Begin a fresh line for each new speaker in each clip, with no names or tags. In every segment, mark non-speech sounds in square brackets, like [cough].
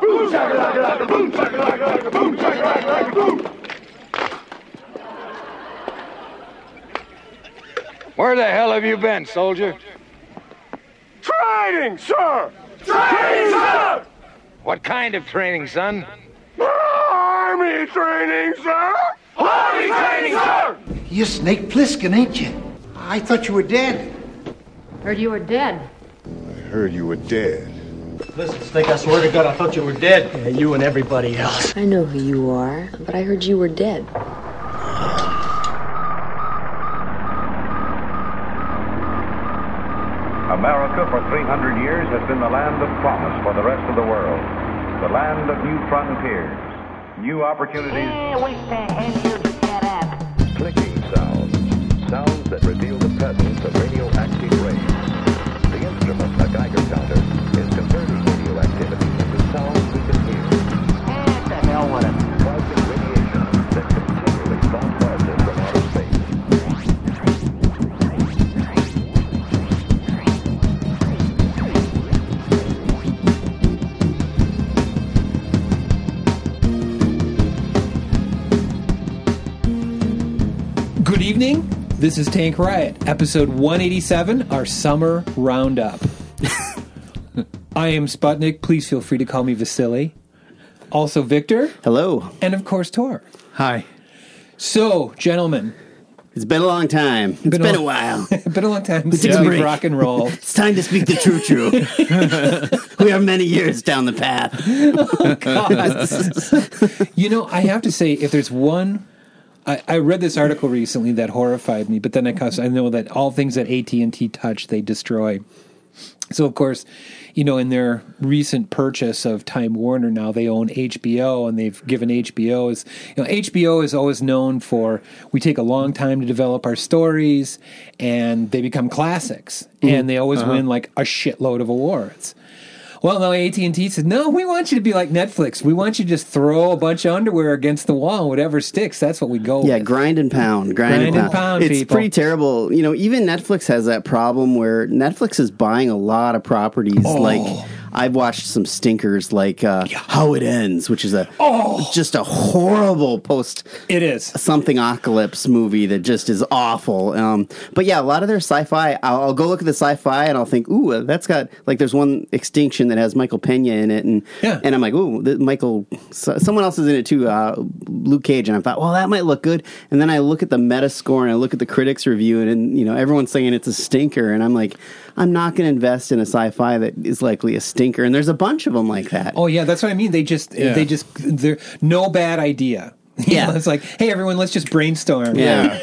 boom, shaka, laka, laka, boom, shaka, laka, laka, boom, shaka, laka, laka, boom.
Where the hell have you been, soldier?
Training, sir! Training, sir!
What kind of training, son?
Army training, sir! Army training, sir!
You Snake Plissken, ain't you? I thought you were dead.
Heard you were dead.
Heard you were dead.
Listen, Snake, I swear to God, I thought you were dead. Yeah, you and everybody else.
I know who you are, but I heard you were dead.
America for 300 years has been the land of promise for the rest of the world. The land of new frontiers, new opportunities,
Yeah, wait the hell you get up.
clicking sounds, sounds that reveal the presence of radioactive rays. The instrument, a Geiger counter, is converting radioactivity into sounds we can hear,
Yeah, the hell with it.
causing radiation that continually bombards us from outer space.
Good evening. This is Tank Riot, episode 187, our summer roundup. I am Sputnik. Please feel free to call me Vasily. Also, Victor.
Hello.
And of course, Tor.
Hi.
So, gentlemen,
It's been a long time. It's been, a,
lo- [laughs]
while.
been a long time
We took
since
a
we've
break.
rock and roll.
[laughs] It's time to speak the true
[laughs]
true. we are many years down the path.
Oh,
[laughs]
you know, I have to say, if there's one, I, I read this article recently that horrified me. But then I, cause I know that all things that AT and T touch, they destroy. So of course, you know, in their recent purchase of Time Warner, now they own HBO, and they've given HBO is you know HBO is always known for we take a long time to develop our stories, and they become classics, and they always win like a shitload of awards. Well, no, AT and T said no. We want you to be like Netflix. We want you to just throw a bunch of underwear against the wall, and whatever sticks. That's what we go.
Yeah,
with.
grind and pound, grind,
Grind and
and pound.
pound,
it's
people.
pretty terrible. You know, even Netflix has that problem where Netflix is buying a lot of properties.
Oh.
Like I've watched some stinkers, like uh, How It Ends, which is a just a horrible post
Oh. it is.
something apocalypse movie that just is awful. Um, but yeah, a lot of their sci-fi. I'll, I'll go look at the sci-fi and I'll think, ooh, that's got like there's one Extinction that has Michael Pena in it, and
Yeah.
and I'm like, ooh, th- Michael. So, someone else is in it too, uh, Luke Cage, and I thought, well, that might look good. And then I look at the Metascore and I look at the critics review, and, and you know everyone's saying it's a stinker, and I'm like, I'm not going to invest in a sci-fi that is likely a stinker. And there's a bunch of them like that.
Oh yeah, that's what I mean. They just
Yeah.
they just they're no bad idea. [laughs] You
Yeah.
know, it's like hey everyone, let's just brainstorm.
yeah.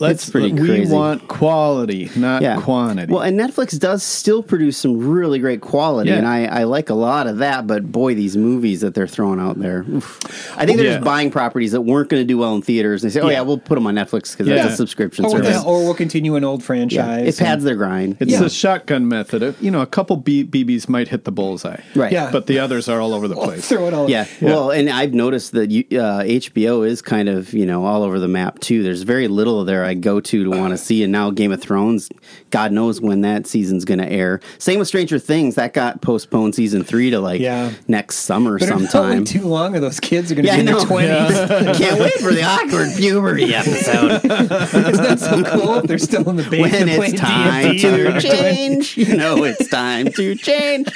Let's,
pretty
we
crazy.
want quality, not quantity.
Well, and Netflix does still produce some really great quality,
Yeah.
and I, I like a lot of that. But boy, these movies that they're throwing out there, oof. I think they're
Yeah.
just buying properties that weren't going to do well in theaters. They say, "Oh yeah, we'll put them on Netflix because
Yeah.
that's a subscription
Or,
service."
the, or we'll continue an old
yeah,
franchise.
it pads their grind.
it's
Yeah.
the shotgun method. It- you know, a couple B- BBs might hit the bullseye,
Right.
Yeah.
But the others are all over the
We'll
place.
throw it all.
yeah. Well, and I've noticed that you, uh, HBO is kind of you know all over the map too. There's very little there I go to to want to see, and now Game of Thrones, God knows when that season's going to air. Same with Stranger Things, that got postponed season three to like
Yeah.
next summer
Better [laughs] not
sometime.
wait too long, or those kids are going to
yeah,
be
I
in
know.
their twenties.
I [laughs] Can't wait for the awkward puberty episode
It's not so [laughs]
[laughs]
cool if they're still in the basement
when
playing
it's time
D&D or
[laughs] to
whatever.
change. You know, it's time to change.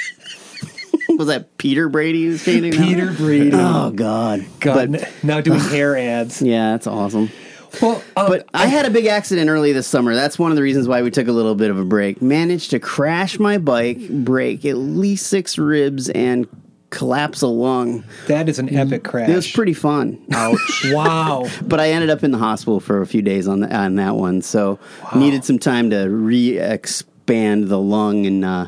Was that Peter Brady who's changing? that?
Peter Brady.
Oh God,
God,
But-
n- now doing hair ads.
yeah, that's awesome.
Well, um,
But uh, I had a big accident early this summer. That's one of the reasons why we took a little bit of a break. Managed to crash my bike, break at least six ribs, and collapse a lung.
that is an epic crash.
Mm-hmm. It was pretty fun. Ouch.
[laughs] Wow.
but I ended up in the hospital for a few days on the, on that one. So needed some time to re expand the lung and uh,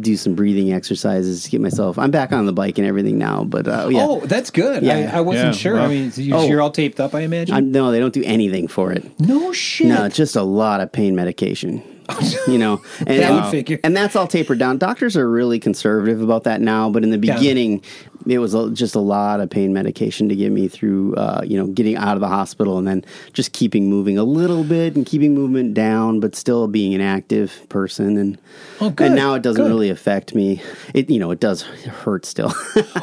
do some breathing exercises to get myself. I'm back on the bike and everything now. But uh, yeah.
Oh, that's good.
Yeah.
I, I wasn't
Yeah,
sure.
wow.
I mean, you,
Oh.
you're all taped up, I imagine.
I'm, no, they don't do anything for it.
no shit.
No, just a lot of pain medication. [laughs]
[laughs]
you know, and
That would figure.
and that's all tapered down. Doctors are really conservative about that now, but in the
Yeah.
beginning, it was a- just a lot of pain medication to get me through, uh, you know, getting out of the hospital and then just keeping moving a little bit and keeping movement down, but still being an active person. And
Oh, good,
and now it doesn't
good.
really affect me. It you know it does hurt still,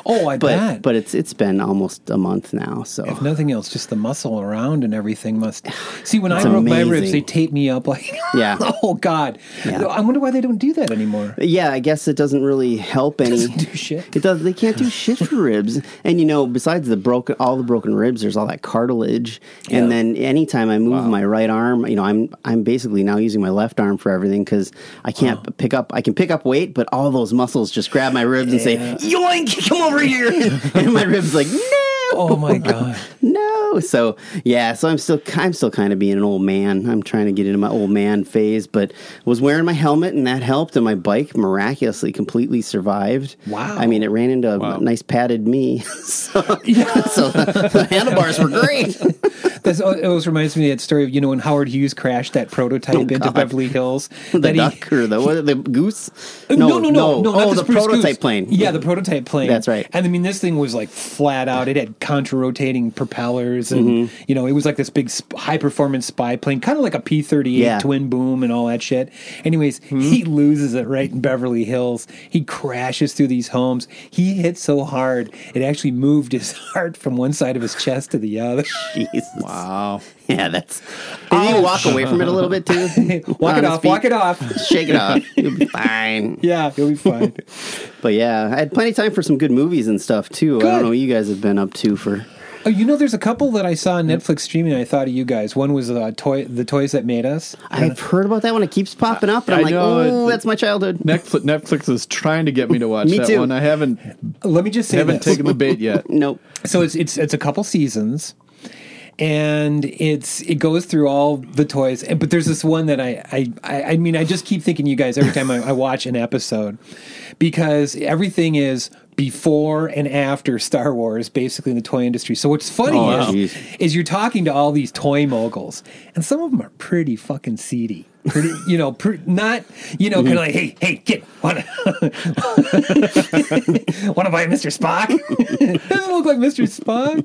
Oh, I
[laughs] but
bet.
but it's it's been almost a month now. So
If nothing else, just the muscle around and everything
[sighs]
must. See, when I
It's
broke my
amazing.
ribs, they taped me up like, [laughs]
Yeah.
oh God.
Yeah.
I wonder why they don't do that anymore.
yeah, I guess it doesn't really help any.
Doesn't do shit.
It does. They can't
[laughs]
do shit for ribs. And you know, besides the broken, all the broken ribs, there's all that cartilage. And then anytime I move my right arm, you know, I'm I'm basically now using my left arm for everything because I can't pick up. I can pick up weight, but all those muscles just grab my ribs and say, "Yoink, come over here!" [laughs] and my ribs like, "No."
Oh
[laughs]
my God.
no. So yeah, so I'm still I'm still kind of being an old man. I'm trying to get into my old man phase, but was wearing my helmet and that helped, and my bike miraculously completely survived.
Wow.
I mean, it ran into a nice padded knee, [laughs] so, [laughs] so the, the handlebars were great.
That's, it always reminds me of that story of, you know, when Howard Hughes crashed that prototype into
Oh, God.
Beverly Hills.
[laughs]
[laughs]
the
that he-
duck or the what, the goose?
Uh, No, no, no, no. not
oh,
the
the
Spruce
prototype
Goose.
plane.
Yeah, the prototype plane.
That's right.
And I mean, this thing was like flat out. It had contra rotating propellers, and
Mm-hmm.
you know, it was like this big high performance spy plane, kind of like a P thirty
Yeah. Mm-hmm.
eight twin boom and all that shit. Anyways, he loses it right in Beverly Hills. He crashes through these homes. He hit so hard it actually moved his [laughs] heart from one side of his chest to the other.
[laughs]
[laughs]
Jesus.
Wow.
[laughs] Yeah, that's. Did you walk away from it a little bit too?
[laughs] walk it off. Walk it off.
[laughs] Shake it off. You'll be fine.
Yeah, you'll be fine.
But yeah, I had plenty of time for some good movies and stuff too. I
Good.
don't know what you guys have been up to for.
Oh, you know, there's a couple that I saw on Netflix streaming. I thought of you guys. One was uh, toy, the toys that made us.
I've heard about that one. It keeps popping up, and I'm
I
like,
know,
oh,
it-
that's my childhood.
Netflix, Netflix is trying to get me to watch
Me
that
too.
one. I haven't
Let me just say
haven't
this.
taken the bait yet.
Nope.
so it's it's it's a couple seasons and it's it goes through all the toys and, but there's this one that I, I i i mean i just keep thinking you guys every time I, I watch an episode because everything is before and after star wars basically in the toy industry so what's funny
Oh, wow.
is,
Jeez.
is you're talking to all these toy moguls and some of them are pretty fucking seedy pretty you know pre- not you know
Mm-hmm.
kind of like hey hey kid wanna [laughs] wanna buy mr spock doesn't look like mr spock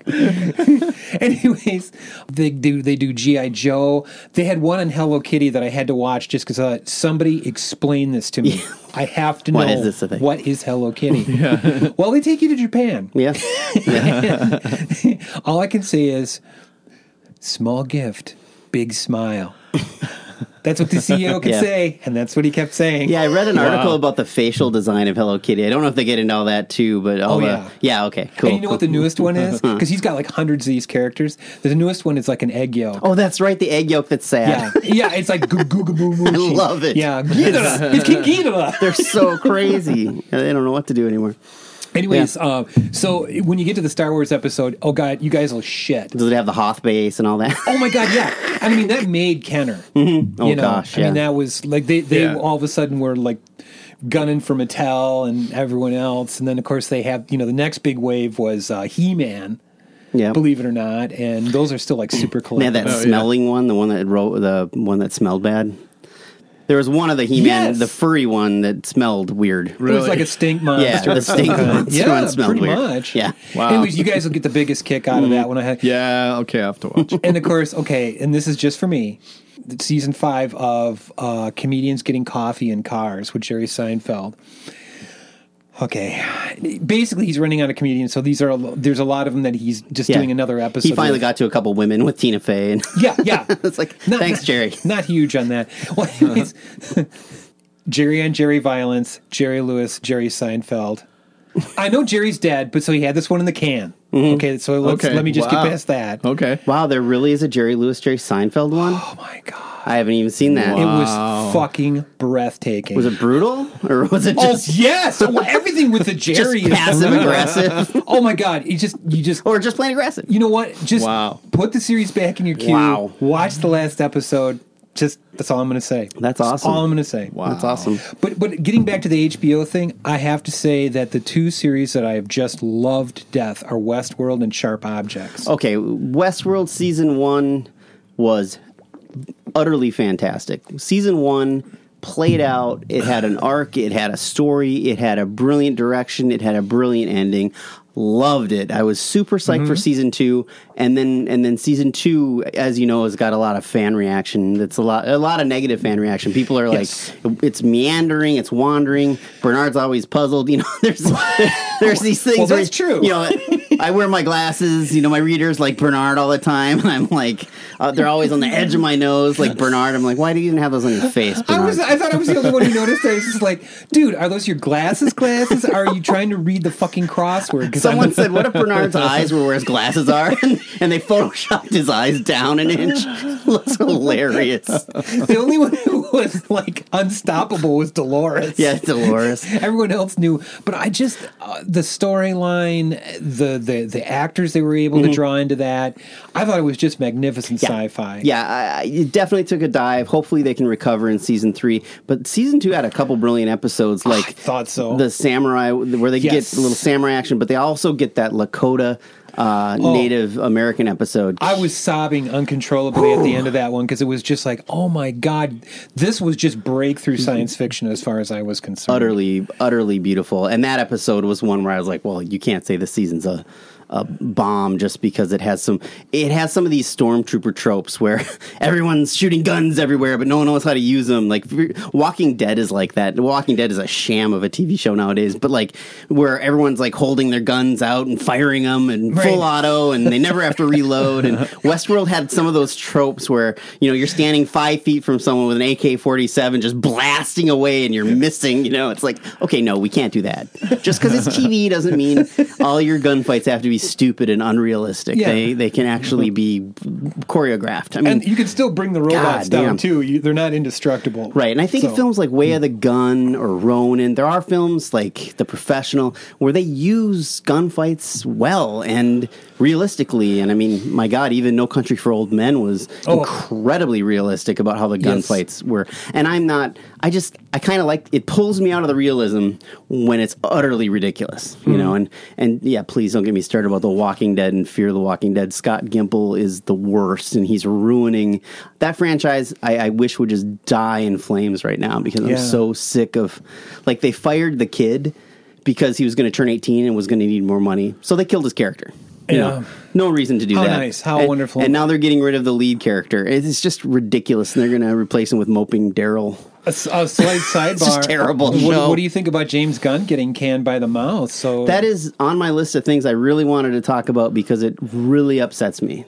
[laughs] Anyways, they do they do GI Joe. They had one on Hello Kitty that I had to watch just because uh, somebody explained this to
[laughs]
me. I have to know
Why is this a thing?
what is Hello Kitty.
[laughs]
[laughs] well, they take you to Japan. [laughs]
Yeah.
All I can say is small gift, big smile. [laughs] that's what the CEO can
[laughs] Yeah.
say, and that's what he kept saying.
Yeah, I read an article about the facial design of Hello Kitty. I don't know if they get into all that too, but all
Oh,
the,
yeah.
yeah. okay, cool. Uh-huh.
and you know what the
cool.
newest one
[laughs]
is? Because he's got like hundreds of these characters. The newest one is like an egg yolk.
Oh, that's right, the egg yolk that's
Yeah,
sad.
yeah, it's like goo goo goo
[laughs]
boo boo.
I love it.
Yeah, [laughs] Ghidorah. It's King Ghidorah.
[laughs] They're so crazy. they don't know what to do anymore.
Anyways, uh, so when you get to the Star Wars episode, oh god, you guys will shit.
Does it have the Hoth base and all that?
Oh my god, yeah.
[laughs]
I mean, that made Kenner.
Oh,
you know,
gosh,
I mean, that
yeah.
was like they they
Yeah.
all of a sudden were like gunning for Mattel and everyone else, and then of course they have you know the next big wave was uh, He Man,
yeah,
believe it or not, and those are still like super
They had
collectible.
that
Oh, yeah.
smelling one, the one that wrote the one that smelled bad. There was one of the He-Man,
Yes.
the furry one that smelled weird.
It was like a stink monster.
Yeah, the
of some [laughs]
stink
kind.
monster
Yeah,
one smelled
pretty
weird.
much.
Yeah.
Oh, Wow. Mm-hmm.
Anyways, you guys will get the biggest kick out of that when I had.
Yeah, okay, I have to watch.
and of course, okay, and this is just for me. Season five of uh, comedians getting coffee in cars with Jerry Seinfeld. Okay, basically he's running out of comedians, so these are a lo- there's a lot of them that he's just
Yeah.
doing another episode.
He finally
with.
got to a couple women with Tina Fey, and
[laughs] yeah, yeah.
[laughs] it's like,
Not-
thanks, Jerry.
[laughs]
Uh-huh.
Not huge on that.
[laughs]
Well, anyways, Jerry and Jerry Violence, Jerry Lewis, Jerry Seinfeld. I know Jerry's dead, but so he had this one in the can.
Mm-hmm.
Okay, so let's,
Okay,
let me just
wow.
get past that.
Okay.
Wow, there really is a Jerry Lewis, Jerry Seinfeld one.
Oh my god.
I haven't even seen that.
It was fucking breathtaking.
Was it brutal or was it
oh
just,
yes,
[laughs]
Oh, everything with the
just
Jerry is [laughs]
passive aggressive
Oh my god, you just you just
or just plain aggressive?
you know what? Just
Wow.
put the series back in your queue.
Wow.
Watch the last episode. Just that's all I'm going to say.
That's awesome.
all I'm going to say. Wow.
That's awesome.
But but getting back to the HBO thing, I have to say that the two series that I have just loved to death are Westworld and Sharp Objects.
Okay, Westworld season one was utterly fantastic. Season one played out. It had an arc. It had a story. It had a brilliant direction. It had a brilliant ending. Loved it. I was super psyched
Mm-hmm.
for season two, and then and then season two, as you know, has got a lot of fan reaction. That's a lot a lot of negative fan reaction. People are
Yes.
like, it's meandering, it's wandering. Bernard's always puzzled. You know, [laughs] there's there's these things.
Well,
where-
that's true.
You know, know, [laughs] I wear my glasses. You know, my readers like Bernard all the time. [laughs] And I'm like, uh, they're always on the edge of my nose, like Bernard. I'm like, why do you even have those on your face?
I was.
Bernard?"
I thought I was the only one who noticed that. It's just like, dude, are those your glasses? Glasses? Are you trying to read the fucking crossword? 'Cause I'm-
Someone said, what if Bernard's eyes were where his glasses are? [laughs] And, and they photoshopped his eyes down an inch. [laughs] Looks hilarious.
the only one who was like unstoppable was Dolores.
Yeah, Dolores.
Everyone else knew, but I just uh, the storyline, the the the actors they were able to draw into that. I thought it was just magnificent sci-fi.
Mm-hmm. Yeah, I, I, it definitely took a dive. Hopefully, they can recover in season three. But season two had a couple brilliant episodes, like
thought so.
The samurai, where they
Yes.
get a little samurai action, but they also get that Lakota uh,
Oh.
Native American episode.
I was sobbing uncontrollably at the end of that one because it was just like, oh my god, this was just
Mm-hmm.
breakthrough science fiction as far as I was concerned.
utterly, utterly beautiful. And that episode was one where I was like, well, you can't say the season's a a bomb just because it has some it has some of these stormtrooper tropes where [laughs] everyone's shooting guns everywhere but no one knows how to use them like walking dead is like that walking dead is a sham of a tv show nowadays but like where everyone's like holding their guns out and firing them and
Right.
full auto and they never have to
[laughs]
reload and westworld had some of those tropes where you know you're standing five feet from someone with an ak-47 just blasting away and you're missing you know it's like okay no we can't do that just because it's tv doesn't mean all your gunfights have to be stupid and unrealistic
Yeah.
they they can actually be choreographed i mean
and you can still bring the robots
Mm. God
down
damn.
too. You, they're not indestructible,
Right, and I think
So- hmm.
in films like Way of the Gun or Ronin, there are films like The Professional where they use gunfights well and realistically. And I mean, my God, even No Country for Old Men was
Oh.
incredibly realistic about how the
Yes.
gunfights were. And I'm not, I just, I kind of like it pulls me out of the realism when it's utterly ridiculous, you know. And and yeah, please don't get me started about The Walking Dead and Fear the Walking Dead. Scott Gimple is the worst, and he's ruining that franchise. I, I wish would just die in flames right now because
Yeah.
I'm so sick of, like, they fired the kid because he was going to turn 18 and was going to need more money, so they killed his character. You
Yeah.
know, no reason to do
How
that.
nice, how
And-
wonderful.
And now they're getting rid of the lead character. It's just ridiculous, and they're going to replace him with moping Daryl.
A, s- a slight
[laughs]
sidebar.
just terrible
What,
show.
what do you think about James Gunn getting canned by the mouth? So
That is on my list of things I really wanted to talk about because it really upsets me.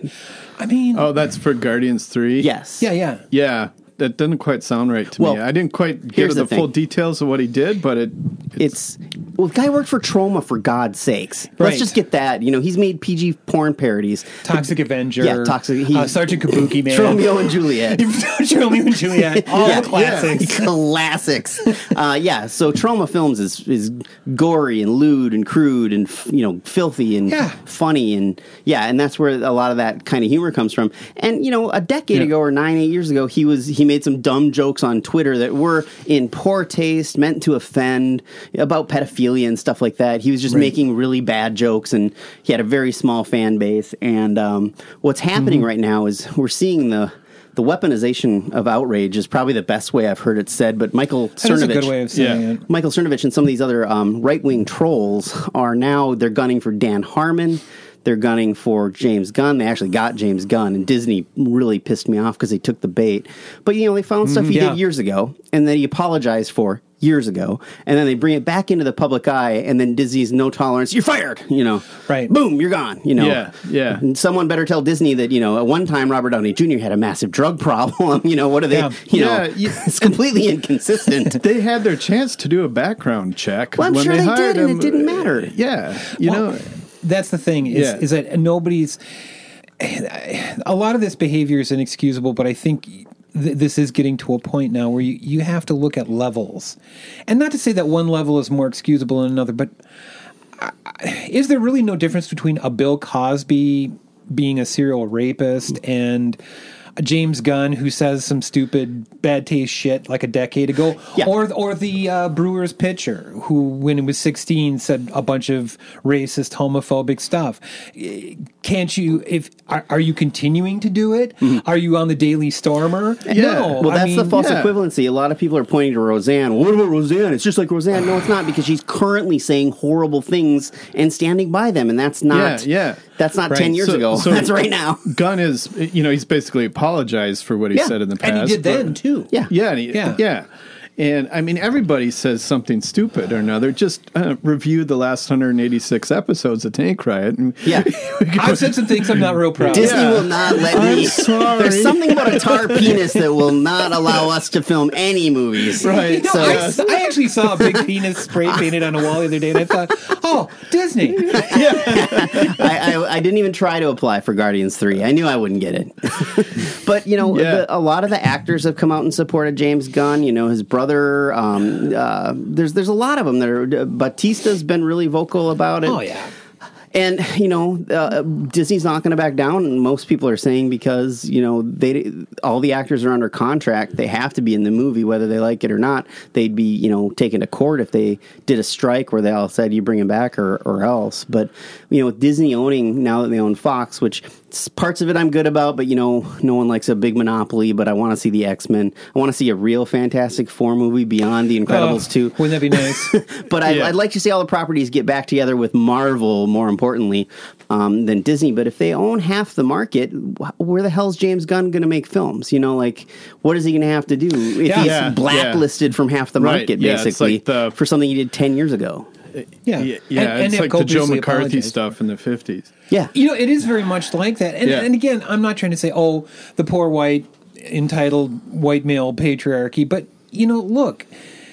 I mean,
Oh, that's for Guardians Three.
Yes.
yeah, yeah.
Yeah, that doesn't quite sound right to me.
Well,
I didn't quite get
here's
the,
the thing.
full details of what he did, but it
It's well, the guy worked for Trauma for God's sakes.
Right.
Let's just get that. You know, he's made PG porn parodies.
Toxic Avenger.
Yeah, Toxic- he-
uh, Sergeant Kabuki Man.
Romeo and Juliet.
[laughs] Romeo and
[laughs]
Juliet. All the classics.
Yeah. classics. Uh, yeah. So Trauma Films is is gory and lewd and crude and f- you know filthy and
Yeah.
funny and yeah, and that's where a lot of that kind of humor comes from. And you know, a decade
Yeah.
ago or nine eight years ago, he was he made some dumb jokes on Twitter that were in poor taste, meant to offend about pedophilia and stuff like that. He was just making really bad jokes, and he had a very small fan base. And um, what's happening
Mm-hmm.
right now is we're seeing the the weaponization of outrage is probably the best way I've heard it said. But Michael
That is a good
Cernovich-
way of saying
Yeah.
it.
Michael Cernovich and some of these other um, right wing trolls are now they're gunning for Dan Harmon. They're gunning for James Gunn. They actually got James Gunn, and Disney really pissed me off because they took the bait. But you know, they found stuff he
yeah.
did years ago, and then he apologized for years ago, and then they bring it back into the public eye, and then Disney's no tolerance. You're fired. You know,
Right.
Boom, you're gone. You know,
Yeah, yeah.
And someone better tell Disney that you know at one time Robert Downey Jr. had a massive drug [laughs] problem. you know, what are they?
Yeah.
You know,
Yeah, you-
[laughs] it's completely inconsistent.
they had their chance to do a background check.
Well, I'm
when
sure
they
they
hired
did, and it
him.
didn't matter.
Yeah, you
Well,
know.
that's the thing is,
Yeah.
is that nobody's a lot of this behavior is inexcusable but i think th- this is getting to a point now where you, you have to look at levels and not to say that one level is more excusable than another but I- I- is there really no difference between a bill cosby being a serial rapist and James Gunn who says some stupid bad taste shit like a decade ago,
Yeah.
or or the uh, Brewers pitcher who, when he was sixteen, said a bunch of racist, homophobic stuff. Eh, Can't you? If are, are you continuing to do it? Are you on the Daily Stormer?
uh,
No.
Mm-hmm. Well,
I
that's the
mean,
false
yeah.
equivalency. A lot of people are pointing to Roseanne. What about Roseanne? It's just like Roseanne. No, it's not because she's currently saying horrible things and standing by them, and that's not.
Yeah, yeah.
That's not
Right.
ten years
So-
ago.
so-
[laughs] that's right now.
Gunn is, you know, he's basically apologized for what he
Yeah.
said in the past.
and he did
but-
then too.
Yeah.
Yeah, and he-
Yeah.
yeah, And I mean, everybody says something stupid or another. Just uh, review the last 186 episodes of Tank Riot. And [laughs]
Yeah.
I've said some things I'm not real proud. of.
Disney will not let
I'm
me.
sorry.
There's something about a tar penis that
[laughs]
will not allow us to film any [laughs] movies.
Right.
No,
So-
I, s- I actually saw a big penis spray painted on a wall the other day, and I thought, oh, Disney.
[laughs] I, I, I didn't even try to apply for Guardians 3. I knew I wouldn't get it. [laughs] but, you know,
Yeah.
the, a lot of the actors have come out in support of James Gunn. You know, his brother, um, uh, there's, there's a lot of them that are. Batista's been really vocal about it.
Oh, yeah.
And you know, uh, Disney's not going to back down. And most people are saying because you know they all the actors are under contract; they have to be in the movie whether they like it or not. They'd be you know taken to court if they did a strike where they all said you bring him back or or else. But you know, with Disney owning now that they own Fox, which s- parts of it I'm good about, but you know, no one likes a big monopoly. But I want to see the X Men. I want to see a real Fantastic Four movie beyond the Incredibles
Oh,
too.
Wouldn't that be
[laughs]
nice?
But I, I'd like to see all the properties get back together with Marvel, more importantly, um, than Disney. But if they own half the market, wh- where the hell's James Gunn going to make films? You know, like what is he going to have to do if
Yeah.
he's
Yeah,
blacklisted from half the
Right,
market,
yeah, it's
basically,
like the-
for something he did ten years ago?
Yeah.
Yeah, yeah,
And- and
it's
if
like the
Cold
Joe
Beasley
McCarthy
apologized.
stuff in the 50s.
Yeah,
You know, it is very much like that. And,
Yeah.
and again, I'm not trying to say, oh, the poor white, entitled white male patriarchy, but, you know, look, [sighs]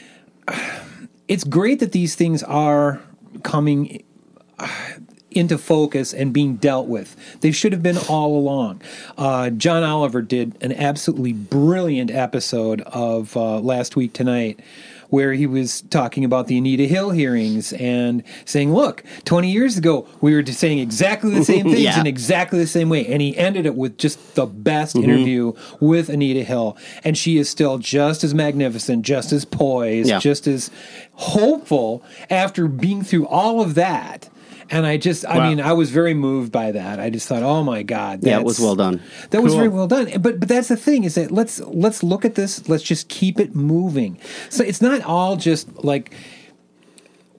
it's great that these things are coming uh, into focus and being dealt with. They should have been all along. Uh, John Oliver did an absolutely brilliant episode of uh, Last Week Tonight. Where he was talking about the Anita Hill hearings and saying, Look, 20 years ago, we were just saying exactly the
[laughs]
same things
Yeah.
in exactly the same way. And he ended it with just the best interview with Anita Hill. And she is still just as magnificent, just as poised,
Yeah.
just as hopeful after being through all of that. And I just, I
Wow.
mean, I was very moved by that. I just thought, oh my god,
Yeah, it
that's-
was well done.
That was
Cool.
very well done. But but that's the thing is that let's let's look at this. Let's just keep it moving. So it's not all just like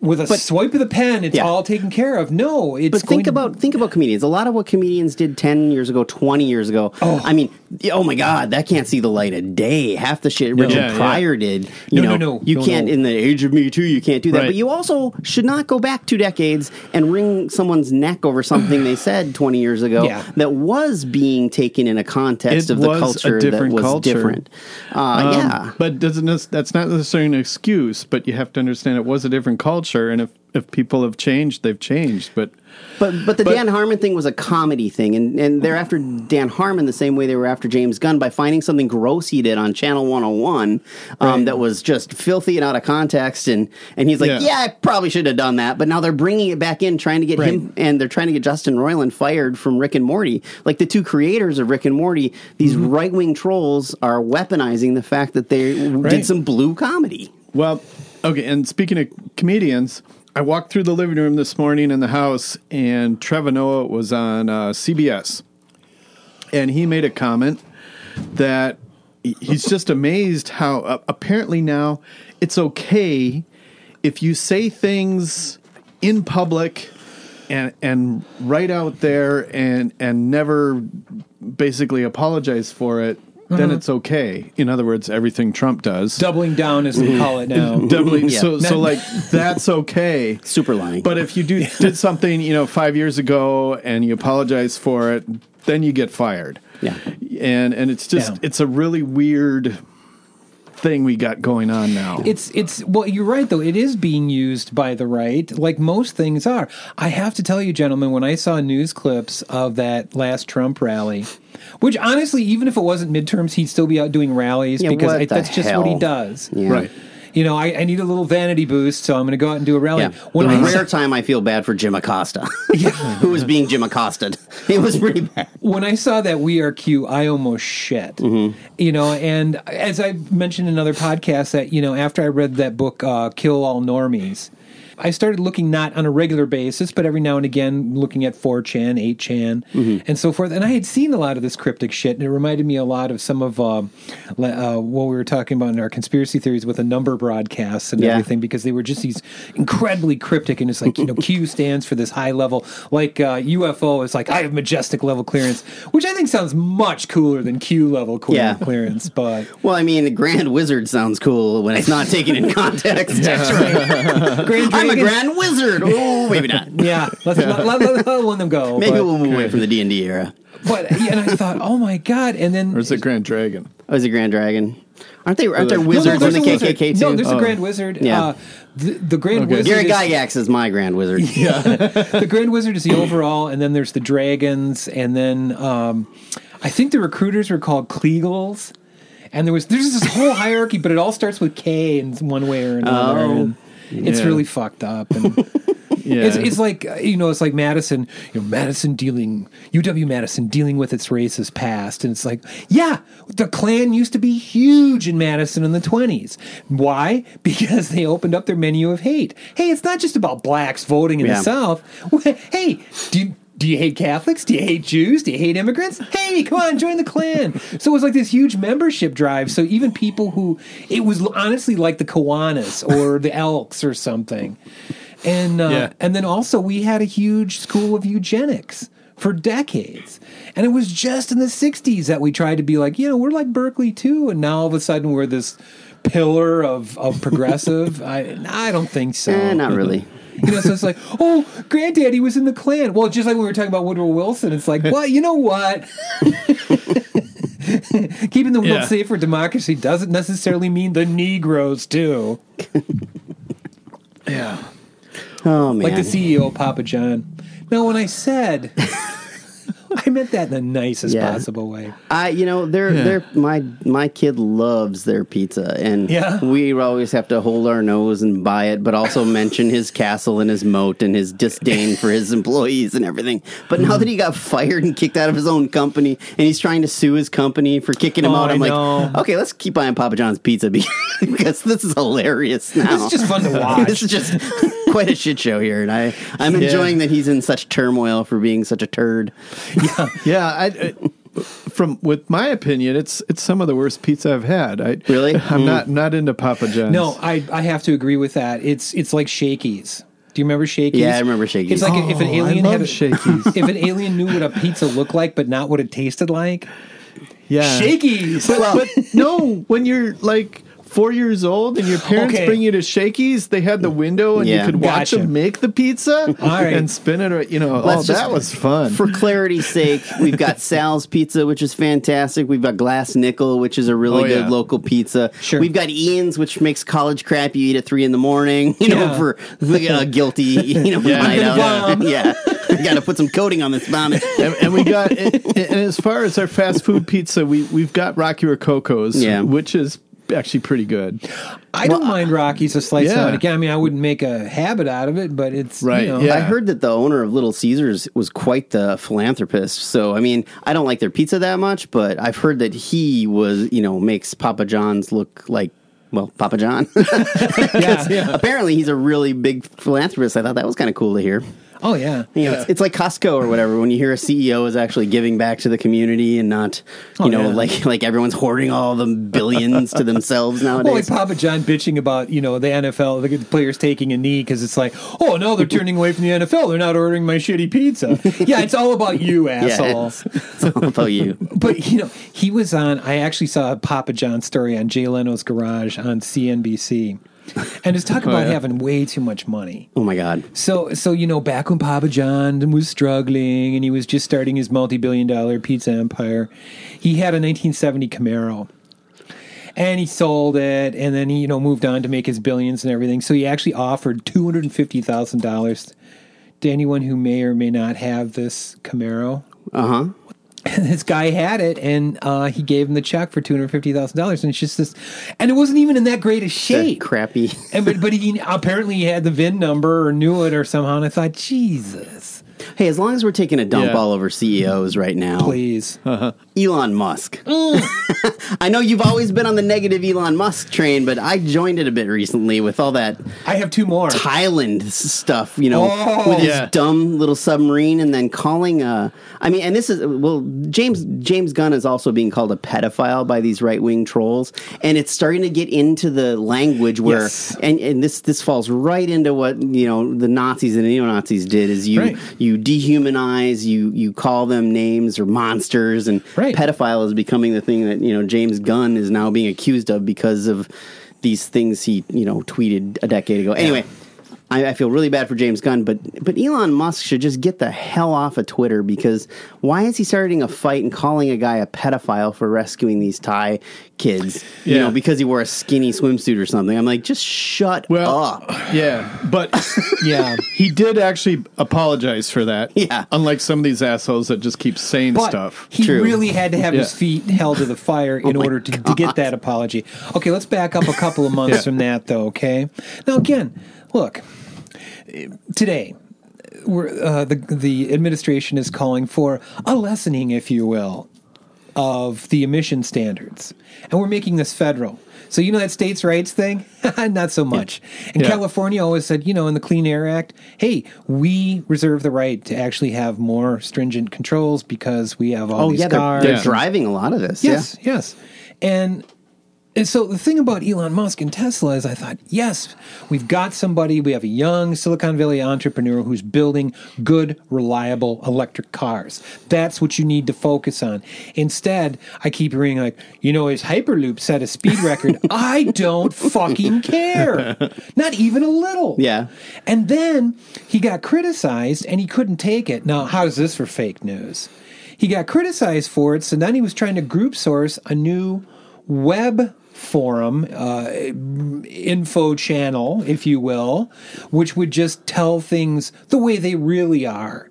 with a swipe of the pen. It's
Yeah.
all taken care of. No, it's
But
going
think
to-
about think about comedians. A lot of what comedians did ten years ago, twenty years ago. Oh. I mean, oh my God, that can't see the light of day. Half the shit Richard
Yeah, yeah.
Pryor did. You
No,
know,
no, no,
you
no,
can't
no.
in the age of Me Too. You can't do that.
Right.
But you also should not go back two decades and wring someone's neck over something they said twenty years ago
Yeah.
that was being taken in a context
It
of the
was a
culture that
different
was
culture. Um,
different. Uh, yeah.
But doesn't this, that's not necessarily an excuse, but you have to understand it was a different culture. And if, if people have changed, they've changed. But
But but the
But-
Dan Harmon thing was a comedy thing, and, and they're after Dan Harmon the same way they were after James Gunn by finding something gross he did on Channel 101 um, that was just filthy and out of context, and and he's like, yeah,
Yeah.
I probably should have done that, but now they're bringing it back in, trying to get him, and they're trying to get Justin Roiland fired from Rick and Morty, like the two creators of Rick and Morty. These
Mm-hmm.
right wing trolls are weaponizing the fact that they did
Right.
some blue comedy.
Well, okay. And speaking of comedians, I walked through the living room this morning in the house, and Trevor Noah was on uh, CBS, and he made a comment that he- he's just amazed how uh, apparently now it's okay if you say things in public and and right out there and and never basically apologize for it. Then it's okay. In other words, everything Trump does
doubling down, as we call it
[laughs]
now.
doubly
Yeah.
so
[laughs]
so like that's okay
Super lying.
but if you do did something you know five years ago and you apologize for it then you get fired
Yeah.
and and it's just
Yeah.
it's a really weird thing we got going on now
It's it's well, you're right though. It is being used by the right, like most things are. I have to tell you, gentlemen, when I saw news clips of that last Trump rally, which honestly, even if it wasn't midterms, he'd still be out doing rallies
Yeah,
because
what
I,
the
that's just what he
hell?
does.
Yeah.
right
you know, I, I need a little vanity boost, so I'm going to go out and do a rally.
Yeah.
When
the
I
rare time I feel bad for Jim Acosta, [laughs] who was being Jim Accosted. It was pretty bad.
when I saw that We Are Q, I almost shit. You know, and as I mentioned in other podcasts, that you know, after I read that book, uh, Kill All Normies, I started looking not on a regular basis, but every now and again, looking at 4chan, 8chan,
Mm-hmm.
and so forth. And I had seen a lot of this cryptic shit, and it reminded me a lot of some of um, le- uh, what we were talking about in our conspiracy theories with the number broadcasts and
Yeah.
everything, because they were just these incredibly cryptic, and it's like
[laughs]
you know, Q stands for this high level, like uh, UFO is like I have majestic level clearance, which I think sounds much cooler than Q level clear-
Yeah.
clearance, but
Well, I mean, Grand Wizard sounds cool when it's not taken
[laughs]
in context. That's right. I'm a
Dragon.
Grand Wizard. Oh, maybe not.
yeah, let's Not, let, let, let one of them go.
Maybe
but,
we'll move away from the D and D era.
but and I thought, oh my god, and then
Or is it Grand Dragon?
Oh, is it Grand Dragon? Aren't they? Aren't there
No, no,
wizards
no,
in
there's
the
a wizard.
KKK too?
No, there's
Oh.
a grand wizard.
Yeah.
Uh, the, the grand
Okay.
wizard.
Gary
is-
Gygax is my
[laughs]
Grand Wizard.
the Grand Wizard is the overall, and then there's the dragons, and then um, I think the recruiters were called Kleagles. And there was there's this whole hierarchy, but it all starts with K in one way or another.
Oh.
and it's
Yeah.
really fucked up. And
Yeah.
it's, it's like uh, you know, it's like Madison. You know, Madison dealing UW Madison dealing with its racist past, and it's like, yeah, the Klan used to be huge in Madison in the twenties. Why? Because they opened up their menu of hate. Hey, it's not just about blacks voting in
Yeah.
the South. Hey, do you, do you hate Catholics? Do you hate Jews? Do you hate immigrants? Hey, come on, join the Klan. so it was like this huge membership drive. So even people who, it was honestly like the Kiwanis or
[laughs]
the Elks or something. And uh,
Yeah.
and then also we had a huge school of eugenics for decades. And it was just in the 60s that we tried to be like, you know, we're like Berkeley too. And now all of a sudden we're this pillar of,
[laughs]
of progressive. I, I don't think so.
Eh,
[laughs]
not really.
You know, so it's like, oh, granddaddy was in the Klan. Well, just like we were talking about Woodrow Wilson, it's like, well, you know what? [laughs] Keeping the world
Yeah.
safe for democracy doesn't necessarily mean the Negroes too.
yeah.
Oh man.
Like the CEO of Papa John. Now, when I said, [laughs] I meant that in the nicest
Yeah.
possible way.
I, you know, they're they're my my kid loves their pizza, and
Yeah.
we always have to hold our nose and buy it, but also mention his castle and his moat and his disdain for his employees and everything. But now that he got fired and kicked out of his own company, and he's trying to sue his company for kicking him
Oh,
out,
I
I'm
know.
like, okay, let's keep buying Papa John's pizza [laughs] be- because this is hilarious. Now
This
[laughs]
is just fun
[laughs]
to watch.
this is just quite a shit show here, and I I'm enjoying that he's in such turmoil for being such a turd.
Yeah, I, I- from with my opinion, it's it's some of the worst pizza I've had. I
Really?
I'm
Mm.
not not into Papa John's.
No, I, I have to agree with that. It's it's like Shakey's. Do you remember Shakey's?
Yeah, I remember
It's
Shakey's.
like if an
Oh, I
alien
love
had a,
Shakey's.
[laughs] if an alien knew what a pizza looked like but not what it tasted like.
yeah,
Shakey's.
But, but no, when you're like four years old and your parents
Okay.
bring you to Shakey's, they had the window and
Yeah.
you could watch
Gotcha.
them make the pizza [laughs]
right.
and spin it. Or, you know, oh,
Let's just-
that was fun.
For clarity's sake,
[laughs]
we've got Sal's Pizza, which is fantastic. We've got Glass Nickel, which is a really
Oh,
good
yeah.
local pizza.
Sure.
We've got Ian's, which makes college crap you eat at three in the morning. [laughs] You know,
Yeah.
for the
[laughs]
uh, guilty, you know,
Yeah.
night out.
Bomb.
[laughs] yeah, we got to put some coating on this vomit.
[laughs] and, and we got and, and as far as our fast food pizza, we we've got Rocky Rococo's,
Yeah.
which is actually pretty good.
I don't mind Rockies a slice
Yeah.
out again. I mean, I wouldn't make a habit out of it, but it's
Right,
You know,
yeah.
I heard that the owner of Little Caesars was quite the philanthropist. So, I mean, I don't like their pizza that much, but I've heard that he was, you know, makes Papa John's look like, well, Papa John. [laughs]
[laughs] yeah.
Apparently, he's a really big philanthropist. I thought that was kind of cool to hear.
Oh yeah.
You know, it's, it's like Costco or whatever. When you hear a CEO is actually giving back to the community and not, you
Oh,
know,
yeah.
like like everyone's hoarding all the billions to
[laughs]
themselves
Well, like
nowadays.
Papa John bitching about you know the NFL, the players taking a knee because it's like, oh no, they're turning away from the NFL. They're not ordering my shitty
[laughs]
pizza. yeah, it's all about you, asshole.
it's, it's all about you.
But you know, he was on. I actually saw a Papa John story on Jay Leno's Garage on CNBC, and it's talk about
yeah.
having way too much money.
Oh my god.
So, so you know, back when Papa John was struggling and he was just starting his multi-billion-dollar pizza empire, he had a 1970 Camaro, and he sold it, and then he you know moved on to make his billions and everything. So he actually offered two hundred and fifty thousand dollars to anyone who may or may not have this Camaro.
Uh huh.
this guy had it, and uh, he gave him the check for two hundred fifty thousand dollars, and it's just this, and it wasn't even in that great a shape.
crappy.
and but but he apparently he had the VIN number or knew it or somehow, and I thought, Jesus,
Hey, as long as we're taking a dump
Yeah.
all over CEOs right now,
please,
Elon Musk. [laughs] I know you've always been on the negative Elon Musk train, but I joined it a bit recently with all that
I have two more.
Thailand s- stuff, you know,
Oh.
with his
Yeah.
dumb little submarine, and then calling. Uh, I mean, and this is well, James James Gunn is also being called a pedophile by these right wing trolls, and it's starting to get into the language where,
Yes.
and and this this falls right into what you know the Nazis and neo Nazis did is you
Right.
you dehumanize, you you call them names or monsters, and
Right.
pedophile is becoming the thing that you know James Gunn is now being accused of because of these things he you know tweeted a decade ago. Anyway, I, I feel really bad for James Gunn, but but Elon Musk should just get the hell off of Twitter because why is he starting a fight and calling a guy a pedophile for rescuing these Thai kids? You
Yeah.
know because he wore a skinny swimsuit or something. I'm like, just shut
Well,
up.
yeah, but
[laughs] yeah.
he did actually apologize for that.
Yeah.
unlike some of these assholes that just keep saying
But
stuff.
he
True.
really had to have his
Yeah. Oh
feet held to the fire in
my
order to, to get that apology. Okay, let's back up a couple of months
Yeah.
from that, though. Okay, now again, look eh, today. We're, uh, the the administration is calling for a lessening, if you will, of the emission standards, and we're making this federal. So you know that states' rights thing, [laughs] not so much. And
Yeah.
California always said, you know, in the Clean Air Act, hey, we reserve the right to actually have more stringent controls because we have all
Oh
these
yeah, they're,
cars.
they're
Yeah.
driving a lot of this.
Yes, yes. And, and so the thing about Elon Musk and Tesla is I thought, yes, we've got somebody, we have a young Silicon Valley entrepreneur who's building good, reliable electric cars. That's what you need to focus on. Instead, I keep hearing like, you know, his Hyperloop set a speed record. I don't fucking care. Not even a little.
Yeah.
And then he got criticized and he couldn't take it. Now, how's this for fake news? He got criticized for it, so then he was trying to group source a new web forum, uh, info channel, if you will, which would just tell things the way they really are.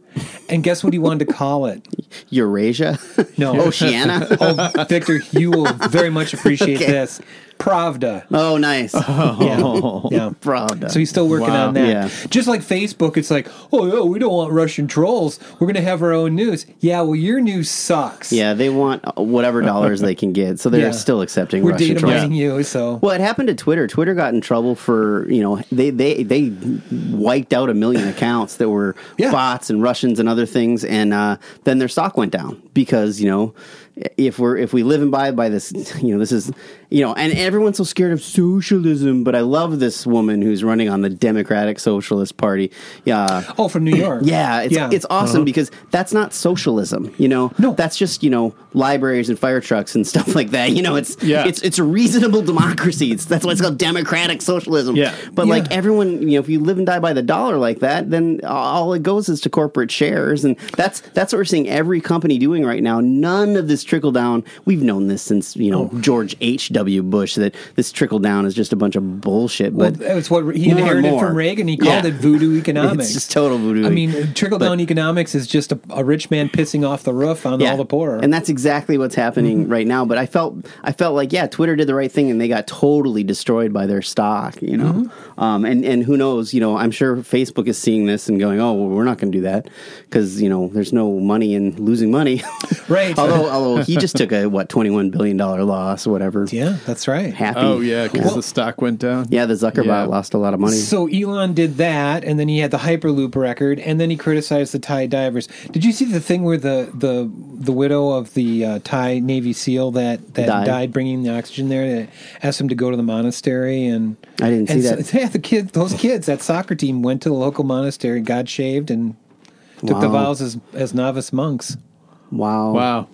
And guess what he wanted to call
[laughs]
it?
Yeah, Eurasia,
No.
[laughs] Oceania.
[laughs] Oh, Victor, you will very much appreciate
Okay.
this. Pravda. [laughs]
oh, nice. [laughs]
Yeah. yeah.
Pravda.
Oh. So he's still working
Wow.
on that.
Yeah.
Just like Facebook, it's like, oh, yeah, we don't want Russian trolls. We're going to have our own news. Yeah, well, your news sucks.
Yeah, they want uh, whatever dollars they can get, so
[laughs]
they're
Yeah.
still accepting
We're
Russian
data
trolls.
mining you, so.
Well, it happened to Twitter. Twitter got in trouble for you know they they they wiped out a million accounts that were
[laughs] Yeah.
bots and Russians and other things, and uh, then their stock went down because you know if we're if we live and buy by this [laughs] you know this is you know and everyone's so scared of socialism, but I love this woman who's running on the Democratic Socialist Party. Yeah.
Oh, from New York.
Yeah, it's it's awesome because that's not socialism, you know.
Uh-huh. No.
that's just you know libraries and fire trucks and [laughs] stuff like that. You know, it's
Yeah.
it's it's a reasonable democracy. It's, [laughs] that's why it's called democratic socialism.
Yeah.
but like
Yeah.
everyone, you know, if you live and die by the dollar like that, then all it goes is to corporate shares, and that's that's what we're seeing every company doing right now. None of this trickle down. We've known this since you
Oh.
know George H. W. Bush that this trickle down is just a bunch of bullshit.
Well,
But
that's what he
more and
inherited
more.
from Reagan. He called
Yeah.
it voodoo economics.
[laughs] It's just total voodoo. e-,
I mean, trickle down economics is just a, a rich man pissing off the roof on all the poor.
And that's exactly what's happening
Mm-hmm.
right now. But I felt I felt like yeah, Twitter did the right thing, and they got totally destroyed by their stock. You know,
Mm-hmm.
um, and and who knows? You know, I'm sure Facebook is seeing this and going, oh, well, we're not going to do that because you know there's no money in losing money. [laughs]
Right.
although although he just took a what 21 billion dollar loss or whatever.
yeah, that's right.
Happy.
Oh yeah, because
Well-
the stock went down.
Yeah, the Zuckerbot
Yeah.
lost a lot of money.
So Elon did that, and then he had the Hyperloop record, and then he criticized the Thai divers. Did you see the thing where the the the widow of the uh, Thai Navy SEAL that that
Died.
died. bringing the oxygen there, that asked him to go to the monastery, and
I didn't see
and
that.
So, [laughs] yeah, the kid, those kids, that soccer team went to the local monastery, got shaved, and took the
Wow.
vows as as novice monks.
wow.
Wow.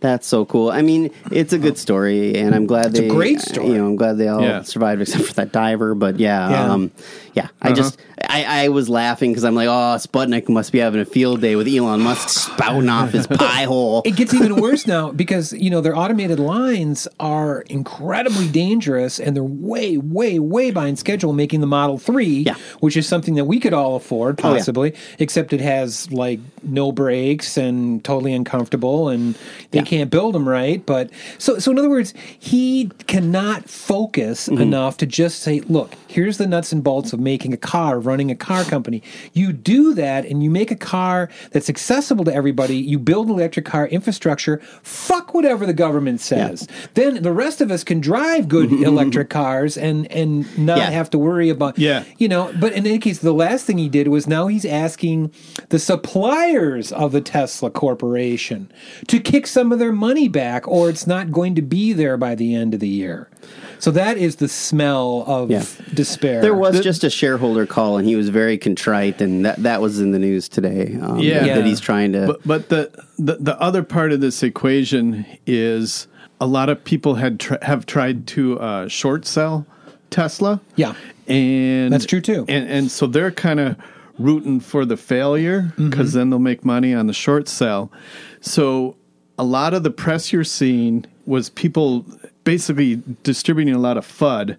That's so cool. I mean, it's a good story, and I'm glad
a
they uh,
great story.
You know, I'm glad they all
Yeah.
survived except for that diver. But yeah,
Yeah.
Um, yeah. I just I, I was laughing because I'm like, oh, Sputnik must be having a field day with Elon Musk spouting off his
[laughs]
pie hole.
It gets even worse now because you know their automated lines are incredibly dangerous and they're way, way, way behind schedule making the Model Three, which is something that we could all afford
Oh, yeah.
possibly, except it has like no brakes and totally uncomfortable and they can't build them right. But so, so in other words, he cannot focus
Mm-hmm.
enough to just say, look, here's the nuts and bolts of making a car, running a car company. You do that and you make a car that's accessible to everybody. You build an electric car infrastructure. Fuck whatever the government says. Then the rest of us can drive
[laughs]
good electric cars and and not
Yeah.
have to worry about
Yeah.
you know. But in any case, the last thing he did was now he's asking the suppliers of the Tesla corporation to kick some of their money back, or it's not going to be there by the end of the year. So that is the smell of
Yeah.
despair.
There was just a shareholder call, and he was very contrite, and that, that was in the news today. Um,
Yeah.
that he's trying to.
But, but the, the the other part of this equation is a lot of people had tr- have tried to uh, short sell Tesla.
Yeah.
and
That's true, too.
And and so they're kind of rooting for the failure
Mm-hmm.
because then they'll make money on the short sell. So a lot of the press you're seeing was people basically distributing a lot of FUD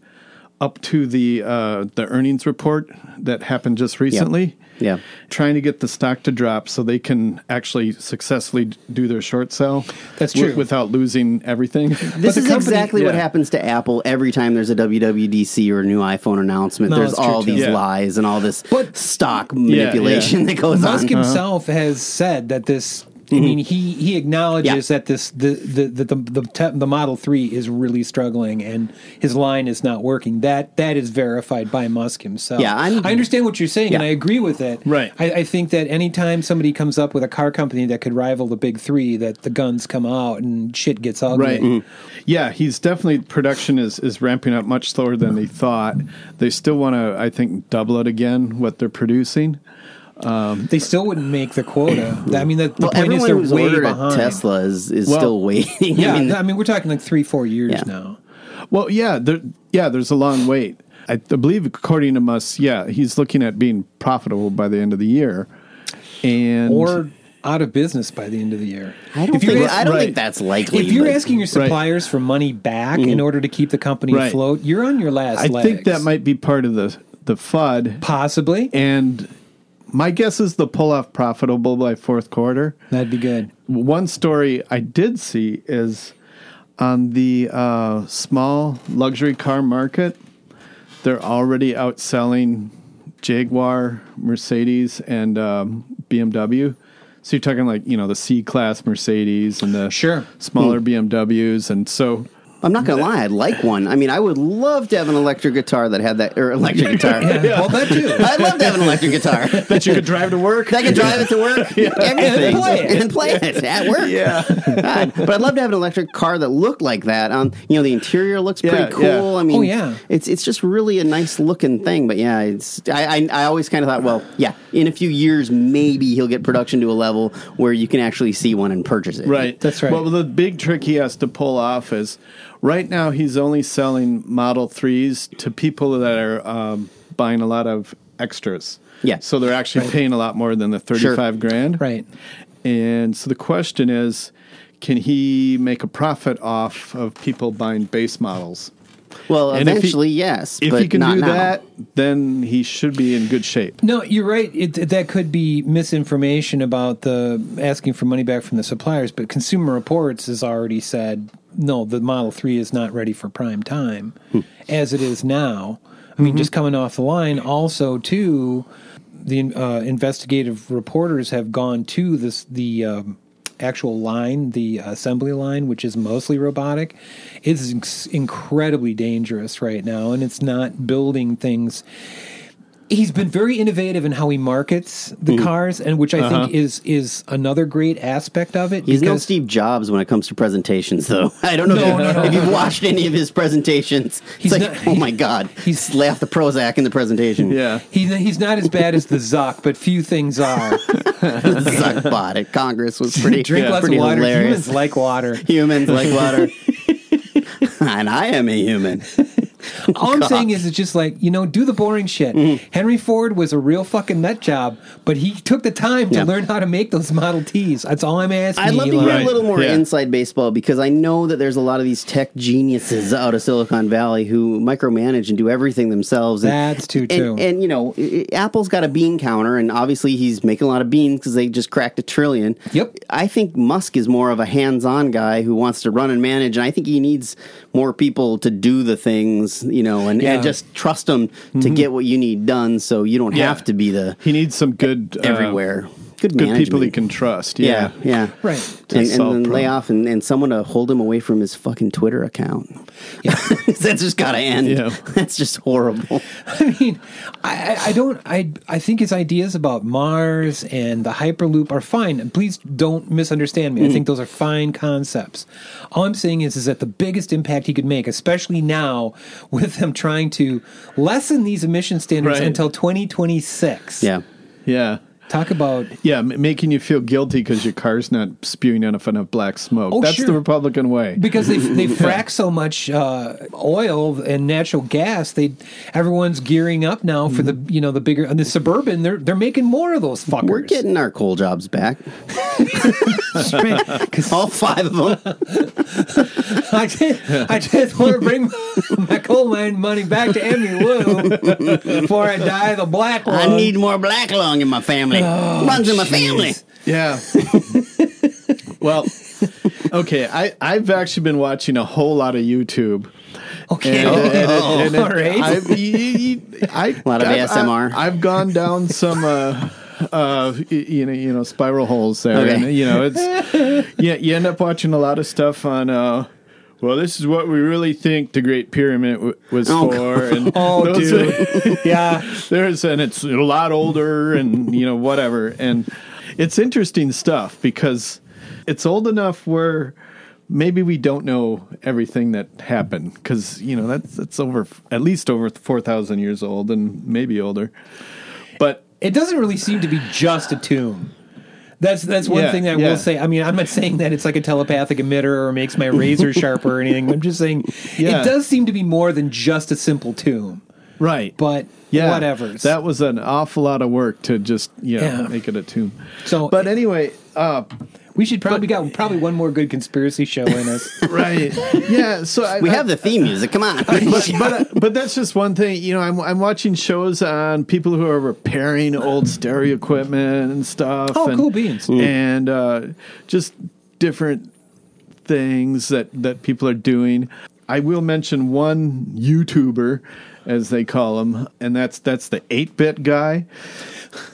up to the uh, the earnings report that happened just recently
Yeah.
trying to get the stock to drop so they can actually successfully do their short sell.
That's
wi-
true.
without losing everything.
This is exactly what
Yeah.
happens to Apple every time there's a WWDC or a new iPhone announcement.
No,
there's
that's true,
all
too.
these
Yeah.
lies and all this
But-
stock
yeah.
manipulation that goes
Musk
on. Uh-huh. Mm-hmm.
himself has said that this. I mean, he he acknowledges that this the the the the, the, te- the Model Three is really struggling and his line is not working. That that is verified by Musk himself.
Yeah, I'm-
I understand what you're saying and
Yeah.
I agree with it.
Right.
I, I think that anytime somebody comes up with a car company that could rival the big three, that the guns come out and shit gets ugly.
Right. Mm-hmm. Yeah, he's definitely production is is ramping up much slower than they thought. They still want to, I think, double it again what they're producing.
They still wouldn't make the quota. I mean, the, the
Well,
point is
everyone
they're
who's
way
ordered
behind.
a Tesla is, is
Well,
still [laughs] waiting.
Yeah,
I mean,
we're talking like three four years
Yeah.
now.
Well, yeah, there, yeah, there's a long wait. I believe, according to Musk, yeah, he's looking at being profitable by the end of the year, and
or out of business by the end of the year.
I don't,
If you're
think,
ask-
I don't
right.
think that's likely.
if you're
but-
asking your suppliers for money back in order to keep the company
Mm-hmm. Right.
afloat, you're on your last
I
legs.
think that might be part of the the FUD.
possibly
And my guess is the pull off profitable by fourth quarter.
that'd be good.
One story I did see is on the uh, small luxury car market, they're already outselling Jaguar, Mercedes, and um, BMW. So you're talking like you know the C class Mercedes and the
Sure.
smaller BMWs, and so
Hmm. I'm not gonna lie, I'd like one. I mean, I would love to have an electric guitar that had that
[laughs]
or electric guitar.
Well, that too.
I'd love to have an electric guitar that
that you could drive to work.
I could drive it
[laughs]
to work, everything,
And play it.
and play it at work. Yeah, but I'd love to have an electric car that looked like that. Um, you know, the interior looks
Yeah,
pretty cool.
yeah.
I mean,
Oh, yeah.
it's it's just really a nice looking thing. But yeah, it's I I, I always kind of thought, well, yeah, in a few years maybe he'll get production to a level where you can actually see one and purchase it.
Right.
That's right.
Well, the big trick he has to pull off is right now he's only selling Model 3s to people that are um, buying a lot of extras.
Yeah.
So they're actually paying a lot more than the 35 grand.
Right.
And so the question is can he make a profit off of people buying base models?
Well,
And if he-
eventually, yes.
If
but
he can
not
do
now.
that, then he should be in good shape.
No, you're right. It, that could be misinformation about the asking for money back from the suppliers, but Consumer Reports has already said no. The Model Three is not ready for prime time
Hmm.
as it is now. I
Mm-hmm.
mean, just coming off the line, also too, the uh, investigative reporters have gone to this the. Um, actual line the assembly line which is mostly robotic is inc- incredibly dangerous right now and it's not building things he's been very innovative in how he markets the
Mm-hmm.
cars, and which I think is is another great aspect of it.
Uh-huh. He's no
because
Steve Jobs when it comes to presentations, though. [laughs] I don't know
No,
if,
no,
you,
no.
if you've watched any of his presentations.
He's
it's like,
not-
oh my god,
he's-
he's laughed the Prozac in the presentation.
Yeah.
he, he's not as bad as the Zuck, but few things are.
Zuckbot at Congress was [laughs]
[laughs]
pretty
Drink
yeah,
lots of
pretty
water.
hilarious. [laughs]
[laughs] Humans like water.
Humans like water, and I am a human.
All
[laughs]
I'm saying is, it's just like you know, do the boring shit.
Mm-hmm.
Henry Ford was a real fucking nut job, but he took the time to
Yeah.
learn how to make those Model Ts. That's all I'm asking.
I'd love to
Elon.
hear a little
[laughs]
more inside baseball because I know that there's a lot of these tech geniuses out of Silicon Valley who micromanage and do everything themselves. And,
That's true, too.
And, and, you know, i- i- Apple's got a bean counter, and obviously he's making a lot of beans because they just cracked a trillion.
Yep.
I think Musk is more of a hands-on guy who wants to run and manage, and I think he needs more people to do the things, you know, and,
Yeah.
and just trust them to get what you need done, so you don't
Yeah.
have to be the
He needs some good uh,
everywhere. Good,
good people
management.
he can trust.
Yeah,
Yeah.
yeah.
Right.
To
And, and
solve
then lay
problems.
off and, and someone to hold him away from his fucking Twitter account. [laughs] That's just gotta end.
Yeah.
[laughs] That's just horrible.
I mean, I, I- I don't. I I think his ideas about Mars and the Hyperloop are fine. And Please don't misunderstand
Mm-hmm.
me. I think those are fine concepts. All I'm saying is, is that the biggest impact he could make, especially now with them trying to lessen these emission standards
Right.
until 2026.
Yeah.
Yeah.
Talk about
Yeah, m- making you feel guilty because your car's not spewing enough enough black smoke.
Oh,
That's
sure.
the Republican way.
because they they frack so much uh, oil and natural gas. They everyone's gearing up now for the you know the bigger and the suburban. They're they're making more of those fuckers.
We're getting our coal jobs back. [laughs]
Because
All five
[laughs]
of them.
I just, I just want to bring my coal mine money back to Emmy Lou before I die the black one.
I need more black lung in my family.
Oh,
Runs in my family.
Yeah.
[laughs]
well, okay. I I've actually been watching a whole lot of YouTube.
Okay.
uh,
Oh,
and it-
all right.
I've, y- y- y- I,
lot of
I've-
ASMR.
I, have gone down some, uh, uh, y- you know, you know, spiral holes there,
Okay.
and you know, it's yeah. You end up watching a lot of stuff on. Uh, well, this is what we really think the Great Pyramid w- was
Oh,
for, and
[laughs] oh,
those-
dude. yeah.
there's and it's a lot older and you know whatever and it's interesting stuff because it's old enough where maybe we don't know everything that happened because you know that's that's over at least over 4000 years old and maybe older but
It doesn't really seem to be just a tomb. That's that's one
Yeah,
thing that I
yeah.
will say. I mean, I'm not saying that it's like a telepathic emitter or makes my razor sharper or anything. I'm just saying
Yeah.
it does seem to be more than just a simple tomb.
right
But
yeah
whatever.
that was an awful lot of work to just you know
Yeah.
make it a tomb
So-
but anyway uh
we should probably we got probably one more good conspiracy show in us.
right yeah so I,
We
I-
have the theme music. Come on.
[laughs] but but, uh, but that's just one thing. You know, I'm I'm watching shows on people who are repairing old stereo equipment and stuff.
Oh,
and,
cool beans.
Mm.
And uh, just different things that that people are doing. I will mention one YouTuber, as they call him, and that's that's the eight bit guy.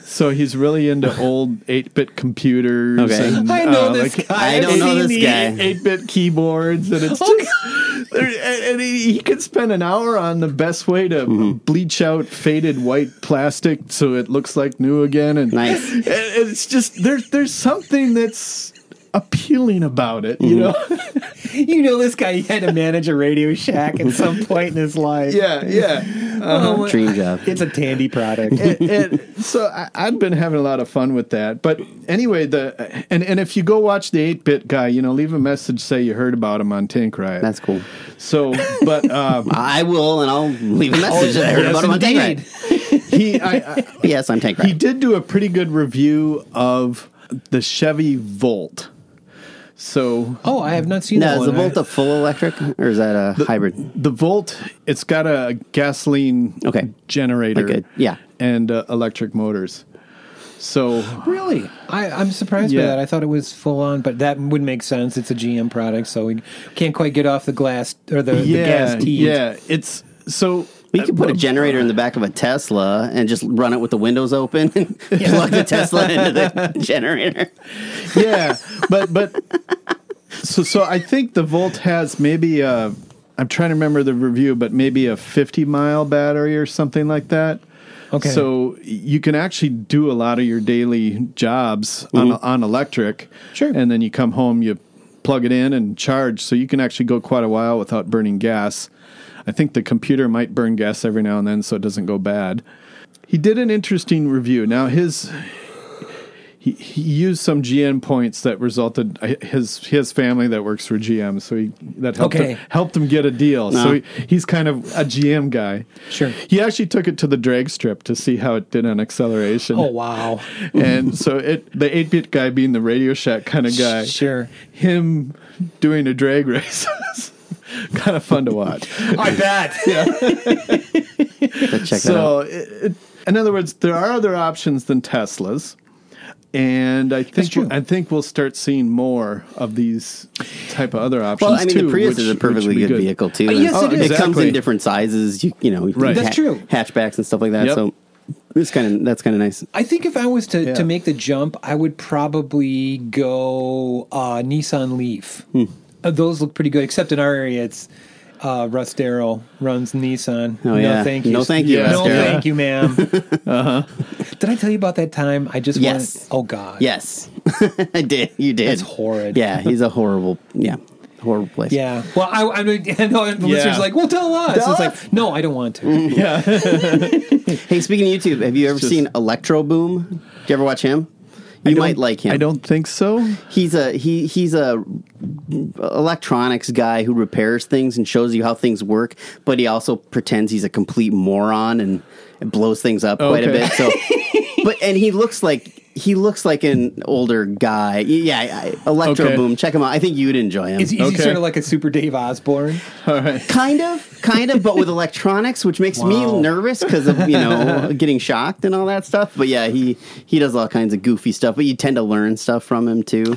So he's really into old eight bit computers.
Okay.
and,
I know
uh,
this
like-
guy. Oh,
I don't know
I've
this
seen
guy.
eight bit keyboards, and it's just there, and, and he, he could spend an hour on the best way to
Mm-hmm.
bleach out faded white plastic so it looks like new again. And
Nice.
[laughs] and it's just there's there's something that's appealing about it, you
Mm-hmm.
know.
[laughs]
[laughs]
You know, this guy he had to manage a Radio Shack at [laughs] some point in his life.
yeah, yeah.
Oh, my-
Dream job.
It's a Tandy product.
and, and so I, I've been having a lot of fun with that. But anyway, the and and if you go watch the eight bit guy, you know, leave a message say you heard about him on Tank Riot.
That's cool.
so, but. um
[laughs] I will, and I'll leave a message that I heard
yes,
about him on Tank Ride.
indeed.
he I, I,
[laughs] Yes, I'm Tank
he
Ride.
did do a pretty good review of the Chevy Volt. So
Oh, I have not seen that
No, is the
one.
Volta full electric or is that a hybrid?
the Volt, it's got a gasoline
Okay.
generator,
Like a- yeah.
and uh, electric motors. So
I- really? I, I'm surprised by
Yeah.
that. I thought it was full on, but that would make sense. It's a GM product, so we can't quite get off the glass or
[laughs]
the, the
yeah,
gas teed.
yeah, it's so
We could put a generator in the back of a Tesla and just run it with the windows open and [laughs] plug the Tesla into the [laughs] generator.
yeah, but but so so I think the Volt has maybe a I'm trying to remember the review, but maybe a 50 mile battery or something like that.
Okay.
So you can actually do a lot of your daily jobs on on electric.
Sure.
And then you come home, you plug it in and charge, so you can actually go quite a while without burning gas. I think the computer might burn gas every now and then, so it doesn't go bad. He did an interesting review. Now his
he, he used some GM points that resulted his his family that works for GM, so he that helped
Okay. Uh-huh.
him, helped him get a deal.
No.
So he, he's kind of a GM guy. Sure, he actually took it to the drag strip to see how it did on acceleration.
Oh, wow.
and so it the eight bit guy being the Radio Shack kind of guy,
sure,
him doing a drag race. [laughs] kind of fun to watch.
I [laughs] bet.
Check it out.
so, it- it- in other words, there are other options than Teslas, and I think
true.
I think we'll start seeing more of these type of other options.
Well, I mean,
too,
the Prius
which-
is a
which
perfectly
would be
good, vehicle too.
Uh,
and
yes, it is.
comes
Exactly.
in different sizes. You, you know, you
Right. That's
true.
Hatchbacks and stuff like that.
Yep.
So it's kind of that's kind of nice.
I think if I was to,
Yeah.
to make the jump, I would probably go uh, Nissan Leaf. Uh, those look pretty good, except in our area, it's uh, Rustero runs Nissan.
Oh,
no,
yeah.
thank you.
No, thank you,
No,
Rustero.
thank you, ma'am.
[laughs]
uh-huh. Did I tell you about that time? I just
Yes.
wanted. Oh God.
Yes, [laughs] I did. You did. It's
horrid.
Yeah, he's a horrible. Yeah, horrible place.
Yeah. Well, I, I, mean, [laughs] I know the
Yeah.
listeners are like, well, tell us.
Tell Mm,
it's like, no, I don't want to.
Yeah.
[laughs] hey, speaking of YouTube, have you ever seen Electro Boom? Do you ever watch him? You might like him. I
don't think so.
He's a he he's a electronics guy who repairs things and shows you how things work, but he also pretends he's a complete moron and, and blows things up quite a
Okay.
bit.
[laughs]
So, but and he looks like he looks like an older guy. Yeah, I, Electro
Okay.
Boom. Check him out. I think you would enjoy him.
Is, is he sort of like a super Dave Osborne?
All right.
Kind of, kind of, but with electronics, which makes
Wow.
me nervous because of
[laughs]
you know getting shocked and all that stuff. But yeah, he he does all kinds of goofy stuff, but you tend to learn stuff from him too.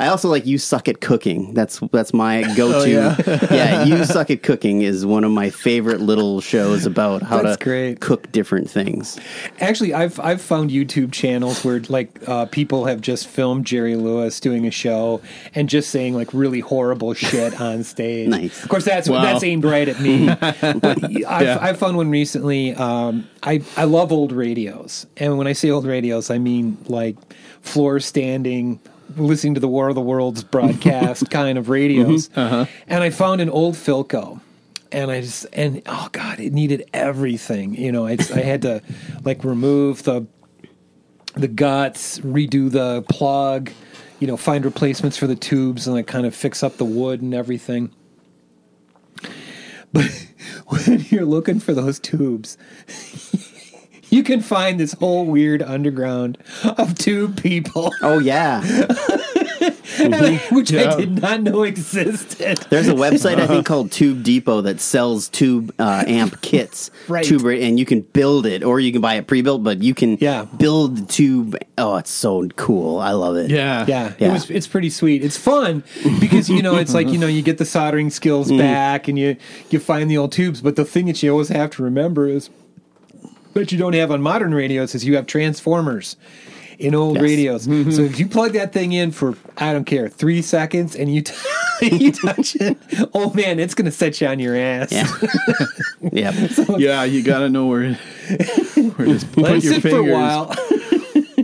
I also like you suck at cooking. That's
[laughs]
that's my
Oh,
go to.
yeah.
[laughs] yeah. you suck at cooking is one of my favorite little shows about how
That's
to cook different things.
Actually, I've I've found YouTube channels where like uh, people have just filmed Jerry Lewis doing a show and just saying like really horrible shit on stage.
[laughs] Nice.
Of course, that's
Wow.
that's aimed right at
[laughs]
me. but [laughs] I've,
Yeah.
I found one recently. Um, I I love old radios, and when I say old radios, I mean like floor standing. Listening to the War of the Worlds broadcast kind of radios, and I found an old Philco, and I just and oh god, it needed everything. You know, I I had to like remove the the guts, redo the plug, you know, find replacements for the tubes, and like kind of fix up the wood and everything. But [laughs] when you're looking for those tubes, [laughs] you can find this whole weird underground of tube people.
Oh yeah,
[laughs] which
Yeah.
I did not know existed.
There's a website
[laughs]
I think called Tube Depot that sells tube uh, amp kits,
Right.
Tube, and you can build it, or you can buy it pre-built. But you can build the tube. Oh, it's so cool! I love it.
yeah,
yeah.
It was, it's pretty sweet. It's fun because you know it's like you know you get the soldering skills
Mm.
back and you you find the old tubes. But the thing that you always have to remember is that you don't have on modern radios is you have transformers in old
Yes. Mm-hmm.
radios. So if you plug that thing in for I don't care three seconds and you t- [laughs] you touch it, oh man, it's gonna set you on your ass. Yeah,
yeah,
[laughs]
yeah. You gotta know where, where to put
Let it
your
sit for
fingers.
a while.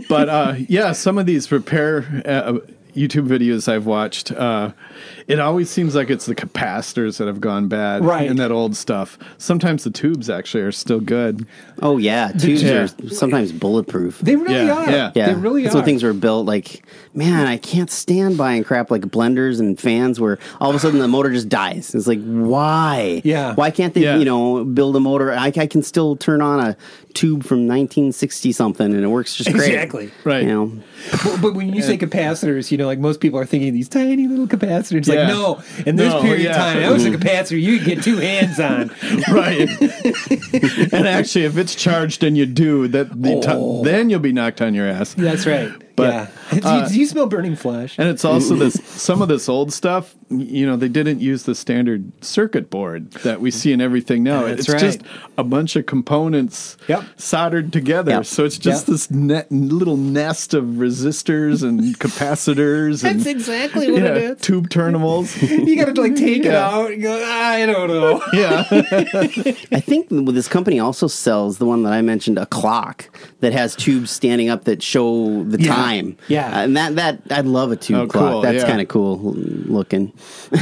but uh, yeah, some of these repair uh, YouTube videos I've watched, uh, it always seems like it's the capacitors that have gone bad,
Right.
And that old stuff. Sometimes the tubes actually are still good. [laughs]
Oh yeah, tubes are sometimes bulletproof.
They really
yeah,
are.
Yeah,
They really
That's
are.
when things were built. Like, man, I can't stand buying crap like blenders and fans where all of a sudden the motor just dies. It's like, why? Yeah. Why can't they, you know, build a motor? I, I can still turn on a tube from 1960 something and it works just great.
Exactly.
Right.
You know,
But, but when you say capacitors, you know, like most people are thinking these tiny little capacitors.
Yeah.
Like, no, in this
No,
period
yeah.
of time, that was a capacitor you could get two hands on.
[laughs] right. and actually, if it's charged and you do that, the ti- then you'll be knocked on your ass.
Oh. That's right.
But,
yeah. Do
uh,
you, do you smell burning flesh?
And it's
[laughs]
also this some of this old stuff, you know, they didn't use the standard circuit board that we see in everything now.
That's
it's
right.
just a bunch of components soldered together.
Yep.
So it's just
Yep.
this net, little nest of resistors and capacitors and
exactly
yeah, tube terminals.
[laughs] You got to like take it
Yeah.
out and go, I don't know.
[laughs] I think this company also sells the one that I mentioned, a clock that has tubes standing up that show the
Yeah.
time.
Yeah.
and that that I'd love a tube
Oh,
clock.
cool,
That's
yeah.
kind of cool looking.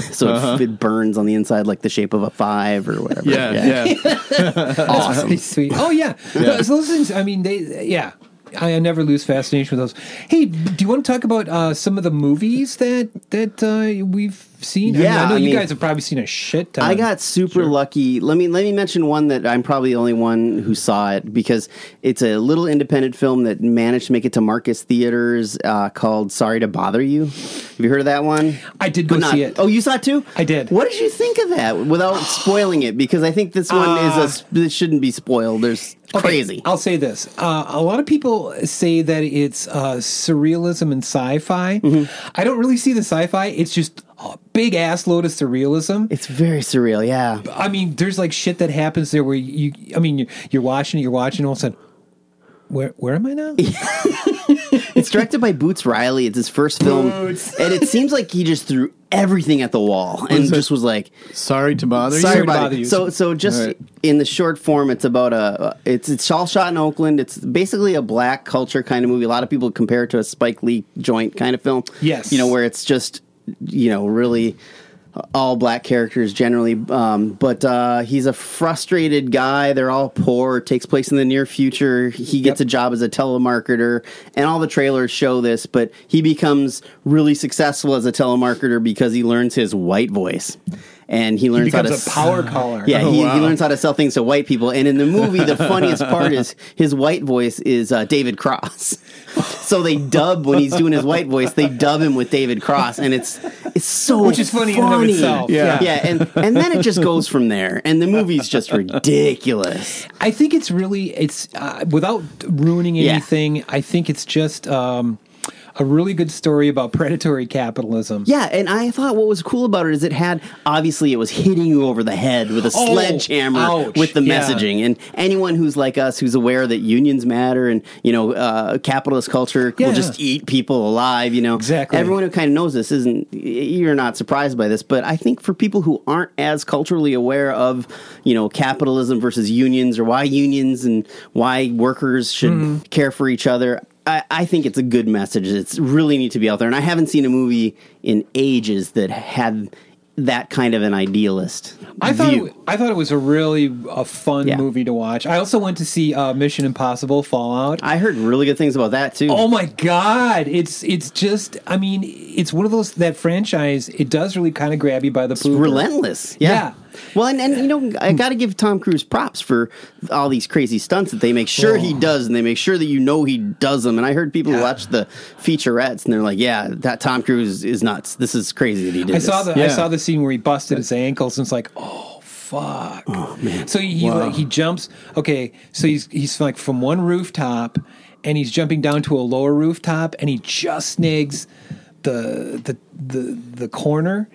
[laughs] so
Uh-huh.
it, it burns on the inside like the shape of a five or whatever.
Yeah, yeah.
That's [laughs]
Awesome.
pretty sweet. Oh yeah.
Yeah.
So those things. I mean, they. Yeah. I, I never lose fascination with those. Hey, do you want to talk about uh, some of the movies that that uh, we've seen? I mean, I,
Yeah,
know
I
you
mean-
guys have probably seen a shit ton.
[laughs] I got super lucky. Let me let me mention one that I'm probably the only one who saw it because it's a little independent film that managed to make it to Marcus Theaters uh, called "Sorry to Bother You." Have you heard of that one?
I did
But
go
not-
see it.
Oh, you saw it too? I did. What did you think of that? [sighs] Without spoiling it, because I think this one is a sp- this shouldn't be spoiled. There's crazy.
I'll say this: uh, a lot of people say that it's uh, surrealism and sci-fi.
Mm-hmm.
I don't really see the sci-fi. It's just a big ass load of surrealism.
It's very surreal. [laughs] Yeah.
I mean, there's like shit that happens there where you. I mean, you're, you're watching it. You're watching. it, All of a sudden, where where am I now?
it's directed by Boots Riley. It's his first film, and it seems like he just threw everything at the wall and just was like,
"Sorry to bother you."
Sorry,
Sorry
to
to
bother,
bother
you.
you.
So, so just
All right.
in the short form, it's about a it's it's all shot in Oakland. It's basically a black culture kind of movie. A lot of people compare it to a Spike Lee joint kind of film.
Yes.
you know where it's just you know really all black characters generally um, but uh, he's a frustrated guy they're all poor It takes place in the near future he gets a job as a telemarketer and all the trailers show this but he becomes really successful as a telemarketer because he learns his white voice and he learns how to
becomes a power
s-
caller.
yeah
[laughs] Oh,
he,
wow.
he learns how to sell things to white people and in the movie the funniest part is his white voice is uh, david cross [laughs] so they dub when he's doing his white voice they dub him with david cross and it's it's so
Which is funny in and of itself.
yeah
Yeah.
yeah and and then it just goes from there and the movie's just ridiculous
I think it's really it's uh, without ruining
Yeah.
anything. I think it's just um, a really good story about predatory capitalism.
yeah and i thought what was cool about it is it had obviously it was hitting you over the head with a
Oh,
sledgehammer
ouch,
with the
yeah.
messaging and anyone who's like us who's aware that unions matter and you know uh, capitalist culture
Yeah.
will just eat people alive you know
Exactly.
everyone who kind of knows this isn't you're not surprised by this but i think for people who aren't as culturally aware of you know capitalism versus unions or why unions and why workers should
Mm-hmm.
care for each other I, I think it's a good message it's really neat to be out there and i haven't seen a movie in ages that had that kind of an idealist
I thought
view.
it, I thought it was a really a fun
Yeah.
movie to watch. I also went to see uh, Mission Impossible Fallout.
i heard really good things about that too
Oh my god! It's it's just I mean it's one of those that franchise. It does really kind of grab you by the pooper.
relentless. Yeah. Well, and, and you know, I got to give Tom Cruise props for all these crazy stunts that they make sure
Oh.
he does, and they make sure that you know he does them. And I heard people who watch the featurettes, and they're like, "Yeah, that Tom Cruise is nuts. This is crazy that he did."
I saw
this."
the I saw the scene where he busted his ankles and it's like, oh fuck. Oh man. So he like, he jumps. Okay, so he's he's like from one rooftop and he's jumping down to a lower rooftop and he just snags the the the the corner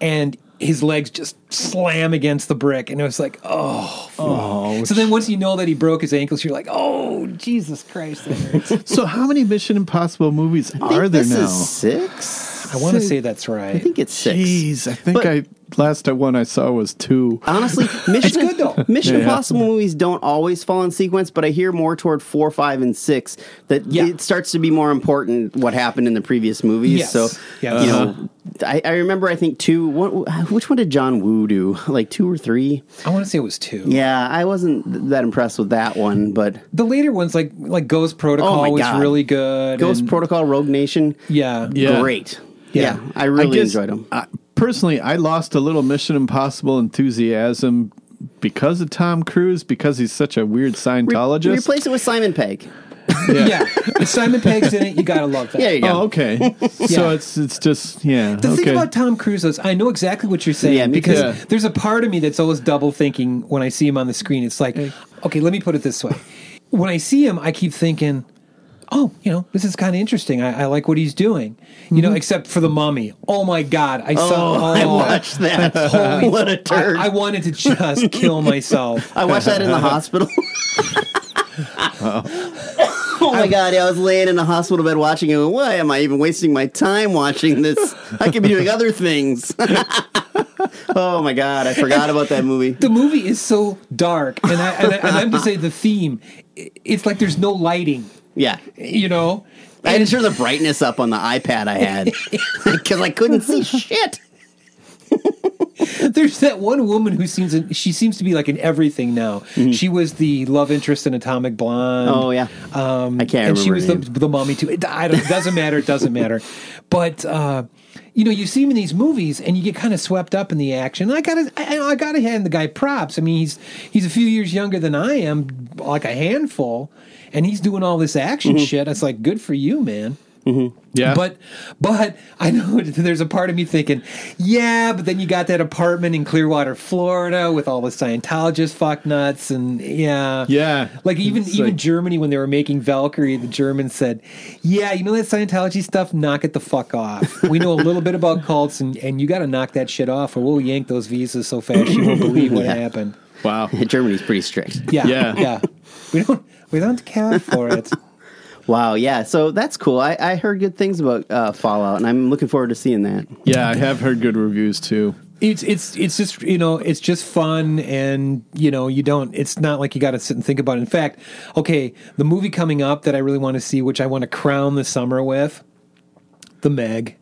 and his legs just slam against the brick and it was like oh, fuck. so then once you know that he broke his ankles you're like oh jesus
[laughs]
christ that hurts.
So, how many Mission Impossible movies
I think
are there
this
now?
Is six.
i want to
Six.
say that's right
I think it's six.
Jeez, I think
But-
I last one I saw was two. [laughs]
Honestly, Mission,
good, though.
Mission
Yeah.
Impossible movies don't always fall in sequence, but I hear more toward four, five, and six that
Yeah.
it starts to be more important what happened in the previous movies.
Yes.
So,
Yes.
you know, I, I remember I think two. What, which one did John Woo do? Like two or three?
i want to say it was two
Yeah, I wasn't that impressed with that one, but
the later ones like like Ghost Protocol
Oh my
was
God.
really good.
Ghost
and-
Protocol, Rogue Nation,
yeah.
Yeah.
great. Yeah, I really
guess,
enjoyed them.
I, personally, I lost a little Mission Impossible enthusiasm because of Tom Cruise because he's such a weird Scientologist.
Replace it with Simon Pegg.
yeah, If Simon Pegg's in it. You gotta love that.
[laughs]
Um,
There you go.
Oh, okay. So it's it's just yeah.
The
okay.
thing about Tom Cruise is, I know exactly what you're saying
Yeah, me
because
too. Yeah.
there's a part of me that's always double thinking when I see him on the screen. It's like, okay, let me put it this way: when I see him, I keep thinking, oh, you know, this is kind of interesting. I, I like what he's doing, you
Mm-hmm.
know, except for the Mummy. Oh my God, I saw.
Oh, I watched [laughs]
[laughs]
that.
Holy-
what a turd!
I, I wanted to just kill myself.
I watched that
[laughs]
in the hospital. [laughs] oh my god! I was laying in a hospital bed watching it. Why am I even wasting my time watching this? I could be doing other things. [laughs] oh my god! I forgot about that movie.
the movie is so dark, and I and, I, and I have to say the theme, i- it's like there's no lighting,
Yeah,
you know.
I had to turn the brightness [laughs] up on the iPad I had because I couldn't see shit.
[laughs] There's that one woman who seems she seems to be like in everything now. She was the love interest in Atomic Blonde.
Mm-hmm. Oh, yeah.
um,
I can't
And she
remember
was
her
the, the mommy too. It, I don't, it doesn't matter. It doesn't
[laughs]
matter. But uh, you know, you see him in these movies, and you get kind of swept up in the action. I gotta, I, I gotta hand the guy props. I mean, he's he's a few years younger than I am, like a handful, and he's doing all this action
Mm-hmm.
shit. It's like good for you, man.
Yeah.
But but I know [laughs] there's a part of me thinking, yeah, but then you got that apartment in Clearwater, Florida with all the Scientologist fucknuts and yeah.
Yeah.
Like even
It's
even
like-
Germany when they were making Valkyrie, the Germans said, Yeah, you know that Scientology stuff, knock it the fuck off. We know a little bit about cults and, and you gotta knock that shit off or we'll yank those visas so fast you won't believe
[laughs]
what
Yeah.
happened.
wow.
[laughs] Germany's pretty strict.
Yeah.
Yeah.
Yeah. We don't we don't care for it.
Wow, yeah. So that's cool. I, I heard good things about uh, Fallout, and I'm looking forward to seeing that.
Yeah, I have heard good reviews too.
it's it's it's just you know it's just fun and you know you don't it's not like you got to sit and think about it. in fact okay the movie coming up that i really want to see which i want to crown the summer with the meg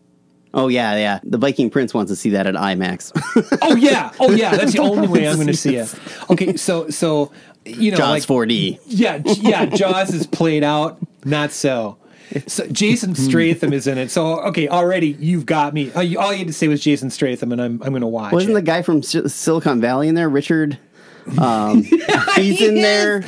Oh yeah, yeah. The Viking Prince wants to see that at IMAX. [laughs]
oh yeah oh yeah that's the only way i'm going to see it okay so so you know
Jaws
like
4D.
yeah j- yeah jaws is played out not so so Jason
Hmm.
Stratham is in it. So okay, already you've got me. All you, all you had to say was Jason Stratham, and I'm I'm going to watch.
Wasn't
it.
the guy from Si- Silicon Valley in there? Richard.
[laughs]
Um, he's
He
in
is.
there.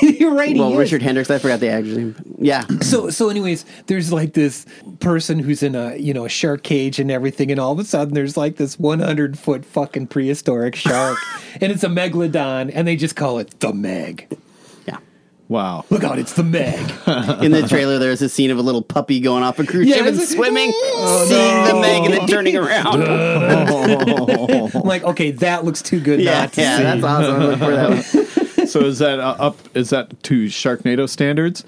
[laughs] You're right. he
Well,
is.
Richard Hendricks. I forgot the actor's name. Yeah.
So so anyways, there's like this person who's in a you know a shark cage and everything, and all of a sudden there's like this 100 foot fucking prehistoric shark, and it's a megalodon, and they just call it the Meg.
Yeah.
Wow.
Look out, it's the Meg.
In the trailer, there's a scene of a little puppy going off a cruise
Yeah,
ship and
it's- "Oh,
swimming, seeing the Meg, and then
[laughs]
turning around. [laughs]
I'm like, okay, that looks too good.
yeah,
not to
yeah,
see.
that's awesome. I'm looking for that
[laughs]
one.
so is that uh, up? Is that to Sharknado standards?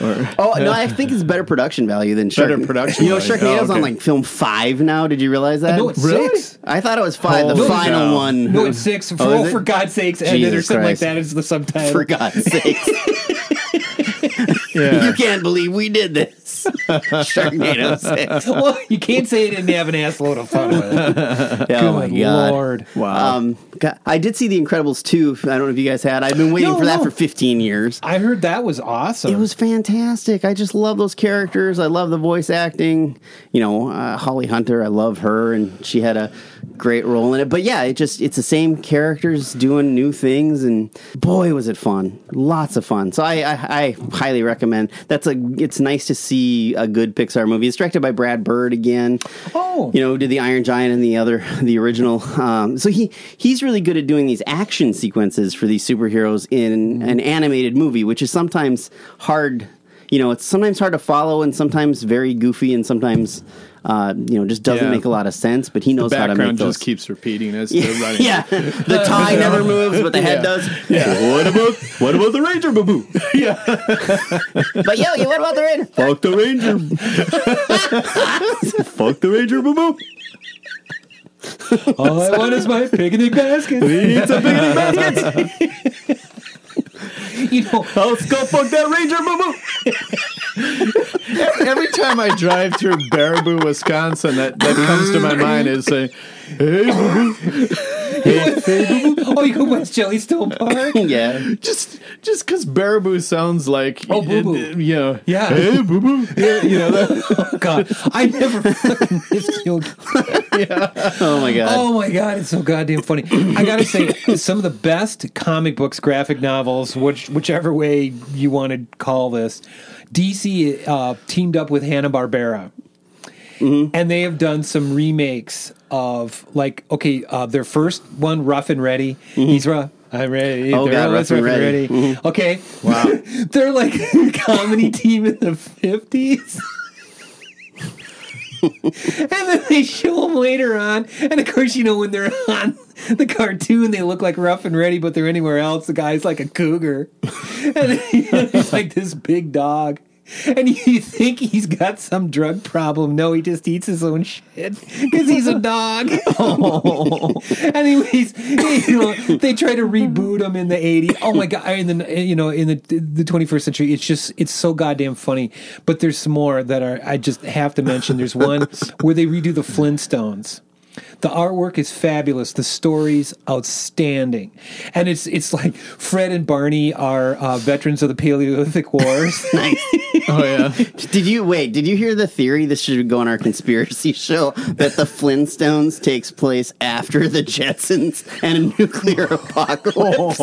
Or
Oh no, I think it's better production value than Shark.
Better production
You know,
value.
Sharknado's
Oh, okay.
on like film five now. Did you realize that?
No, it's Really? six.
I thought it was five. the
Holy
final
cow.
one.
No, it's six. For,
Oh,
oh,
is it?
for God's sakes, and then
Jesus
or something
Christ.
like that is the subtitle.
[laughs] for God's sake! You
yeah.
can't believe we did
[laughs]
this. Sharknado
[laughs]
six.
well, you can't say it didn't have an ass load of fun with it.
[laughs] Oh my
Good
god.
Lord.
wow.
Um, God, I did see The Incredibles 2. I don't know if you guys had. I've been waiting
No,
for that
no.
for 15 years.
I heard that was awesome.
It was fantastic. I just love those characters. I love the voice acting. You know, uh, Holly Hunter. I love her, and she had a great role in it. But yeah, it just it's the same characters doing new things, and boy, was it fun! Lots of fun. So I I, I highly recommend. That's a. It's nice to see a good Pixar movie. It's directed by Brad Bird again.
Oh.
you know, who did the Iron Giant and the other [laughs] the original. Um, so he he's really good at doing these action sequences for these superheroes in
Mm-hmm.
an animated movie, which is sometimes hard. You know, it's sometimes hard to follow, and sometimes very goofy, and sometimes uh, you know just doesn't
Yeah.
make a lot of sense. But he knows how to make
Background
those.
just keeps repeating as they're
yeah,
running.
[laughs] yeah,
[laughs]
the tie never moves, but the head does.
Yeah. What about what about the Ranger Boo Boo?
But yo, you what about the rain?
Fuck the
[laughs]
Ranger. Fuck the Ranger Boo Boo.
All I want is my picnic
[laughs]
basket.
It's a big baskets.
you know,
Let's go fuck that Ranger Boo Boo. Every time I drive through Baraboo, Wisconsin, that, that comes to my mind is saying, "Hey, Boo Boo,
[laughs]
oh, you go West Jellystone Park?
Yeah,
just just because Baraboo sounds like
Oh, Boo Boo.
you know,
Yeah. [laughs]
hey, Boo Boo, yeah, you know, that,
Oh, God. I never fucking missed you.
Oh my god.
Oh, my God. It's so goddamn funny. I got to
[laughs]
say, some of the best comic books, graphic novels, which, whichever way you want to call this, DC uh, teamed up with Hanna-Barbera.
Mm-hmm.
And they have done some remakes of, like, okay, uh, their first one, Rough and Ready. He's rough. I'm ready.
Mm-hmm. Oh,
They're
God,
always
Rough and Ready. Mm-hmm.
Okay. Wow. [laughs] They're like a comedy team in the 50s. [laughs] and then they show them later on. And of course, you know, when they're [laughs] on the cartoon, they look like rough and ready, but they're anywhere else. The guy's like a cougar. [laughs] And he's like this big dog. And you think he's got some drug problem. No, he just eats his own shit because he's a dog. [laughs] Anyways, [laughs] you know, they try to reboot him in the 80s. Oh my god, in the you know, in the the 21st century, it's just it's so goddamn funny.
[laughs]
But there's some more that are I just have to mention. There's one where they redo the Flintstones. The artwork is fabulous. The story's outstanding, and it's it's like Fred and Barney are uh, veterans of the Paleolithic Wars.
[laughs] nice.
Oh yeah.
Did you wait? Did you hear the theory? This should go on our conspiracy show that the Flintstones takes place after the Jetsons and a
[laughs]
nuclear apocalypse.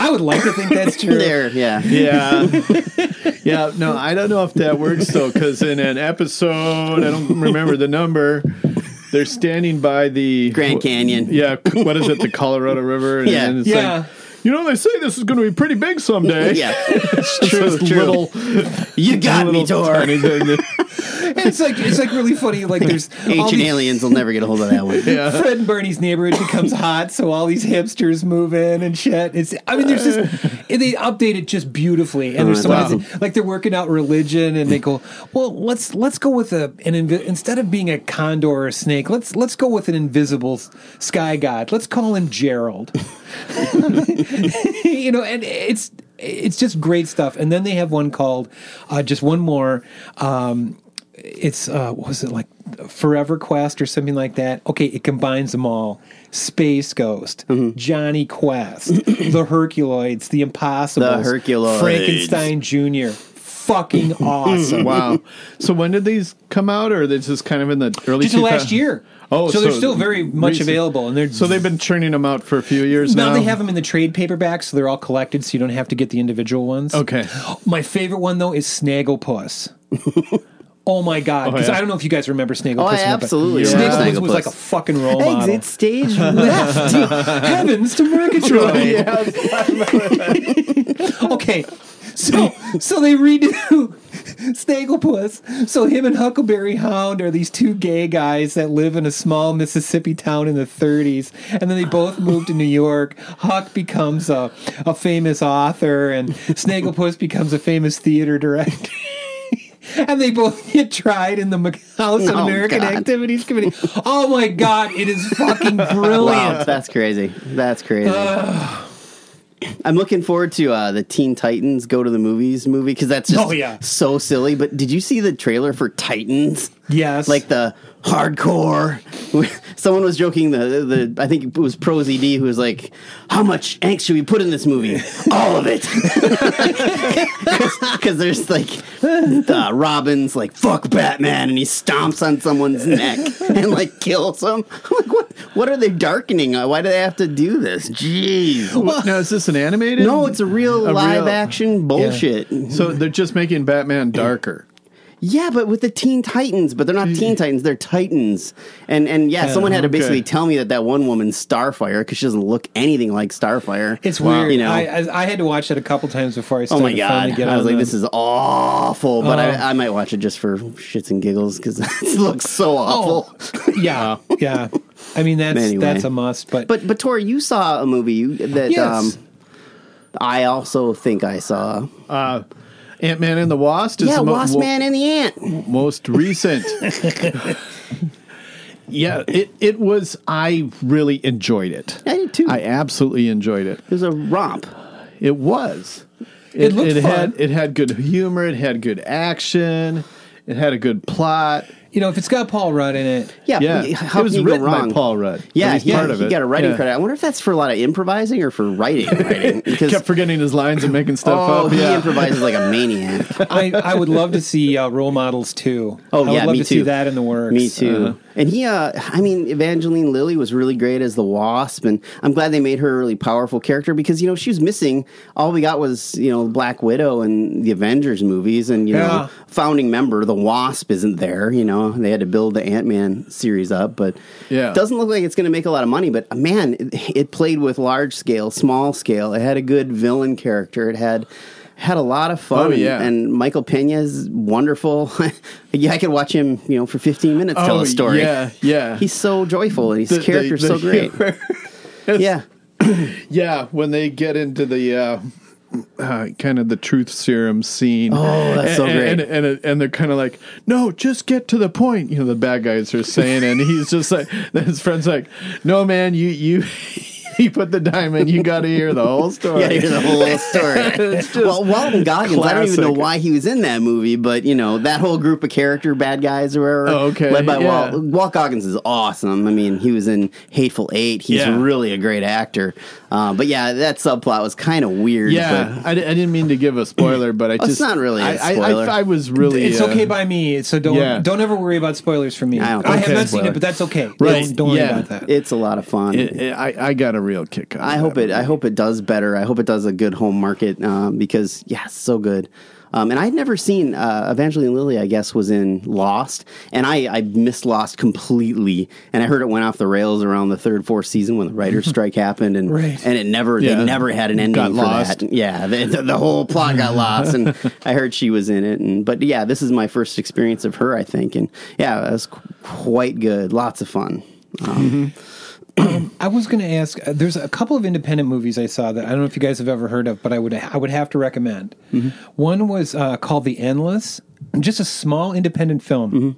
I would like to think that's true.
[laughs] there, yeah.
Yeah. yeah. No, I don't know if that works though, because in an episode, I don't remember the number, they're standing by the
Grand Canyon.
Yeah. What is it? The Colorado River. And
Yeah.
then it's
Yeah.
like, you know, they say this is going to be pretty big someday. [laughs]
Yeah, it's
It's
true.
this
true.
Little,
you got me,
little
Tor.
tiny thing that-
[laughs] it's like it's like really funny. Like there's all
[laughs] Ancient
these-
aliens will never get a hold of that
[laughs]
[laughs]
one.
Fred and Bernie's neighborhood becomes hot, so all these hipsters move in and shit. It's I mean, there's just they update it just beautifully, and there's some
Wow.
like they're working out religion, and they go, well, let's let's go with a an invi- instead of being a condor or a snake, let's let's go with an invisible s- sky god. Let's call him Gerald. [laughs] you know, and it's it's just great stuff. And then they have one called uh, just one more. Um, it's uh, what was it like Forever Quest or something like that? Okay, it combines them all: Space Ghost,
Mm-hmm.
Johnny Quest,
[clears throat]
the Herculoids, the Impossible,
The Herculoids.
Frankenstein Junior.
[clears throat]
Fucking awesome!
wow. So when did these come out, or this is kind of in the early
Just
2000
the last year.
Oh,
so, they're still very much
recent.
available, and they're
So they've been churning them out for a few years now.
now they have them in the trade paperback, so they're all collected, so you don't have to get the individual ones.
Okay.
My favorite one though is
[laughs]
Snagglepuss. oh my god!
Oh,
Because
yeah.
I don't know if you guys remember Snagglepuss.
Oh, I
or not, but
absolutely
remember
Snagglepuss was
Snagglepuss.
like a fucking role model.
Exit
[laughs]
stage left.
Heavens to
[laughs]
Murgatroyd!
Yeah.
[laughs] Okay. So, so they redo [laughs] Snagglepuss. So him and Huckleberry Hound are these two gay guys that live in a small Mississippi town in the 30s, and then they both move to New York. Huck becomes a, a famous author, and Snagglepuss becomes a famous theater director. [laughs] And they both get tried in the Mc- House of
Oh,
American
God.
Activities Committee. Oh my God, it is fucking brilliant.
[laughs] Wow, that's crazy.
[sighs]
That's crazy. I'm looking forward to uh, the Teen Titans Go to the Movies movie because that's just
Oh, yeah.
so silly. But did you see the trailer for Titans?
Yes.
like the hardcore. Someone was joking. The the I think it was Pro ZD who was like, "How much angst should we put in this movie? All of it." [laughs] Because there's like uh, Robin's like fuck Batman and he stomps on someone's neck and like kills him. [laughs] I'm like, what? What are they darkening? Uh, Why do they have to do this? Jeez.
now is this an animated?
No, it's a real
A
live
real-
action bullshit.
So they're just making Batman darker.
Yeah, but with the Teen Titans, but they're not Teen Titans; they're Titans. And and yeah, someone had to basically
okay.
tell me that that one woman's Starfire because she doesn't look anything like Starfire.
It's weird.
you know.
I, I, I had to watch it a couple times before I
oh
started
my
finally
god!
get
I
on
was like,
the-
this is awful. But
Oh.
I, I might watch it just for shits and giggles because [laughs] it looks
Oh.
so awful.
[laughs] yeah, yeah. I mean, that's
Anyway.
that's a must. But,
But but Tori, you saw a movie you- that
Yes.
um, I also think I saw.
Uh, Ant Man and the Wasp is
yeah,
the mo-
Wasp
mo-
Man and the Ant.
most
[laughs]
recent. yeah, it it was. I really enjoyed it.
I did too.
I absolutely enjoyed it.
it was a romp.
It was. It,
looked fun.
had it had good humor. It had good action. It had a good plot.
you know, if it's got Paul Rudd in it,
Yeah,
Yeah,
how
it was
can you go
written by
wrong?
Paul Rudd. At
Yeah,
least
yeah,
part of
he
it.
got a writing
Yeah.
credit. I wonder if that's for a lot of improvising or for writing.
[laughs]
writing because
Kept forgetting his lines and making stuff
oh,
up.
he
Yeah.
improvises like a maniac.
[laughs]
I, I would love to see uh, role models too.
Oh
I would
yeah,
love
me
to
too.
see that in the works.
Me too.
Uh,
And he, uh, I mean, Evangeline Lilly was really great as the Wasp, and I'm glad they made her a really powerful character because you know she was missing. All we got was you know Black Widow and the Avengers movies, and you
Yeah.
know founding member the Wasp isn't there. You know they had to build the Ant Man series up, but
Yeah.
it doesn't look like it's going to make a lot of money. But uh, man, it, it played with large scale, small scale. It had a good villain character. It had. Had a lot of fun,
Oh,
and-
yeah.
and Michael Pena is wonderful. [laughs] yeah, I could watch him, you know, for 15 minutes tell
Oh,
a story.
Yeah, yeah.
He's so joyful and his
The- the-
character's
the
so great.
humor. [laughs]
Yeah.
Yeah, when they get into the uh, uh, kind of the truth serum scene.
Oh, that's so
And-
great.
And and, and, they're kind of like, no, just get to the point. You [laughs] know, the bad guys are saying, and he's just like, then his friend's like, no, man, you [laughs] you he put the dime in, you got to hear the
[laughs]
whole story.
Yeah, hear
[laughs]
the whole story.
It's just
well, Walton Goggins, I don't even know
classic.
why he was in that movie, but you know that whole group of character bad guys or whatever,
Oh, okay,
led by
yeah.
Walt. Walt Goggins is awesome. I mean, he was in Hateful Eight. He's
Yeah.
really a great actor. Uh, but yeah, that subplot was kind of weird.
Yeah,
but
I, di- I didn't mean to give a spoiler, but I
Well,
just
it's not really a
I- I-
spoiler.
I, I was really.
it's
uh,
okay by me. So don't
yeah.
don't ever worry about spoilers for me.
I
I,
don't
have
think
not
so.
seen it, but that's okay.
Right.
Don't, don't
Yeah.
worry about that.
it's a lot of fun.
it- it- I I got a real kick. Out
I
of
hope
that
it. I
movie.
hope it does better. I hope it does a good home market um, because yeah, it's so good. Um, and I'd never seen uh, Evangeline Lilly. I guess was in Lost, and I, I missed Lost completely. And I heard it went off the rails around the third, fourth season when the
[laughs]
writers' strike happened, and
Right.
and it never
Yeah.
they never had an ending
Got
for
lost.
that. Yeah, the, the, the whole plot got lost,
[laughs]
and I heard she was in it. And but yeah, this is my first experience of her. I think, and yeah, it was qu- quite good. Lots of fun.
Mm-hmm.
Um,
I was going to ask. Uh, there's a couple of independent movies I saw that I don't know if you guys have ever heard of, but I would I would have to recommend.
Mm-hmm.
One was uh, called The Endless, just a small independent film.
Mm-hmm.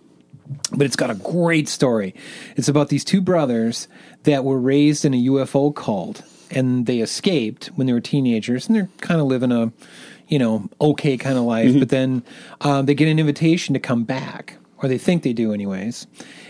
But it's got a great story. It's about these two brothers that were raised in a UFO cult and they escaped when they were teenagers and they're kind of living a, you know, okay kind of
Mm-hmm.
life. But then um, they get an invitation to come back, or they think they do, anyways.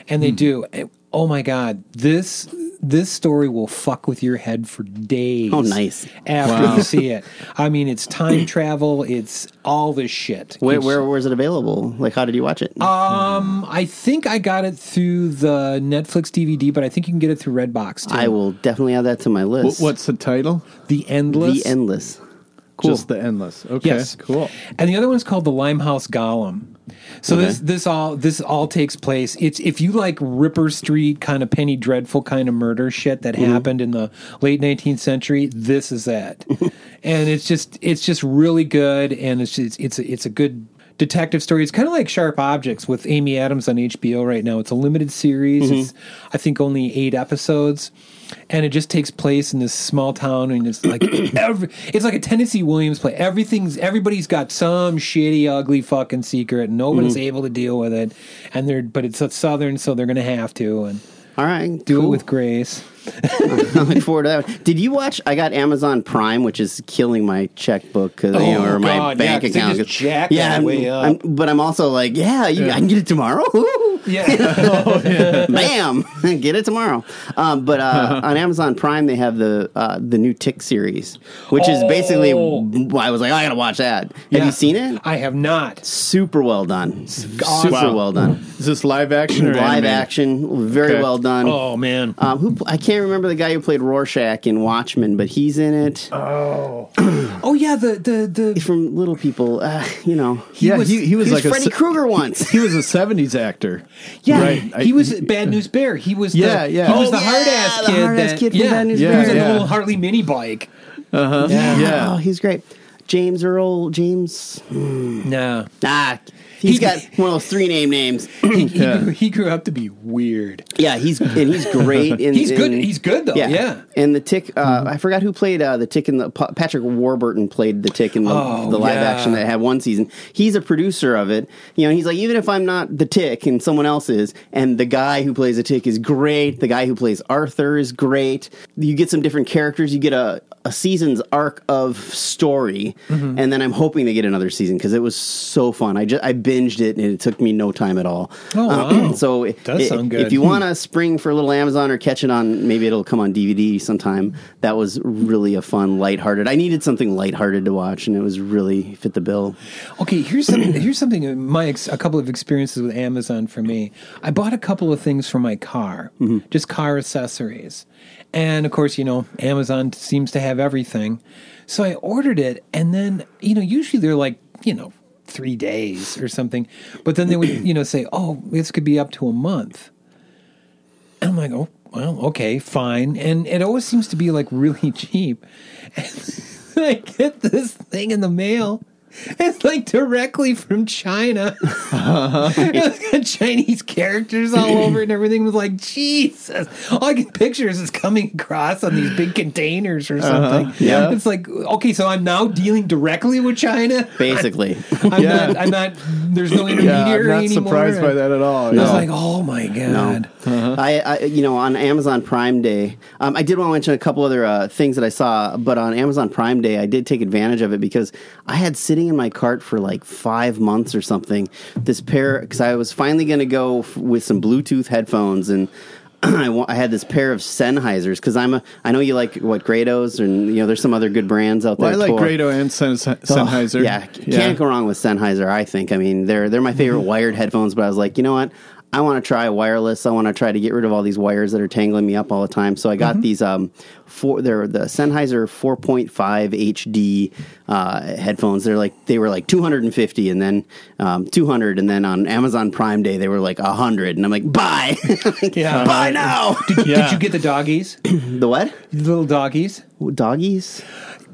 And they
Mm-hmm.
do. And- Oh my God, this this story will fuck with your head for days.
Oh, nice.
After you see it, I mean, it's time travel. It's all this shit.
where,
It's-
where was it available? Like, how did you watch it?
um, I think I got it through the Netflix DVD, but I think you can get it through Redbox too.
I will definitely add that to my
Wh-
list.
What's the title?
Um, the endless.
the endless? Cool.
Just the endless. Okay,
Yes.
cool.
and the other one's called the Limehouse Golem. So this this all this all takes place. It's if you like Ripper Street kind of Penny Dreadful kind of murder shit that
Mm-hmm.
happened in the late 19th century. This is
[laughs]
that, and it's just it's just really good, and it's just, it's a- it's a good detective story. It's kind of like Sharp Objects with Amy Adams on HBO right now. It's a limited series.
Mm-hmm.
It's I think only eight episodes, and it just takes place in this small town. And it's like every, it's like a Tennessee Williams play. Everything's everybody's got some shitty, ugly fucking secret. and Nobody's able to deal with it, and they're but it's a southern, so they're gonna have to and
All right,
do
cool.
it with grace.
I'm [laughs] looking forward to that. one. Did you watch? I got Amazon Prime, which is killing my checkbook 'cause, you know,
Oh,
or my
God, yeah,
bank
'cause they
account.
just jack that
I'm,
way up.
I'm- but I'm also like, yeah, you, I can get
[laughs]
it tomorrow. [laughs]
Yeah,
Bam, [laughs] get it tomorrow. Um, but uh,
[laughs]
on Amazon Prime, they have the uh, the new Tick series, which is basically
Oh.
why I was like, I gotta watch that. Have you seen it?
I have not.
Super well done. Super
Wow.
well done.
Is this live action or
Live
animated?
action, very
Okay.
well done.
Oh man.
Um, who I can't remember the guy who played Rorschach in Watchmen, but he's in it
Uh,
Oh yeah, the the the
from Little People. Uh, you know, he,
yeah,
was-
he, he was
was
like
Freddy
a, se-
Krueger once.
he was a '70s actor.
yeah
right. I-
he was Bad News Bear. He was
Yeah,
the,
yeah.
he was
Oh,
the
yeah,
hard ass
the
kid.
hard-ass
that-
kid from
yeah,
Bad News
he
Bears.
was in
Yeah.
the little Harley mini bike.
Uh-huh. Yeah.
oh, he's great. James Earl James.
No,
Ah,
He-
he's got one of those three
[clears throat]
name names.
he, he,
Yeah.
grew, he grew up to be weird.
yeah, he's and he's great. In,
[laughs] He's good.
in-
He's good though. Yeah.
And the tick, uh, I forgot who played uh, the tick in the Pa- Patrick Warburton played the tick in the,
Oh,
the live
yeah.
action that had one season. He's a producer of it. You know, he's like, even if I'm not the tick and someone else is, and the guy who plays the tick is great, the guy who plays Arthur is great. You get some different characters, you get a, a season's arc of story,
Mm-hmm.
and then I'm hoping they get another season because it was so fun. I just I binged it and it took me no time at all.
Oh,
Um,
wow.
[clears throat] so i-
Does
i-
sound good.
if you want to spring for a little Amazon or catch it on, maybe it'll come on DVD sometime. That was really a fun, lighthearted. I needed something lighthearted to watch, and it was really fit the bill.
Okay. Here's something. Here's something. uh, My ex, a couple of experiences with Amazon for me. I bought a couple of things for my car, just car accessories, and of course, you know, Amazon seems to have everything. So I ordered it, and then you know, usually they're like, you know, three days or something, but then they would, you know, say, oh, this could be up to a month. And I'm like, oh, well, okay, fine. And it always [laughs] seems to be like really cheap. And I get this thing in the mail, It's like directly from China. [laughs]
Uh-huh.
it's got Chinese characters all over it and everything was like, Jesus. All I can picture is it's coming across on these big containers or something.
Uh-huh. Yeah.
It's like, okay, so I'm now dealing directly with China.
Basically.
I'm, not, I'm not, there's no intermediary
Yeah, I'm not
anymore.
surprised by that at
[laughs]
all.
I was
yeah.
like, oh my God.
Uh-huh.
I, I, you know, on Amazon Prime Day, um, I did want to mention a couple other uh, things that I saw, but on Amazon Prime Day, I did take advantage of it because I had sitting in my cart for like five months or something. This pair, because I was finally going to go f- with some Bluetooth headphones and. [clears throat] I, wa- I had this pair of Sennheisers because I'm a. I know you like what Grados and you know there's some other good brands out there.
well, I like
Tor.
Grado and Sen- Sennheiser.
Oh, yeah, c- can't go wrong with Sennheiser. I think. I mean, they're they're my
Mm-hmm.
favorite wired headphones. But I was like, you know what? I want to try wireless. I want to try to get rid of all these wires that are tangling me up all the time. So I got
Mm-hmm.
these um four. They're the Sennheiser 4.5 HD uh, headphones. They're like they were like 250, and then um, 200, and then on Amazon Prime Day they were like 100, and I'm like, buy, [laughs]
Yeah. Uh,
buy now.
Did,
Yeah.
did you get the doggies?
the what?
The little doggies?
Doggies?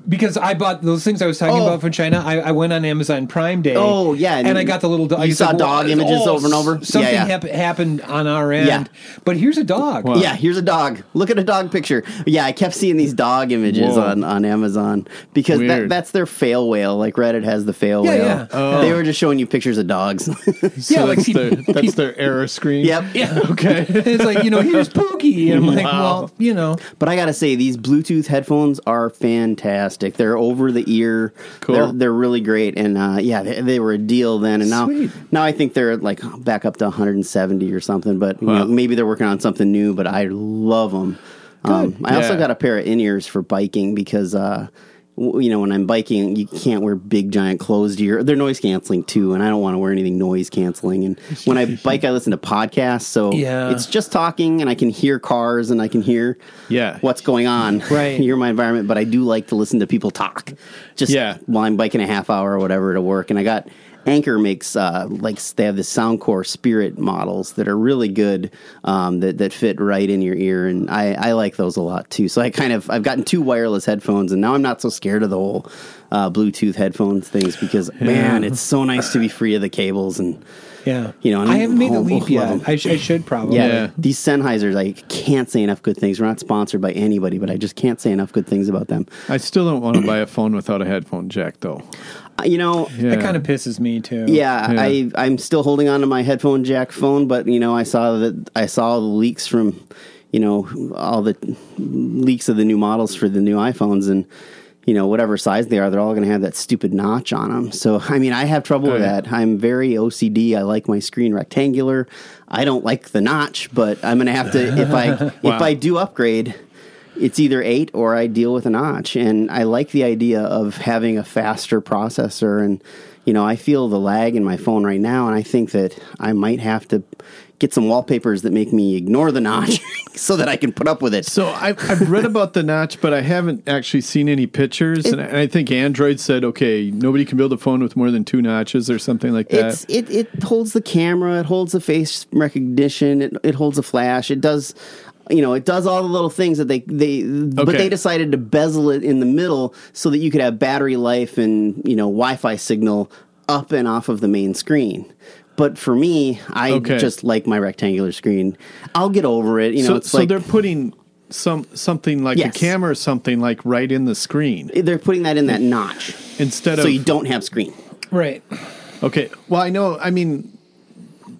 because I bought those things I was talking
Oh.
about from China. I, I went on Amazon Prime Day.
Oh, yeah,
and,
and
I got the little. dog.
you saw dog images over and over?
oh, Something
Yeah, yeah.
hap- happened on our end.
Yeah.
But here's a dog.
Yeah, here's a dog. Look at a dog picture. Yeah, I kept seeing these dog images
Whoa.
on, on Amazon because that,
Weird.
that's their fail whale. Like Reddit has the fail
Yeah,
whale.
yeah.
Oh.
They were just showing you pictures of dogs.
So
Yeah, like
that's,
see-
their, that's their error screen.
[laughs] yep.
[laughs] Yeah.
Okay.
it's like you
[laughs]
know, here's Pookie. And I'm like,
Wow.
well, you know,
But I gotta say, these Bluetooth headphones are fantastic. They're over the ear.
Cool.
They're, they're really great, and uh, yeah, they, they were a deal then. And now,
Sweet.
now I think they're like back up to 170 or something. But you
Wow.
know, maybe they're working on something new. But I love them. Um, I also
Yeah.
got a pair of in ears for biking because. Uh, w- you know, when I'm biking, you can't wear big, giant closed ear. They're noise canceling too, and I don't want to wear anything noise canceling. And
[laughs]
when I bike, I listen to podcasts, so
Yeah.
it's just talking, and I can hear cars, and I can hear
Yeah.
what's going on [laughs]
Right.
here in my environment but i do like to listen to people talk just
Yeah.
while i'm biking a half hour or whatever to work and i got anchor makes uh like s- they have the soundcore spirit models that are really good um that that fit right in your ear and i i like those a lot too so i kind of i've gotten two wireless headphones and now i'm not so scared of the whole uh bluetooth headphones things because man it's so nice to be free of the cables and
yeah,
You know, and
I haven't made the
home-
leap
love 'em.
yet. I, sh- I should probably.
yeah.
Yeah.
These Sennheisers, I can't say enough good things. We're not sponsored by anybody, but I just can't say enough good things about them.
I still don't want to buy a phone without a headphone jack, though.
Uh, You know, yeah,
Yeah.
That kind of pisses me too.
Yeah.
I, I'm still holding on to my headphone jack phone, but you know, I saw that I saw the leaks from, you know, all the leaks of the new models for the new iPhones and. You know, whatever size they are, they're all going to have that stupid notch on them. So, I mean, I have trouble with
Oh, yeah.
that. I'm very OCD. I like my screen rectangular. I don't like the notch, but I'm going to have to if
[laughs]
I if I do upgrade, it's either eight or I deal with a notch. And I like the idea of having a faster processor. And, you know, I feel the lag in my phone right now. And I think that I might have to get some wallpapers that make me ignore the notch [laughs] so that I can put up with it.
So I've, I've read about the notch, but I haven't actually seen any pictures. and I, and I think Android said, okay, nobody can build a phone with more than two notches or something like that.
It's it, it holds the camera, it holds the face recognition, it, it holds a flash, it does you know, it does all the little things that they they but
Okay.
they decided to bezel it in the middle so that you could have battery life and, you know, Wi-Fi signal up and off of the main screen. But for me, I
Okay.
just like my rectangular screen. I'll get over it. You know,
so
it's
so
like
they're putting some something like
Yes.
a camera or something like right in the screen
they're putting that in that notch,
instead
so
of
you don't have screen.
right.
Okay. Well, I know. I mean,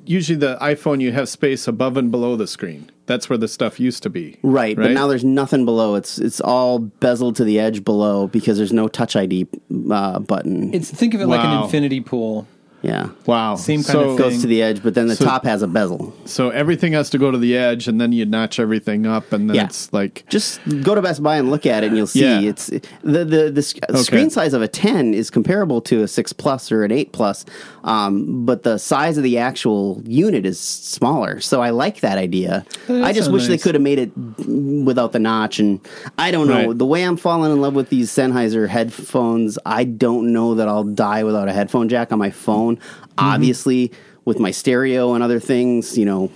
usually the iPhone you have space above and below the screen. That's where the stuff used to be.
Right, but now there's nothing below. It's it's all bezel to the edge below because there's no Touch ID uh, button.
It's think of it like an
Wow.
infinity pool.
yeah,
wow.
Same kind
so,
of
goes to the edge, but then the
So-
top has a bezel.
So everything has to go to the edge, and then you notch everything up, and then
Yeah.
it's like
Just go to Best Buy and look at it, and you'll see
Yeah.
it's the the, the sc- screen size of a ten is comparable to a six plus or an eight plus, um, but the size of the actual unit is smaller. So I like that idea. I just
so
wish they
nice.
could have made it without the notch, and I don't know
Right.
the way I'm falling in love with these Sennheiser headphones. I don't know that I'll die without a
Mm-hmm.
headphone jack on my phone. Obviously, with my stereo and other things, you know.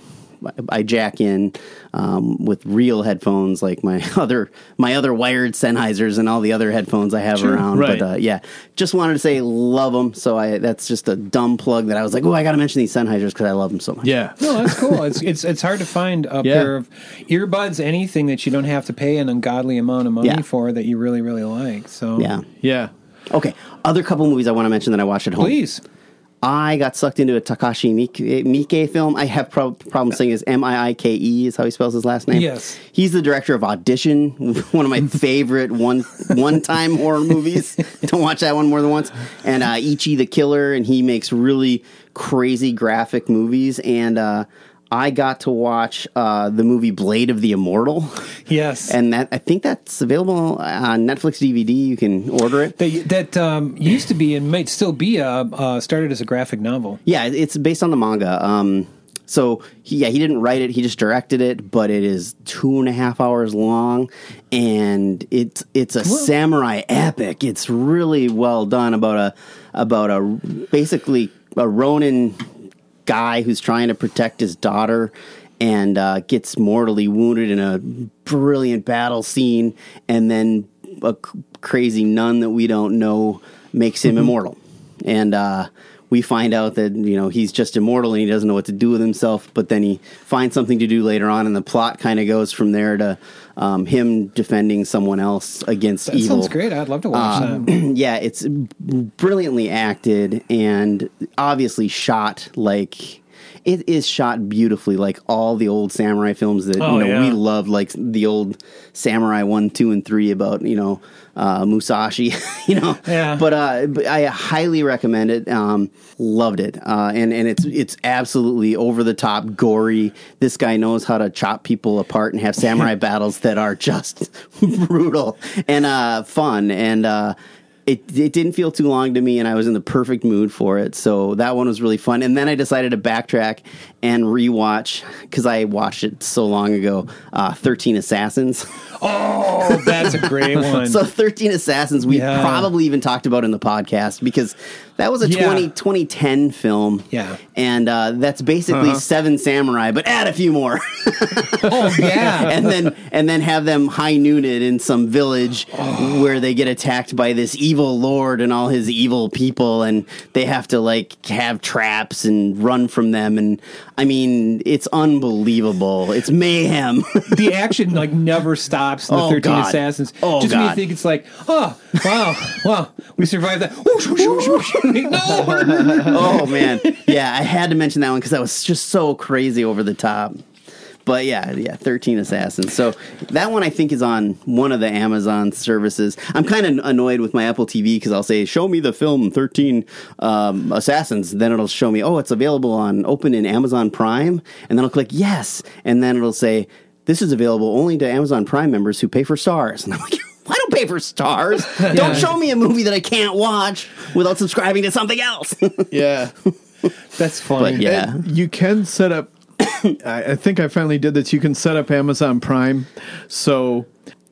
I jack in um, with real headphones, like my [laughs] other my other wired Sennheisers and all the other headphones I have
Sure,
around.
right.
But uh, yeah, just wanted to say love them. So I that's just a dumb plug that I was like, oh, I got to mention these Sennheisers because I love them so much.
Yeah.
No, that's cool.
[laughs]
It's it's it's hard to find a
Yeah.
pair of earbuds, anything that you don't have to pay an ungodly amount of money
Yeah.
for that you really really like. So
Yeah.
Yeah.
Okay. Other couple movies I want to mention that I watched at home.
Please.
I got sucked into a Takashi Miike, Miike film. I have prob- problem saying his M I I K E is how he spells his last name.
Yes.
He's the director of Audition, [laughs] one
[laughs]
of my favorite one one time horror movies. Don't watch that one more than once. And uh, Ichi the Killer, and he makes really crazy graphic movies. And uh, I got to watch uh, the movie Blade of the Immortal,
yes,
and that I think that's available on Netflix DVD. You can order it.
that that um, used to be and might still be a, uh, started as a graphic novel.
Yeah, it's based on the manga. Um, so he, yeah, he didn't write it; he just directed it. But it is two and a half hours long, and it's it's a samurai epic. It's really well done about a about a basically a Ronin guy who's trying to protect his daughter and uh, gets mortally wounded in a brilliant battle scene, and then a c- crazy nun that we don't know makes
Mm-hmm.
him immortal, and uh, we find out that you know he's just immortal and he doesn't know what to do with himself, but then he finds something to do later on, and the plot kind of goes from there to um, him defending someone else against
That
evil.
sounds great. I'd love to watch
Uh, [laughs]
that. [clears throat]
yeah, it's brilliantly acted and obviously shot like it is shot beautifully, like all the old samurai films that
Oh,
you know
yeah.
we love, like the old samurai one, two, and three about you know uh, Musashi, [laughs] you know.
Yeah.
But uh, but I highly recommend it. Um, loved it, uh, and and it's it's absolutely over the top, gory. This guy knows how to chop people apart and have samurai battles that are just [laughs] brutal and uh, fun and. Uh, it, it didn't feel too long to me, and I was in the perfect mood for it. So that one was really fun. And then I decided to backtrack and rewatch because I watched it so long ago. Uh, Thirteen Assassins. [laughs]
Oh, that's a great one.
So [laughs] 13 Assassins, we
Yeah.
probably even talked about in the podcast because that was a
Yeah.
20, 2010 film.
Yeah.
And uh, that's basically Seven Samurai, but add a few more. [laughs]
oh yeah. [laughs]
and then and then have them high nooned in some village
Oh.
where they get attacked by this evil lord and all his evil people and they have to like have traps and run from them and I mean it's unbelievable. It's mayhem. [laughs]
the action like never stops in the
Oh,
13
God.
assassins
Oh,
just made me
God.
think it's like oh wow wow we survived that Whoosh, whoosh, whoosh, whoosh.
[laughs]
no
oh man, yeah, I had to mention that one because that was just so crazy over the top. But yeah, yeah, thirteen assassins. So that one I think is on one of the Amazon services. I'm kind of annoyed with my Apple TV because I'll say, "Show me the film Thirteen um, Assassins," then it'll show me, "Oh, it's available on open in Amazon Prime," and then I'll click yes, and then it'll say, "This is available only to Amazon Prime members who pay for stars." [laughs] And I'm like. I don't pay for stars. Don't show me a movie that I can't watch without subscribing to something else. [laughs]
Yeah.
[laughs] that's funny
But yeah.
And you can set up. [coughs] I I think I finally did this. You can set up Amazon Prime, so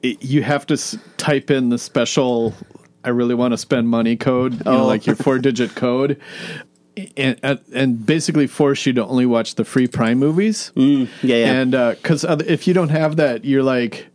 it, you have to s- type in the special. I really want to spend money code, you know,
Oh.
like your four digit code, and, and and basically force you to only watch the free Prime movies.
Yeah, yeah.
And because other if you don't have that, you're like,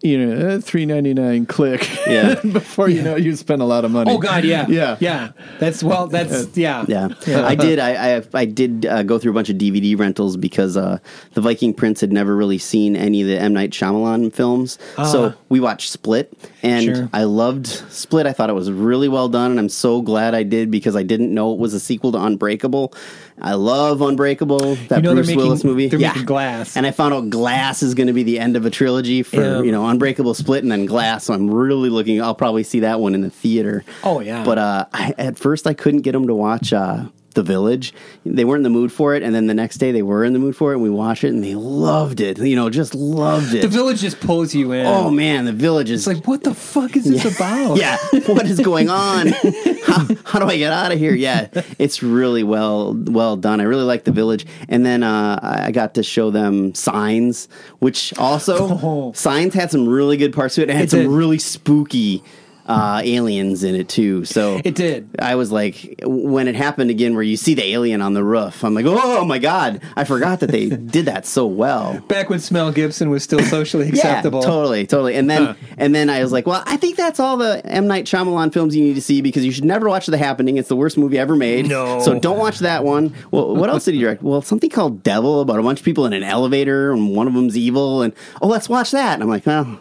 you know, eh, three ninety nine click.
Yeah.
[laughs] Before you know, it, you spend a lot of money.
[laughs] oh god yeah
yeah,
yeah that's well that's yeah
yeah. I did. I I, I did uh, go through a bunch of DVD rentals because uh, the Viking Prince had never really seen any of the M Night Shyamalan films. So we watched Split, and
Ah. Sure.
I loved Split. I thought it was really well done, and I'm so glad I did because I didn't know it was a sequel to Unbreakable. I love Unbreakable, that
You know they're
Bruce
making-
Willis movie.
they're making Glass.
and I found out Glass is going to be the end of a trilogy for
Yeah.
you know Unbreakable, Split, and then Glass. So I'm really looking. I'll probably see that one in the theater.
Oh, yeah.
But uh, I, at first, I couldn't get them to watch uh, The Village. They weren't in the mood for it, and then the next day they were in the mood for it, and we watched it, and they loved it. You know, just loved it.
the village just pulls you in
oh man, The Village
it's
is
like oh. what the fuck is this about
yeah. What is going on? [laughs] how, how do I get out of here? Yeah, it's really well well done. I really like the village, and then uh, I got to show them signs, which also
[laughs] Oh.
signs had some really good parts to it. and had
It
some
did.
really spooky. uh, aliens in it too. So
it did.
I was like, when it happened again, where you see the alien on the roof, I'm like, oh my god, I forgot that they did that so well.
Back when Mel Gibson was still socially acceptable.
[laughs] Yeah, totally, totally. And then and then I was like, well, I think that's all the M Night Shyamalan films you need to see because you should never watch The Happening. It's the worst movie ever made.
No.
so don't watch that one. Well, what else did he direct? Well, something called Devil about a bunch of people in an elevator and one of them's evil. And oh, let's watch that. And I'm like, well.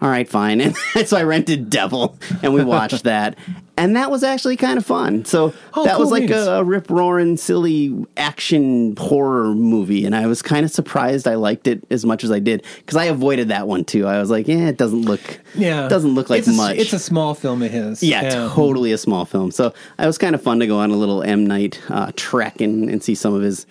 All right, fine. [laughs] And so I rented Devil and we watched that. And that was actually kind of fun. So
Oh,
that was
cool
like
beans.
a, a rip roaring, silly action horror movie. And I was kind of surprised I liked it as much as I did because I avoided that one too. I was like, yeah, it doesn't look,
Yeah.
doesn't look like
It's a s-
much.
It's a small film of his.
yeah, totally a small film. So it was kind of fun to go on a little M Night uh, trek and, and see some of his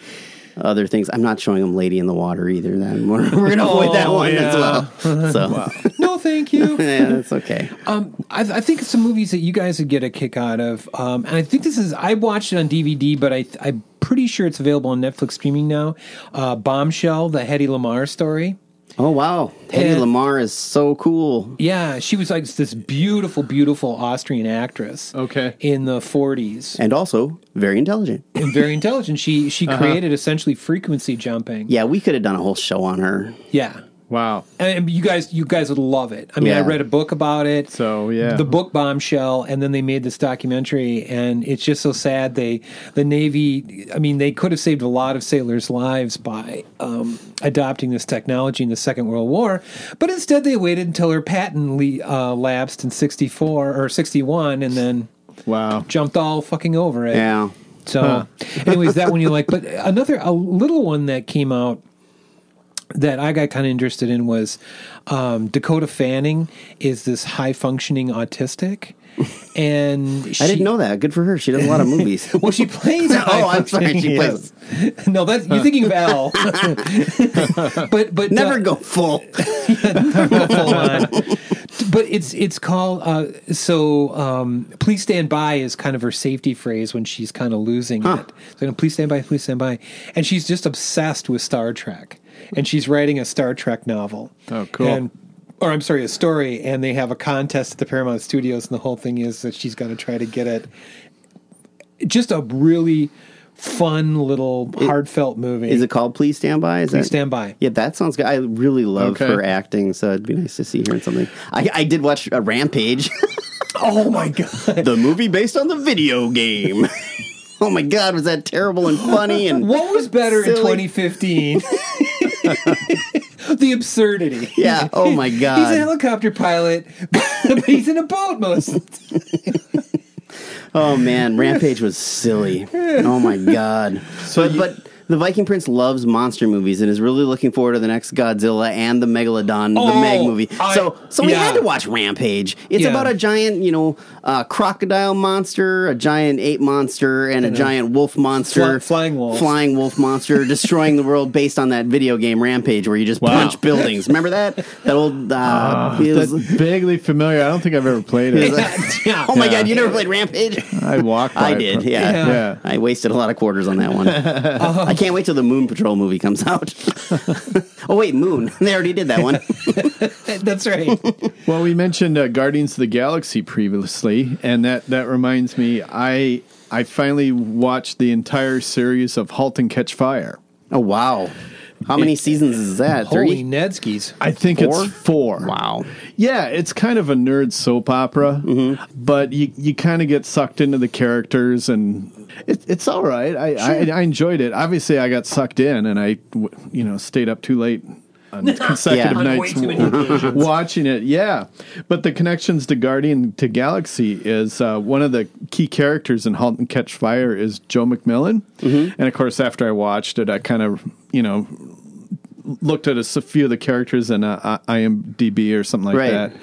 other things. I'm not showing him Lady in the Water either. Then [laughs] we're, we're gonna avoid
[laughs]
that
Oh,
one as
yeah. [laughs]
well. So
No, thank you.
[laughs] yeah, that's okay.
Um, I, I think some movies that you guys would get a kick out of, um, and I think this is I watched it on DVD, but I, I'm pretty sure it's available on Netflix streaming now. Uh, Bombshell, the Hedy Lamar story.
Oh wow, Eddie
And-
Lamar is so cool.
Yeah, she was like this beautiful, beautiful Austrian actress.
Okay.
in the 40s,
And also very intelligent.
and very intelligent. She she
Uh-huh.
created essentially frequency jumping.
Yeah, we could have done a whole show on her.
yeah.
Wow.
And you guys, you guys would love it. I mean, I
Yeah.
read a book about it.
So, yeah.
the book bombshell, and then they made this documentary, and it's just so sad. They, the Navy, I mean, they could have saved a lot of sailors' lives by um, adopting this technology in the Second World War, but instead they waited until her patent le- uh, lapsed in '64 or '61, and then
Wow.
jumped all fucking over it.
Yeah.
So, [laughs] anyways, that one you like. But another, a little one that came out that I got kind of interested in was um, Dakota Fanning is this high functioning autistic, and she,
[laughs] I didn't know that. Good for her. She does
[laughs]
a lot of movies.
Well, she plays.
[laughs] Oh,
high
I'm sorry, she
functioning- [laughs] yes. No, that's you're thinking of
[laughs]
Al. [laughs] but but
Never
uh, [laughs]
go full.
Full on. But it's it's called uh, so. Um, please stand by is kind of her safety phrase when she's kind of losing it. So you know, please stand by, please stand by, and she's just obsessed with Star Trek, and she's writing a Star Trek novel.
Oh, cool.
And, or I'm sorry, a story, and they have a contest at the Paramount Studios, and the whole thing is that she's going to try to get it. Just a really fun little heartfelt movie.
Is it called Please Stand By? Is
Please
that,
Stand By.
Yeah, that sounds good. I really love
Okay.
her acting, so it'd be nice to see her in something. I, I did watch uh, Rampage, [laughs]
oh my god!
the movie based on the video game. [laughs] oh my God, was that terrible and
[laughs]
funny? And
What was better in
Silly.
2015? [laughs] the absurdity.
yeah, oh my God.
He's a helicopter pilot, but he's in a boat most. of the time.
Oh man, Rampage was silly.
[laughs]
Oh my god. but, but the Viking Prince loves monster movies and is really looking forward to the next Godzilla and the Megalodon, the
Oh,
Meg movie.
I-
so so we
yeah.
had to watch Rampage. It's
Yeah.
about a giant, you know, uh, crocodile monster, a giant ape monster, and a giant wolf monster,
Fly- flying wolves.
flying
[laughs]
wolf monster, destroying the world based on that video game Rampage, where you just punch buildings. Remember that that old. Uh,
Ah,
it was-
That's vaguely familiar. I don't think I've ever played it.
[laughs]
Yeah.
oh my
Yeah.
god, you never played Rampage?
[laughs] I walked. By
I
it
did,
pro-
yeah.
Yeah.
Yeah.
I wasted a lot of quarters on
[laughs]
that one. I can't wait till the Moon Patrol movie comes out. [laughs] oh wait, Moon. [laughs] They already did that one.
That's right.
[laughs] Well, we mentioned uh, Guardians of the Galaxy previously, and that that reminds me, I I finally watched the entire series of *Halt and Catch Fire*.
oh wow. How many seasons is that?
Holy
Three?
Nedskis.
I think
Four?
it's four.
Wow.
Yeah, it's kind of a nerd soap opera,
Mm-hmm.
but you you kind of get sucked into the characters, and it, it's all right. I, I I enjoyed it. Obviously, I got sucked in, and I w- you know stayed up too late on consecutive
On
way
nights
too many
w- [laughs] watching it. Yeah, but the connections to Guardian to Galaxy is uh, one of the key characters in *Halt and Catch Fire* is Joe McMillan,
Mm-hmm.
and of course, after I watched it, I kind of you know looked at a s- few of the characters in uh, I- IMDb or something like
Right.
that.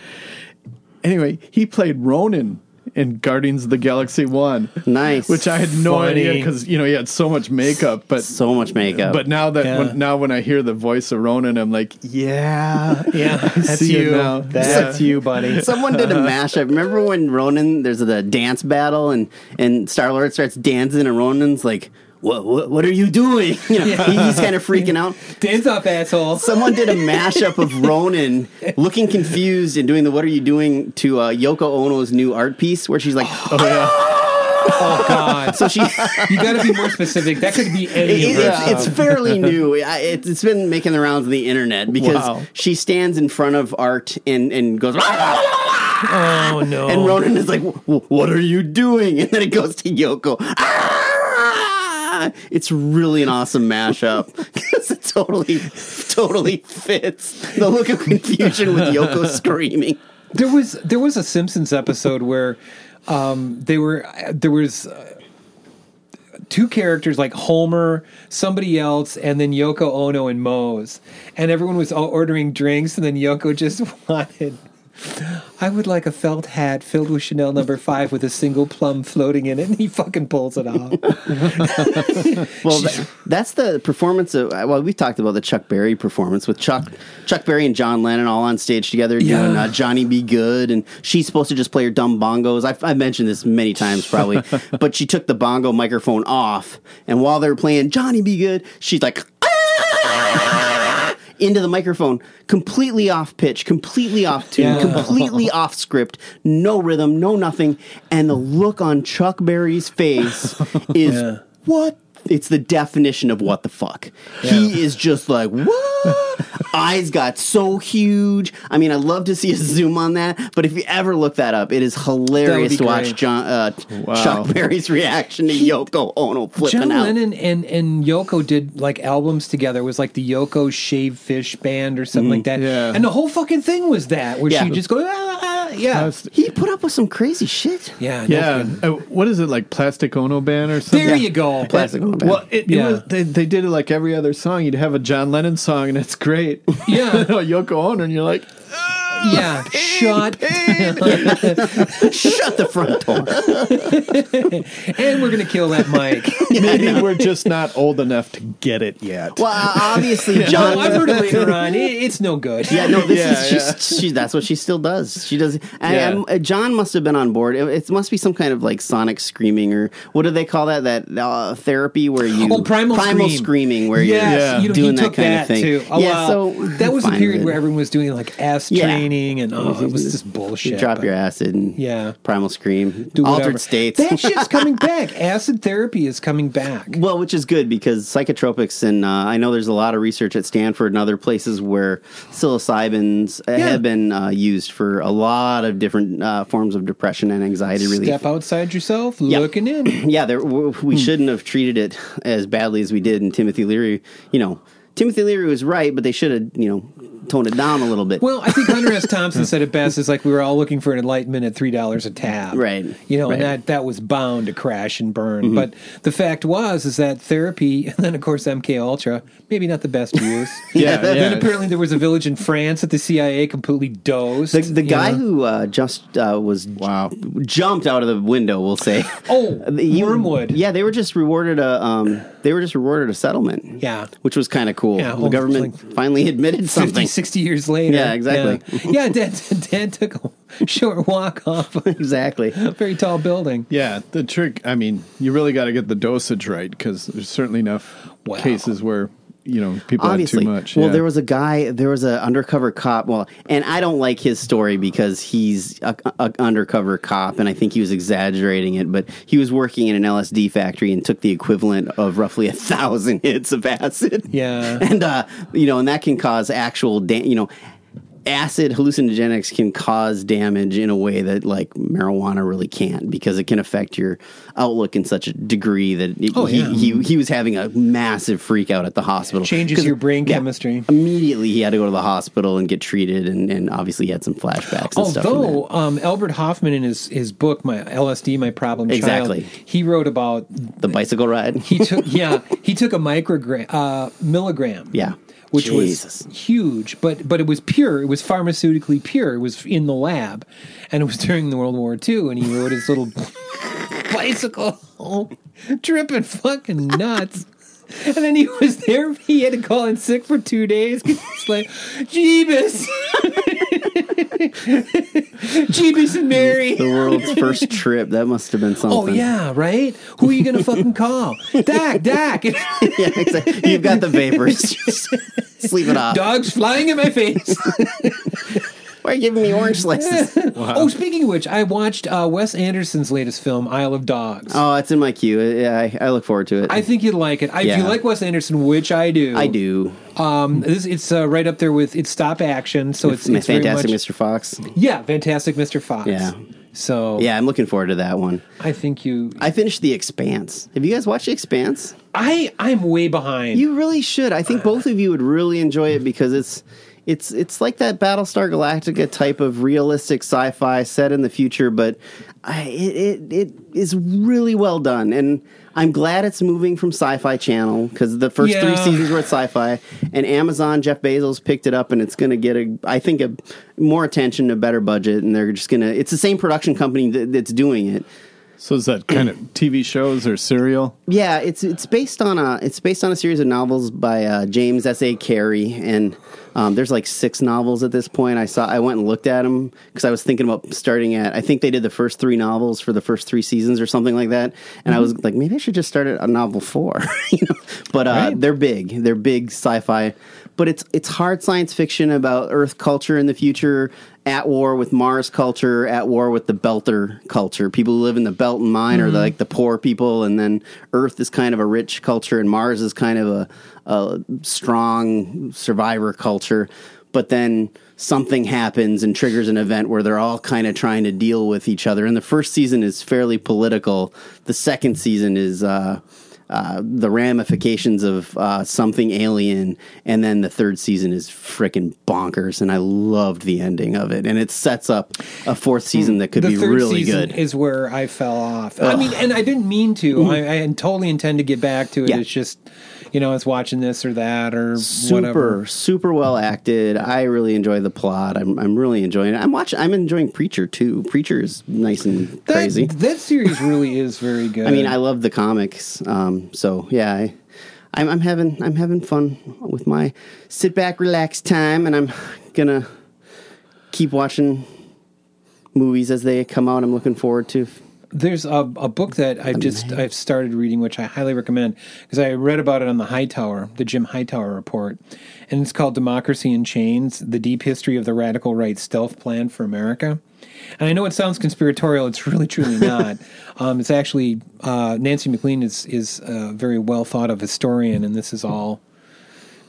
Anyway, he played Ronan in Guardians of the Galaxy One,
Nice.
which I had no
Funny.
idea because you know he had so much makeup. But
so much makeup.
but now that
Yeah.
when, now when I hear the voice of Ronan, I'm like, yeah,
Yeah, [laughs] that's
see it
you.
now.
That's
[laughs]
you, buddy.
Someone did a mashup. Remember when Ronan? There's the dance battle, and and Star Lord starts dancing, and Ronan's like, what, what, what are you doing? [laughs] You know, he's kind of freaking out.
Dance off, asshole.
Someone did a mashup of Ronan looking confused and doing the "What are you doing?" to uh, Yoko Ono's new art piece, where she's like, "Oh,
Oh God!
So she,
you got to be more specific. That could be
It-
any
it-
of her
it's, it's
stuff.
fairly new. I- It's, it's been making the rounds of the internet because
Wow.
she stands in front of art and, and goes,
Oh no!
and Ronan is like, "Wh- "What are you doing?" [laughs] And then it goes to Yoko. "Ah!" It's really an awesome mashup [laughs] because it totally, totally fits the look of confusion with Yoko screaming.
There was there was a Simpsons episode where um, they were there was uh, two characters like Homer, somebody else, and then Yoko Ono and Moe's, and everyone was all ordering drinks, and then Yoko just [laughs] wanted. I would like a felt hat filled with Chanel number five with a single plum floating in it, and he fucking pulls it off.
Well, tha- that's the performance of. uh, Well, we talked about the Chuck Berry performance with Chuck Chuck Berry and John Lennon all on stage together doing
Yeah.
uh, Johnny Be Good, and she's supposed to just play her dumb bongos. I've, I've mentioned this many times probably,
[laughs]
but she took the bongo microphone off, and while they were playing Johnny Be Good, she's like. [laughs] "Ah!" Into the microphone, completely off pitch, completely off tune,
Yeah. [laughs]
completely off script, no rhythm, no nothing, and the look on Chuck Berry's
[laughs]
face is
Yeah.
what? It's the definition of what the fuck. He is just like, what? Eyes got so huge. I mean, I'd love to see a zoom on that, but if you ever look that up, it is hilarious
be
to watch
great.
John, uh,
Wow.
Chuck Berry's reaction to Yoko Ono flipping
John
out.
Lennon and, and Yoko did like albums together. It was like the Yoko Shave Fish Band or something like that.
Yeah.
And the whole fucking thing was that where
Mm, Yeah.
she just go, "Ah, ah, ah," yeah,
That's-
He put up with some crazy shit.
yeah, no
yeah.
kidding.
Uh, what is it like, Plastic Ono Band or something?
There you go.
[laughs] Plastic Ono Band.
Well, it, it
Yeah.
was, they, they did it like every other song. You'd have a John Lennon song, and it's great.
[laughs]
[laughs]
Yeah.
Yoko Ono, and you're like,
yeah, shut.
Shut the front door.
[laughs] and we're gonna kill that mic.
[laughs] maybe we're just not old enough to get it yet.
Well, uh,
[laughs]
obviously, John.
John, I've
[laughs]
heard it later on. It, it's no good.
Yeah, no, this
Yeah,
is she's, she. That's what she still does. She does. And,
Yeah.
and, uh, John must have been on board. It, it must be some kind of like sonic screaming or what do they call that? That uh, therapy where you
Oh, primal, Scream.
screaming where
yes,
Yeah.
you
you're
know,
doing
he
that
took
kind of
that,
thing.
too. Oh,
yeah,
wow.
so
that was a
fine
period
with
where
it.
everyone was doing like ass
Yeah.
training and oh, it was just
You
bullshit.
drop
but-
your acid and
Yeah.
primal scream,
do whatever.
altered states.
That shit's
[laughs]
coming back. Acid therapy is coming back.
Well, which is good because psychotropics, and uh, I know there's a lot of research at Stanford and other places where psilocybins uh
Yeah.
have been uh, used for a lot of different uh, forms of depression and anxiety relief.
Step Hmm. outside yourself, looking in.
[clears throat] yeah, there, w- we shouldn't have treated it as badly as we did. And Timothy Leary, you know, Timothy Leary was right, but they should have, you know, toned it down a little bit.
Well, I think Hunter S. Thompson said it best. It's like we were all looking for an enlightenment at three dollars a tab,
Right.
You know,
Right. Mm-hmm.
and that that was bound to crash and burn. But the fact was is that therapy, [laughs] and then of course MK Ultra, maybe not the best
[laughs]
use.
Yeah,
Then
yeah.
apparently there was a village in France that the CIA completely dosed.
the, the
you
guy
know?
who uh, just uh, was
Wow.
jumped out of the window, we'll say. [laughs]
Oh,
He-
Wormwood.
Yeah, they were just rewarded a um, they were just rewarded a settlement.
Yeah.
which was kind of cool.
Yeah,
the
well,
government
like-
[laughs]
finally admitted
50,
something.
60 years later.
Yeah, exactly.
Yeah, yeah Dan, [laughs] Dan took a short walk
[laughs]
off a [laughs]
exactly.
very tall building.
Yeah, the trick. I mean, you really got to get the dosage right because there's certainly enough
Wow.
cases where you know people
Obviously.
had too much.
Well,
yeah.
there was a guy, there was an undercover cop. Well, and I don't like his story because he's a, a undercover cop, and I think he was exaggerating it. But he was working in an LSD factory and took the equivalent of roughly a thousand [laughs] hits of acid.
Yeah.
[laughs] and uh, you know, and that can cause actual, da- you know. Acid hallucinogenics can cause damage in a way that like marijuana really can't because it can affect your outlook in such a degree that it-
Oh,
he,
yeah.
he he was having a massive freak out at the hospital.
Changes
'Cause-
your brain
yeah,
chemistry.
immediately he had to go to the hospital and get treated and, and obviously he had [laughs] some flashbacks and stuff. from
Although
that.
um, Albert Hoffman in his his book My LSD My Problem Child,
Exactly.
he wrote about
the bicycle ride. [laughs]
he took yeah he took a microgram uh, milligram
Yeah.
which
Jesus.
was huge but but it was pure it was pharmaceutically pure it was in the lab and it was during the World War II and he rode his little [laughs] bicycle home, dripping fucking nuts. And then he was [laughs] there. He had to call in sick for two days. 'cause He's like, Jeebus. Jesus and Mary.
The world's
[laughs]
first trip. That must have been something.
Oh yeah, right. Who are you gonna fucking call? Dak, Dak. [laughs]
yeah, exactly. You've got the vapors. Just sleep it off.
Dogs flying in my
[laughs]
face.
Why are you giving me orange slices?
Oh, speaking of which, I watched uh, Wes Anderson's latest film, Isle of Dogs.
Oh, it's in my queue. Yeah, I, I look forward to it.
I think you'd like it. I, If you
Yeah.
like Wes Anderson, which I do,
I do.
Um, this it's uh, right up there with it's stop action, so it's, it's very
Fantastic
much-
Mr. Fox.
Yeah, fantastic Mr. Fox.
Yeah.
So
Yeah, I'm looking forward to that one.
I think you.
I finished The Expanse. Have you guys watched The Expanse?
I I'm way behind.
You really should. I think both of you would really enjoy it because it's it's it's like that Battlestar Galactica type of realistic sci-fi set in the future, but I, it, it it is really well done, and I'm glad it's moving from Sci-Fi Channel because the first three
Yeah.
seasons were at Sci-Fi, and Amazon Jeff Bezos picked it up, and it's going to get a I think a more attention, a better budget, and they're just going to. It's the same production company that, that's doing it.
So is that kind of TV shows or serial?
Yeah, it's it's based on a it's based on a series of novels by uh, James S. A. Carey, and um, there's like six novels at this point. I saw I went and looked at them because I was thinking about starting at. I think they did the first three novels for the first three seasons or something like that, and I was like, maybe I should just start at a novel four. [laughs] you know? But uh, they're big, they're big sci-fi, but it's it's hard science fiction about Earth culture in the future. At war with Mars culture, at war with the Belter culture. People who live in the Belt and Mine are like the poor people, and then Earth is kind of a rich culture, and Mars is kind of a, a strong survivor culture. But then something happens and triggers an event where they're all kind of trying to deal with each other. And the first season is fairly political. The second season is uh, uh, the ramifications of uh, something alien, and then the third season is freaking bonkers. And I loved the ending of it, and it sets up a fourth season that could
Hmm. the
be
third
really
season
good.
is where I fell off. I mean, and I didn't mean to. I, I totally intend to get back to it.
Yeah.
It's just, you know, it's watching this or that or
super
whatever.
super well acted i really enjoy the plot i'm, I'm really enjoying it i'm watching i'm enjoying preacher too preacher is nice and
That,
crazy
that series
[laughs]
really is very good.
i mean i love the comics um, so yeah I, I'm, I'm having i'm having fun with my sit back relax time and i'm gonna keep watching movies as they come out i'm looking forward to
there's a, a book that I just I've started reading, which I highly recommend because I read about it on the Hightower, the Jim Hightower report, and it's called "Democracy in Chains: The Deep History of the Radical Right Stealth Plan for America." And I know it sounds conspiratorial; it's really,
[laughs]
truly not. um, it's actually uh, Nancy McLean is is a very well thought of historian, and this is all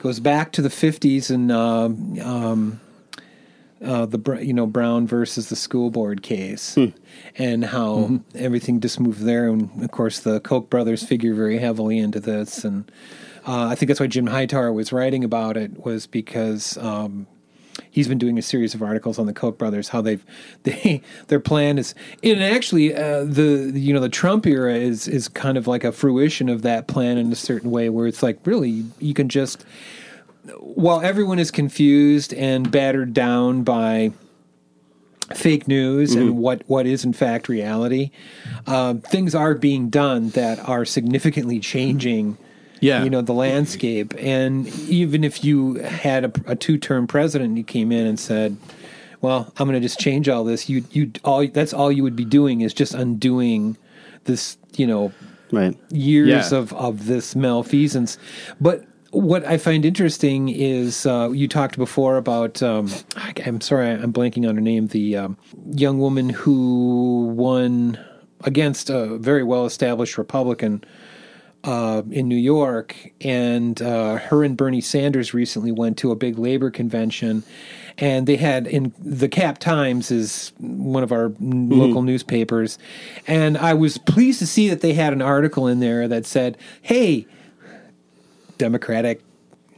goes back to the '50s and um, um, uh, the Br- you know Brown versus the school board case and how everything just moved there. And of course, the Koch brothers figure very heavily into this. And uh, I think that's why Jim Hightower was writing about it was because um, he's been doing a series of articles on the Koch brothers, how they've [laughs] they their plan is and actually uh, the you know the Trump era is is kind of like a fruition of that plan in a certain way, where it's like really you can just while everyone is confused and battered down by fake news and what, what is in fact reality, um, things are being done that are significantly changing.
Yeah.
you know the landscape, and even if you had a, a two-term president, and you came in and said, "Well, I'm going to just change all this." You, you, all that's all you would be doing is just undoing this, you know,
right
years
Yeah.
of, of this malfeasance. But what I find interesting is uh, you talked before about, um, I, am sorry, I'm blanking on her name, the um, young woman who won against a very well established Republican uh, in New York, and uh, her and Bernie Sanders recently went to a big labor convention, and they had in the Cap Times is one of our n local newspapers, and I was pleased to see that they had an article in there that said, "Hey, Democratic."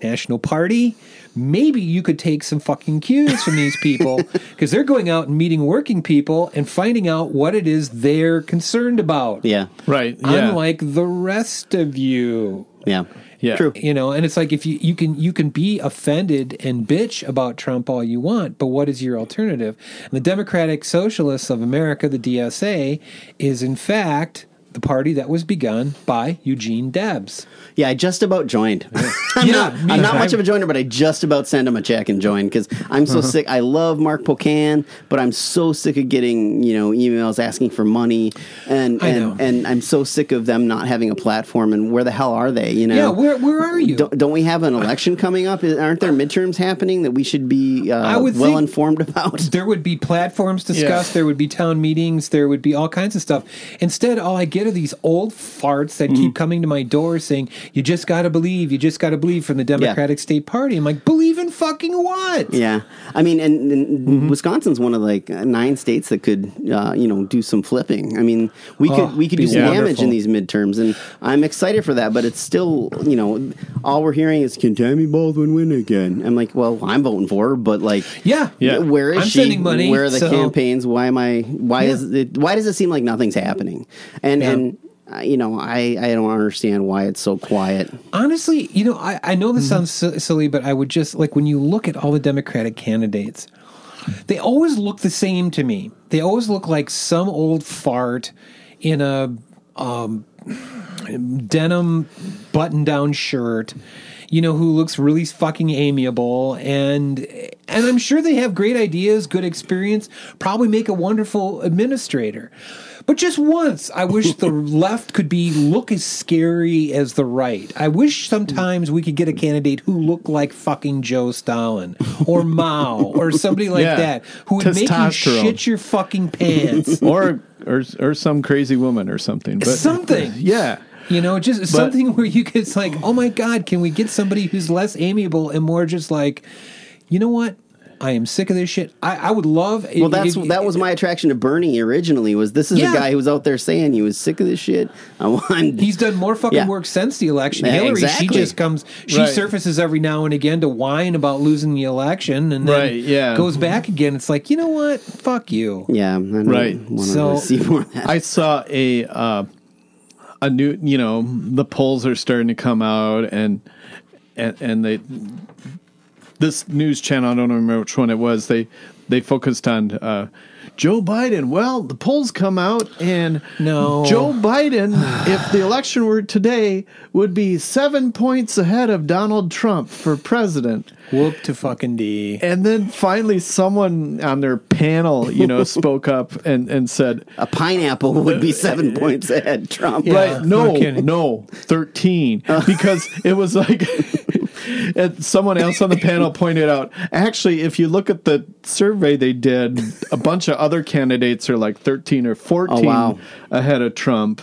National Party, maybe you could take some fucking cues from these
[laughs]
people because they're going out and meeting working people and finding out what it is they're concerned about
yeah
Right. Yeah.
unlike the rest of you
yeah
Yeah.
true
you know and it's like if you you can you can be offended and bitch about trump all you want but what is your alternative and the democratic socialists of america the dsa is in fact the party that was begun by Eugene Debs.
Yeah, I just about joined. I'm not, I'm not much of a joiner, but I just about send him a check and join because I'm so
Uh-huh.
sick. I love Mark Pocan, but I'm so sick of getting you know emails asking for money, and
I
and, and I'm so sick of them not having a platform. And where the hell are they? You know?
Yeah, where- where are you?
Don't, don't we have an election coming up? Is- Aren't there midterms happening that we should be uh,
I would
well
think
informed
[laughs]
about?
There would be platforms discussed.
Yeah.
There would be town meetings. There would be all kinds of stuff. Instead, all I get are these old farts that
Mm-hmm.
keep coming to my door saying, "You just got to believe. You just got to believe." From the Democratic State Party, I'm like, "Believe in fucking what?"
Yeah, I mean, and, and
Mm-hmm.
Wisconsin's one of like nine states that could, uh, you know, do some flipping. I mean, we
Oh,
could we could do
be
some damage
wonderful.
in these midterms, and I'm excited for that. But it's still, you know, all we're hearing is can Tammy Baldwin win again? I'm like, well, I'm voting for her, but like,
yeah,
yeah, where is
I'm
she?
sending money,
where are the
so-
campaigns? Why am I? Why
Yeah.
is it? Why does it seem like nothing's happening? And
Yeah.
and uh, you know, I I don't understand why it's so quiet.
Honestly, you know, I, I know this
Mm-hmm.
sounds si- silly, but I would just like when you look at all the Democratic candidates, they always look the same to me. They always look like some old fart in a um, denim button down shirt, you know, who looks really fucking amiable and and I'm sure they have great ideas, good experience, probably make a wonderful administrator. But just once, I wish the left could be look as scary as the right. I wish sometimes we could get a candidate who looked like fucking Joe Stalin or Mao or somebody like
Yeah.
that who would make you
Testosterone.
Um,
shit your fucking
[laughs]
pants.
or or or some crazy woman or something. But
Something.
[laughs] yeah.
You know, just
But-
something where you could, it's like, oh my God, can we get somebody who's less amiable and more just like, you know what? I am sick of this shit. I, I would love.
Well, that's that was my attraction to Bernie originally. Was this is
Yeah.
a guy who was out there saying he was sick of this shit. I want. [laughs]
He's done more fucking
Yeah.
work since the election.
Yeah,
Hillary,
exactly.
she just comes, she
Right.
surfaces every now and again to whine about losing the election, and then
Right, yeah.
goes back again. It's like, you know what? Fuck you.
Yeah, I don't
right.
wanna really see more of that.
I saw a uh, a new. You know, the polls are starting to come out, and and and they this news channel. I don't remember which one it was. They they focused on. Uh, Joe Biden. Well, the polls come out, and
No.
Joe Biden, if the election were today, would be seven points ahead of Donald Trump for president.
Whoop to fucking D.
And then finally, someone on their panel, you
[laughs]
know, spoke up and, and said,
"A pineapple would be seven points ahead, Trump." Uh. Yeah,
Right? No,
no
no,
kidding. [laughs]
thirteen, because it was like. [laughs] and someone else on the panel pointed out actually if you look at the survey they did a bunch of other candidates are like 13 or 14
Oh, wow.
ahead of trump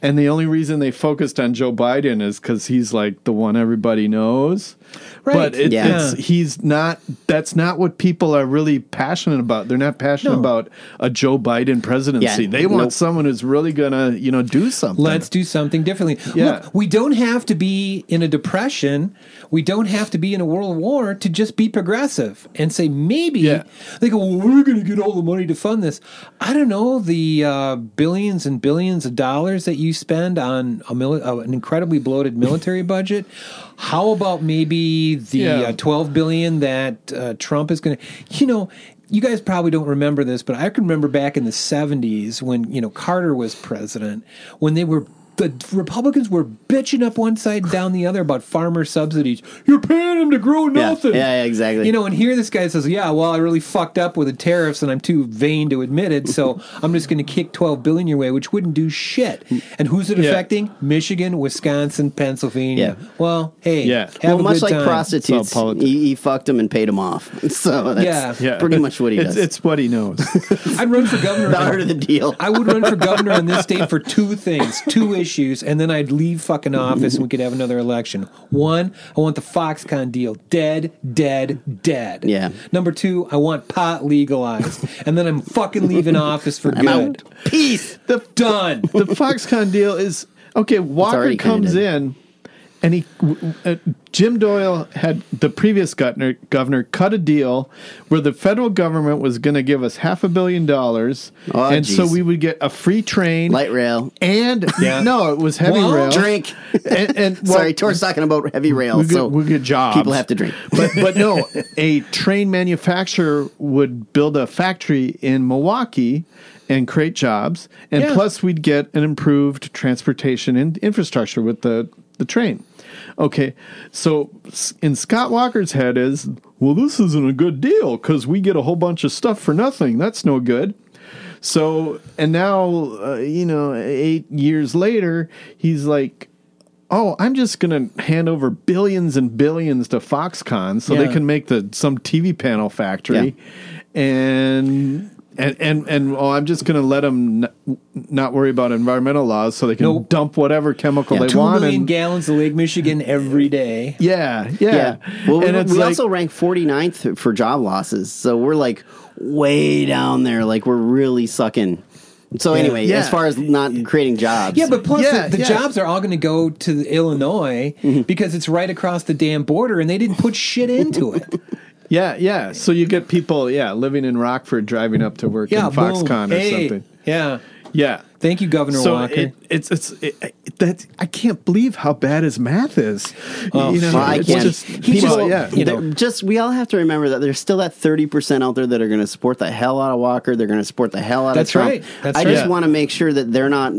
and the only reason they focused on joe biden is because he's like the one everybody knows
Right.
but it,
Yeah.
it's, he's not that's not what people are really passionate about they're not passionate
No.
about a joe biden presidency
Yeah.
they want
Nope.
someone who's really gonna you know do something
Let's do something differently.
Yeah.
Look, we don't have to be in a depression. We don't have to be in a world war to just be progressive and say maybe they go, well, we're going to get all the money to fund this. I don't know the uh, billions and billions of dollars that you spend on a mili- uh, an incredibly
[laughs]
bloated military budget. How about maybe the
Yeah.
uh, 12 billion that uh, Trump is going to, you know, you guys probably don't remember this, but I can remember back in the 70s when, you know, Carter was president, when they were the Republicans were bitching up one side and down the other about farmer subsidies. You're paying them to grow
Yeah.
nothing.
Yeah, yeah, exactly.
You know, and here this guy says, "Yeah, well, I really fucked up with the tariffs, and I'm too vain to admit it,
[laughs]
so I'm just going to kick 12 billion your way, which wouldn't do shit." And who's it
Yeah.
affecting? Michigan, Wisconsin, Pennsylvania. Well, hey, have
well,
a
much
good
like
time.
prostitutes, he, he fucked them and paid them off. [laughs] So that's
Yeah. Yeah.
pretty much what he
It's-
does.
it's what he knows.
I'd run for governor.
[laughs] The art of the deal.
[laughs] I would run for governor in this state for two things, two issues, and then I'd leave fucking office [laughs] and we could have another election. One, I want the Foxconn deal dead, dead, dead.
Yeah.
Number two, I want pot legalized, and then I'm fucking leaving office for
I'm
good.
Peace.
The,
Done.
The Foxconn deal is okay. Walker
already
comes in and he w- w- uh, Jim Doyle had the previous governor governor cut a deal where the federal government was going to give us half a billion dollars,
Oh,
and so
geez.
we would get a free train,
Light rail.
and
Yeah.
no, it was heavy
Well,
rail.
Drink.
and, and well,
[laughs] Sorry, Tor's talking about heavy rail.
we get,
so
we get jobs.
People have to drink.
but but
[laughs]
no, a train manufacturer would build a factory in Milwaukee and create jobs, and
Yeah.
plus we'd get an improved transportation and infrastructure with the the train. Okay, so s- in Scott Walker's head is well, this isn't a good deal because we get a whole bunch of stuff for nothing. That's no good. So and now uh, you know eight years later, he's like oh, I'm just going to hand over billions and billions to Foxconn so they
Yeah.
can make the some TV panel factory, and. And, and and oh, I'm just going to let them n- not worry about environmental laws, so they can
Nope.
dump whatever chemical they
Two
want.
million
and-
gallons of Lake Michigan every day.
yeah, yeah,
Yeah. Well, we,
and it's
we
like,
also rank 49th for job losses. So we're like way down there. Like we're really sucking. So anyway,
Yeah.
as far as not creating jobs.
Yeah, but plus
Yeah,
the, the
yeah. Mm-hmm.
jobs are all going to go to the Illinois because it's right across the damn border, and they didn't put shit into
[laughs]
it.
yeah, yeah. So you get people, yeah, living in Rockford driving up to work
yeah,
in Foxconn
boom.
or
Hey,
something.
Yeah,
Yeah,
thank you, Governor
so
Walker.
it, it's it's it, it, that I can't believe how bad his math is. you know,
Well, I
it's
can.
just
People-
people, yeah,
you know.
they're- just we all have to remember that there's still that 30% out there that are going to support the hell out of Walker. They're going to support the hell out
That's
of Trump.
right. That's
I
right.
just
Yeah.
want to make sure that they're not.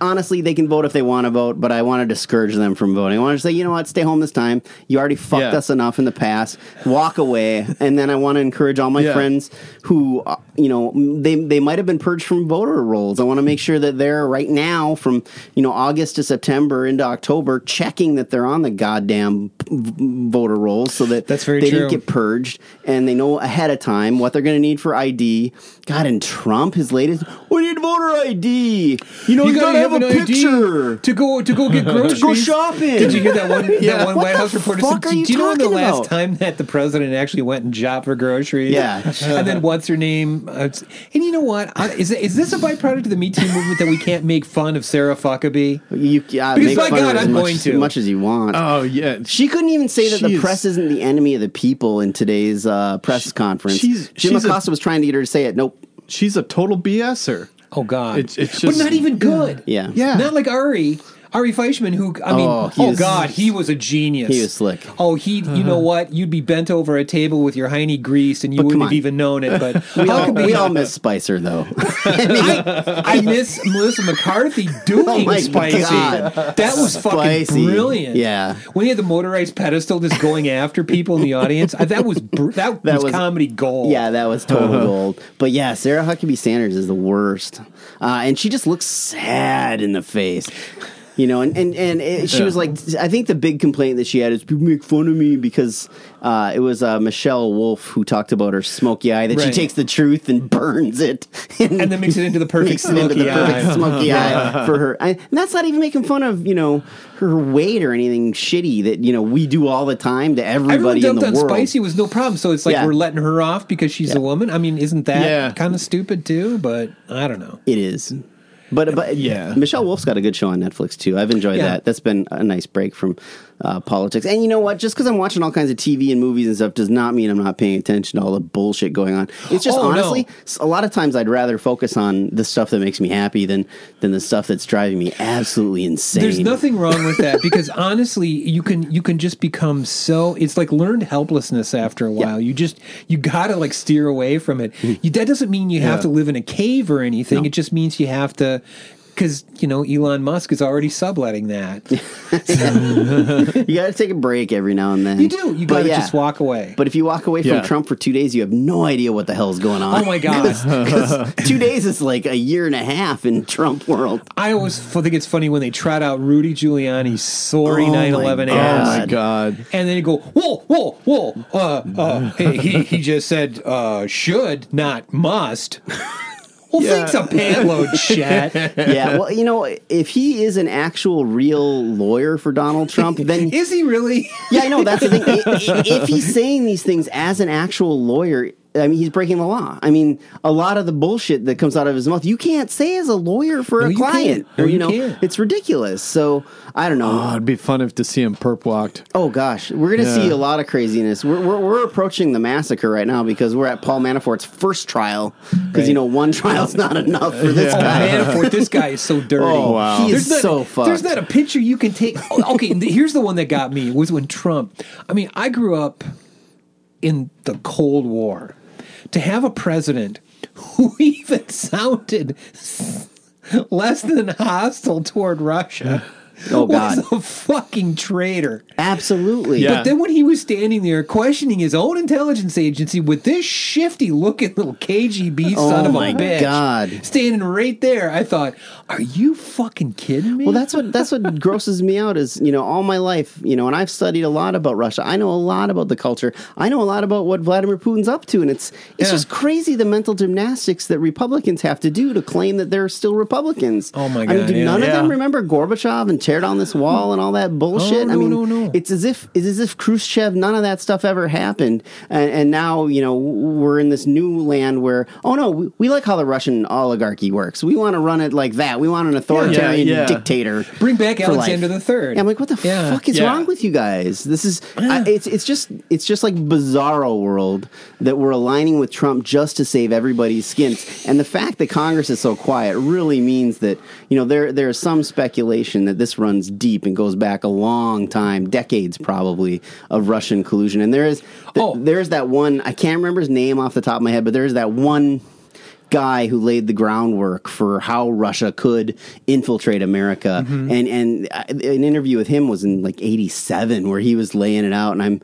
Honestly, they can vote if they want to vote, but I want to discourage them from voting. I want to say, you know what, stay home this time. You already fucked
Yeah.
us enough in the past. Walk away, and then I want to encourage all my
Yeah.
friends who, uh, you know, they they might have been purged from voter rolls. I want to make sure that they're right now, from you know August to September into October, checking that they're on the goddamn v- voter rolls, so that
That's very
they
true.
didn't get purged and they know ahead of time what they're going to need for ID. God, and Trump, his latest, we need voter ID. You know, you,
gotta
gotta, have, a
an ID
picture.
to go to
[laughs]
go get groceries.
go shopping.
Did you hear that one?
Yeah.
That one
[laughs] What
White
the
House reporter
fuck
said,
are you
"Do you know when the
talking
last
about?"
time that the president actually went and shopped for groceries?"
Yeah.
and then what's her name? Uh, it's- and you know what? I- Is is this a byproduct of the Me Too movement that we can't make fun of Sarah Fuckaby?
You, yeah,
Because
make
by
fun of
God,
her as
I'm
much,
going to.
as much as you want.
Oh yeah,
she couldn't even say that
She
the
is-
press isn't the enemy of the people in today's uh, press conference.
she's-
Jim
she's a-
Acosta was trying to get her to say it. Nope.
she's a total BSer.
Oh God,
It's- it's
but
just-
not even good.
Yeah.
Yeah.
not like Ari. Ari Fleischman, who I mean, oh,
Oh, he was-
God, he was a genius.
He was slick. Uh-huh.
Oh, he, you know what? You'd be bent over a table with your hiney greased, and you
But come
wouldn't have
on.
even known it. But
[laughs] We
how
all,
could be-
we all miss Spicer though.
[laughs]
I miss Melissa McCarthy doing
Oh my
spicy.
God.
That was fucking
Spicy.
brilliant.
Yeah.
when he had the motorized pedestal just going after people in the audience, I, that was br- that,
That
was,
was-
comedy gold.
Yeah, that
[laughs]
was total gold. But yeah, Sarah Huckabee Sanders is the worst, uh, and she just looks sad in the face. You know, and and, and it, she was like, I think the big complaint that she had is people make fun of me because uh, it was uh, Michelle Wolf who talked about her smoky eye that she
Right.
takes the truth and burns it, [laughs]
and then makes it into the perfect
makes it into
smoky
the perfect
eye.
smoky
[laughs]
eye for her. I, and that's not even making fun of you know her weight or anything shitty that you know we do all the time to
Everyone
everybody in
dumped
the
on
world.
spicy was no problem. So it's like
Yeah.
we're letting her off because she's a woman. I mean, isn't that
Yeah.
kind of stupid too? But I don't know.
It is. But but
Yeah.
yeah, Michelle Wolf's got a good show on Netflix too. I've enjoyed
Yeah.
that. That's been a nice break from uh, politics. And you know what? Just because I'm watching all kinds of TV and movies and stuff does not mean I'm not paying attention to all the bullshit going on. It's just
Oh, no.
honestly, s- a lot of times I'd rather focus on the stuff that makes me happy than than the stuff that's driving me absolutely insane.
There's nothing wrong with
[laughs]
that because honestly, you can you can just become so it's like learned helplessness after a while. You just you gotta like steer away from it. You, that doesn't mean you have
Yeah.
to live in a cave or anything.
Mm. No.
It just means you have to because you know Elon Musk is already subletting
[laughs]
that.
You got to take a break every now and then.
You do. You
But
gotta
yeah.
just walk away.
But if you walk away from
Yeah.
Trump for two days, you have no idea what the hell's going on.
Oh
[laughs]
my god! [laughs]
Because two days is like a year and a half in Trump world.
I always f- think it's funny when they trot out Rudy Giuliani's sorry
Oh my
9/11
God.
ass.
Oh my god,
And then you go, whoa, whoa, whoa. Uh, uh, [laughs] he, he, he just said, uh, should, not must. [laughs] Well,
Yeah.
thanks a pantload,
[laughs]
chat.
yeah, well, you know, if he is an actual real lawyer for Donald
[laughs]
Trump, then
Is he really?
yeah, I know that's the thing. I- i- If he's saying these things as an actual lawyer, I mean, he's breaking the law. I mean, a lot of the bullshit that comes out of his mouth, you can't say as a lawyer for
No,
a
you can't.
client.
No,
Or, you
you
know,
can't.
it's ridiculous. So I don't know.
Oh, it'd be fun if to see him perp walked.
Oh gosh, we're gonna
Yeah.
see a lot of craziness. We're, we're we're approaching the massacre right now because we're at Paul Manafort's first trial because you know one trial's not enough for this
Yeah.
guy.
Manafort, this guy is
[laughs]
so dirty.
Oh, wow. He is
there's
so
not, There's
fucked.
not a picture you can take. Oh, Okay, and here's the one that got me was when Trump. I mean, I grew up in the Cold War. To have a president who [laughs] even sounded less than hostile toward Russia.
Oh, God.
was a fucking traitor.
Absolutely.
Yeah.
But then when he was standing there questioning his own intelligence agency with this shifty looking little KGB son
Oh
of
my
a bitch
God.
standing right there, I thought, are you fucking kidding me?
Well, that's what that's
[laughs]
what grosses me out is you know all my life you know, and I've studied a lot about Russia. I know a lot about the culture. I know a lot about what Vladimir Putin's up to, and it's it's
Yeah.
just crazy the mental gymnastics that Republicans have to do to claim that they're still Republicans.
Oh, my
I mean,
God,
do
yeah.
none of them
Yeah.
remember Gorbachev and tear down this wall and all that bullshit? I
no,
mean,
no, no.
it's as if it's as if Khrushchev none of that stuff ever happened, and, and now you know we're in this new land where oh no, we, we like how the Russian oligarchy works. We want to run it like that. We want an authoritarian
Yeah, yeah.
dictator.
Bring back
for
Alexander
life.
the Third.
Yeah, I'm like, what the
Yeah.
fuck is
Yeah.
wrong with you guys? This is I, it's it's just it's just like bizarro world that we're aligning with Trump just to save everybody's skins. And the fact that Congress is so quiet really means that you know there there is some speculation that this runs deep and goes back a long time, decades probably of Russian collusion. And there is th-
Oh.
there is that one I can't remember his name off the top of my head, but there is that one guy who laid the groundwork for how Russia could infiltrate America.
Mm-hmm.
And and I, an interview with him was in like '87, where he was laying it out. And I'm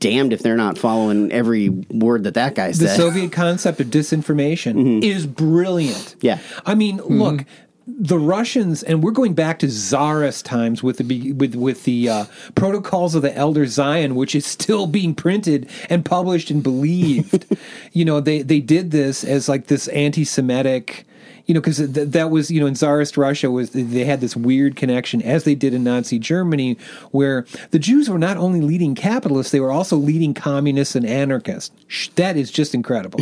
damned if they're not following every word that that guy
the
said.
Soviet concept of disinformation is brilliant.
Yeah.
I mean, look, the Russians, and we're going back to czarist times with the be- with with the uh, protocols of the Elder Zion, which is still being printed and published and believed. you know, they they did this as like this anti-Semitic. You know, because th- that was you know in czarist Russia was they had this weird connection as they did in Nazi Germany, where the Jews were not only leading capitalists, they were also leading communists and anarchists. Sh- That is just incredible.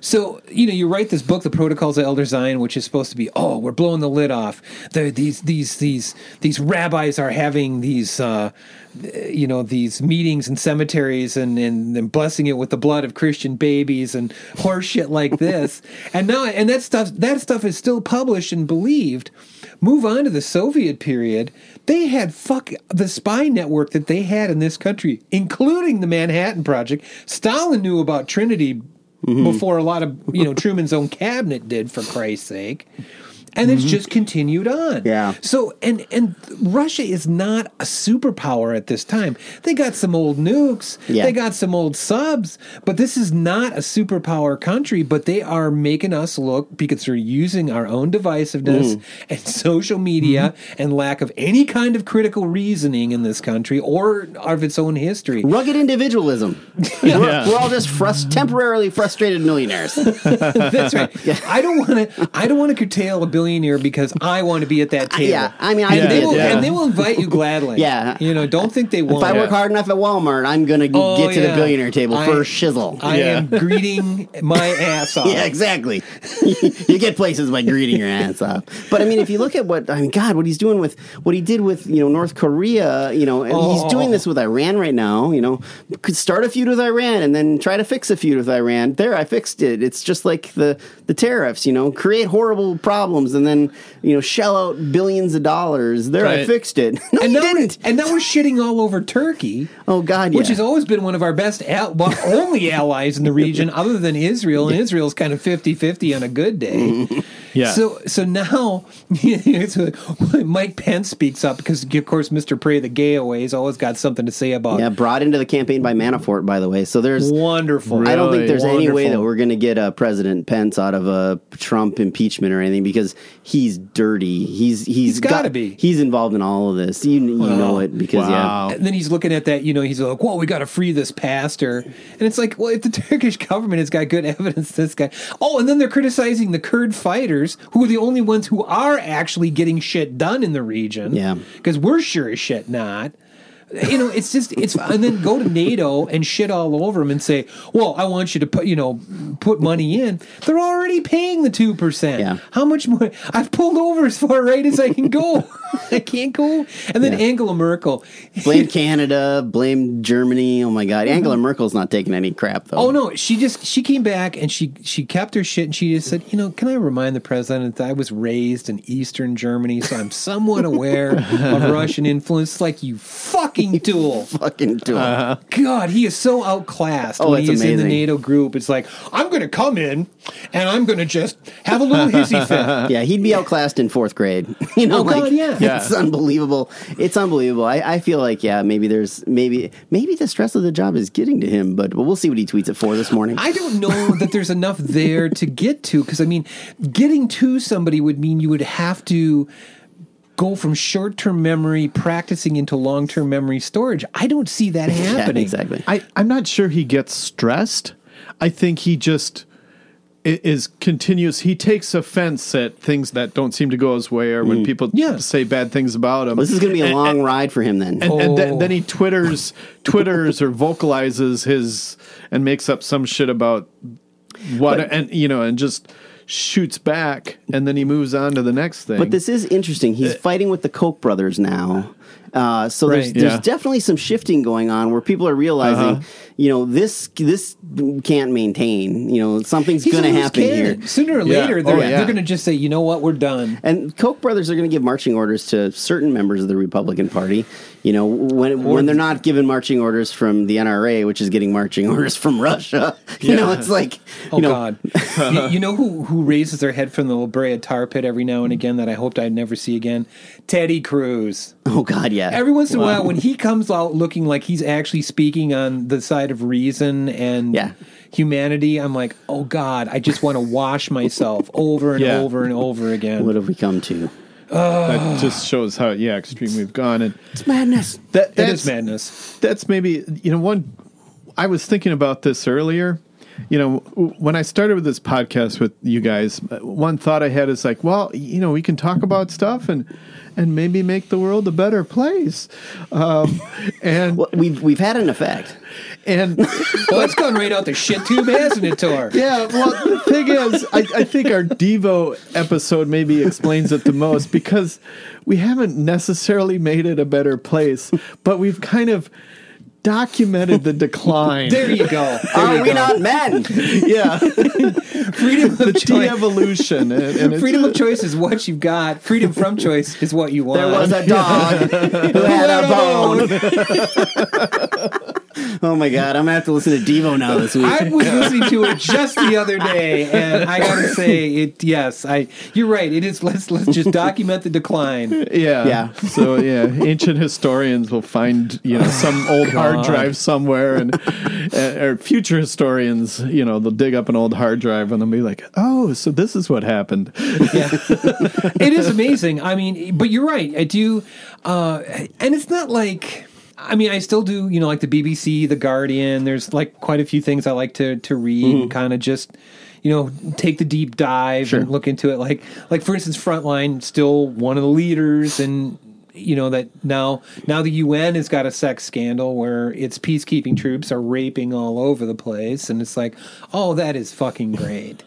So you know, you write this book, The Protocols of Elder Zion, which is supposed to be, oh, we're blowing the lid off. There, these these these these rabbis are having these, uh, you know, these meetings in cemeteries and, and and blessing it with the blood of Christian babies and horse shit like this. and now, and that stuff that stuff is still published and believed. Move on to the Soviet period. They had fuck the spy network that they had in this country, including the Manhattan Project. Stalin knew about Trinity Mm-hmm. before a lot of you know Truman's own cabinet did for Christ's sake. And it's just continued on.
Mm-hmm. Yeah.
So and and Russia is not a superpower at this time. They got some old nukes.
Yeah.
They got some old subs, but this is not a superpower country, but they are making us look because they're using our own divisiveness
Mm.
and social media
Mm-hmm.
and lack of any kind of critical reasoning in this country or of its own history.
[laughs] Rugged individualism. We're, we're all just frust- temporarily
[laughs]
frustrated millionaires.
That's
[laughs]
right. I don't want to. I don't want to curtail a billionaire because I want to be at that table.
Uh, yeah, I mean, I
and
can
they
get
will,
that.
and they will invite you gladly.
[laughs] Yeah.
you know, don't think they
If
won't.
I work hard enough at Walmart, I'm gonna g-
Oh,
get to the
yeah.
billionaire table
I-
for shizzle.
I am
[laughs]
greeting my ass off.
Yeah, exactly. [laughs] you get places by greeting your ass off. But I mean, if you look at what I mean, God, what he's doing with what he did with you know North Korea, you know, and
Oh.
he's doing this with Iran right now. You know, could start a feud with Iran and then try to fix a feud with Iran. There, I fixed it. It's just like the the tariffs. You know, create horrible problems and then you know shell out billions of dollars. There, I
Right.
fixed it. [laughs] No,
And
you
now,
didn't.
and now we're shitting all over Turkey.
Oh God,
Which
yeah.
has always been one of our best, al- well, only allies in the
[laughs]
region, other than Israel. And Israel's kind of 50 50 on a good
[laughs]
day.
Yeah.
So so now [laughs] so [laughs] Mike Pence speaks up because of course Mr. Pray the Gay away has always got something to say about
yeah, brought into the campaign by Manafort, by the way. So there's
wonderful.
I don't think
Really
there's any way
wonderful.
that we're going to get uh, President Pence out of a Trump impeachment or anything because he's dirty. He's
He's
got-
gotta be. Oh,
He's involved in all of this. You you know it because
Wow.
yeah.
And then he's looking at that, you know, he's like, "Well, we got to free this pastor," and it's like, "Well, if the [laughs] Turkish government has got good evidence, this guy." Oh, and then they're criticizing the Kurd fighters, who are the only ones who are actually getting shit done in the region.
Yeah.
because we're sure as shit not. you know, it's just it's and then go to NATO and shit all over them and say, "Well, I want you to put you know put money in." They're already paying the two percent.
Yeah.
How much more? I've pulled over as far right as I can
[laughs]
go. I can't go. And then
Yeah.
Angela Merkel.
blame Canada, blame Germany. Oh my God, Angela Merkel's not taking any crap though.
Oh no, she just she came back and she she kept her shit and she just said, you know, can I remind the president that I was raised in Eastern Germany, so I'm somewhat aware
[laughs]
of Russian influence. Like you fucking tool.
fucking do it.
Uh-huh. God, he is so outclassed
Oh,
when
it's
he is in the
amazing.
NATO group. It's like, I'm going to come in and I'm going to just have a little hissy fit.
yeah, he'd be outclassed in fourth grade. [laughs] You know,
Oh, God,
like
yeah.
Yeah.
it's unbelievable. It's unbelievable. I, I feel like yeah, maybe there's maybe maybe the stress of the job is getting to him, but we'll see what he tweets it for this morning.
I don't know that there's enough there to get to because, I mean, getting to somebody would mean you would have to go from short term memory practicing into long term memory storage. I don't see that
[laughs] Yeah,
happening.
exactly.
I, I'm not sure he gets stressed. I think he just i- is continuous. He takes offense at things that don't seem to go his way or when people
Yeah.
say bad things about him.
Mm. Well, this is going to be a
And-
long
and-
ride for him then.
And, and then,
Oh.
then he twitters, twitters or vocalizes his and makes up some shit about what
But-
and you know and just shoots back and then he moves on to the next thing. Uh,
But this is interesting. He's fighting with the Koch brothers now. Uh, so there's,
Right.
there's
Yeah. Uh-huh.
definitely some shifting going on where people are realizing, you know, this this can't maintain. You know, something's
He's
going to
a loose
happen
cannon.
here.
Sooner or
Yeah.
later,
Oh,
they're,
yeah.
they're going to just say, you know what, we're done.
And Koch brothers are going to give marching orders to certain members of the Republican Party. You know, when when they're not given marching orders from the NRA, which is getting marching [laughs] orders from Russia. You know, it's like,
Oh
you know, [laughs]
God! you, you know who who raises their head from the La Brea tar pit every now and again that I hoped I'd never see again? Teddy Cruz.
oh God, yeah.
Every once in a while, when he comes out looking like he's actually speaking on the side of reason and
Yeah.
humanity, I'm like, oh God, I just want to wash
[laughs]
myself over and
Yeah.
over and over
what
again.
have we come to?
Uh,
that just shows how yeah extreme we've gone and
It's madness.
that
That
that's,
is madness.
that's maybe you know one i was thinking about this earlier you know w- when i started with this podcast with you guys uh, one thought i had is like well you know we can talk about stuff and and maybe make the world a better place
[laughs]
um, and
Well, we've we've had an effect.
and
Well, it's gone right out the shit tube, hasn't it, Tor?
yeah well the thing is I, I think our devo episode maybe explains it the most because we haven't necessarily made it a better place but we've kind of documented
[laughs]
the decline
There you go.
Are
[laughs]
we not men? [laughs]
yeah
Freedom
the
of [laughs] choice.
de-evolution and, and it's-
Freedom of choice is what you've got. Freedom from choice is what you want.
[laughs] There was a
[laughs]
dog who had a bone. Oh my god, I'm gonna have to listen to Devo now this week.
I was listening to it just the other day, and I gotta say, it. Yes, I. You're right. It is. Let's let's just document the decline.
yeah [laughs]
Yeah.
so yeah ancient historians will find you know some old hard drive somewhere
[laughs]
and uh, or future historians you know they'll dig up an old hard drive and they'll be like oh so this is what happened
Yeah, [laughs] it is amazing. I mean, but you're right. I do, uh, and it's not like. I mean, I still do, you know, like the BBC, The Guardian. There's like quite a few things I like to to read and kind of just, you know, take the deep dive and look into it. Like, like for instance, Frontline still one of the leaders, and you know that now now the UN has got a sex scandal where its peacekeeping troops are raping all over the place, and it's like, oh, that is fucking great.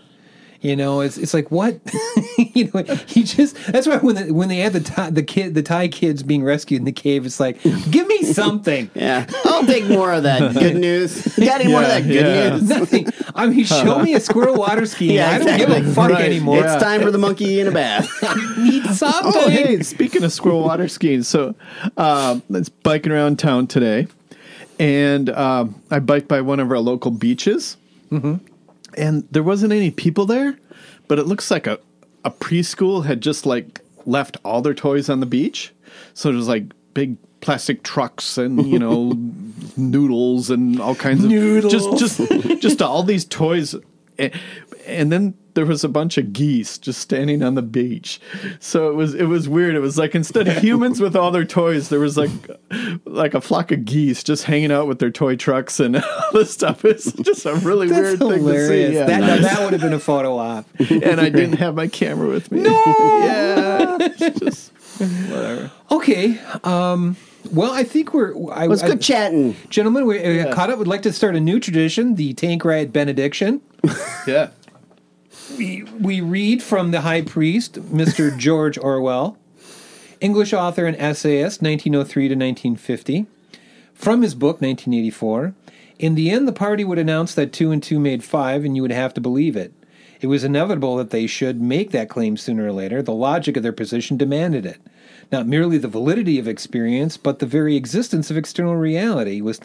You know, it's it's like what [laughs] you know. He just that's why when the, when they had the Thai, the kid the Thai kids being rescued in the cave, it's like give me something,
Yeah, I'll take more of that good news. You got any more of [laughs] that good
Yeah, yeah.
news?
nothing. I
[laughs]
mean, show me a squirrel
[laughs]
water skiing.
Yeah,
I don't give
exactly.
a fuck
Right.
anymore.
It's time for the monkey in
[laughs]
a bath.
I need something.
Oh, hey, speaking of squirrel water skiing, so um, it's biking around town today, and um, I biked by one of our local beaches,
Mm-hmm.
and there wasn't any people there, but it looks like a, a preschool had just like left all their toys on the beach, so there's like big plastic trucks and you know
[laughs]
noodles and all kinds of
Noodles.
just just just all these toys and, and then there was a bunch of geese just standing on the beach so it was it was weird it was like instead of humans with all their toys there was like like a flock of geese just hanging out with their toy trucks and all this stuff it's just a really
That's
weird thing to
hilarious.
see yeah.
that, now that would have been a photo op.
and i didn't have my camera [laughs] with me no yeah it's just whatever
Okay. Um, Well, I think we're. I,
It was
I-
good chatting.
Gentlemen, we uh caught up. Would like to start a new tradition: the tank riot benediction.
Yeah.
We we read from the High Priest, Mister George Orwell, English author and essayist, 1903 to 1950, from his book 1984. In the end, the party would announce that two and two made five, and you would have to believe it. It was inevitable that they should make that claim sooner or later. The logic of their position demanded it. Not merely the validity of experience, but the very existence of external reality was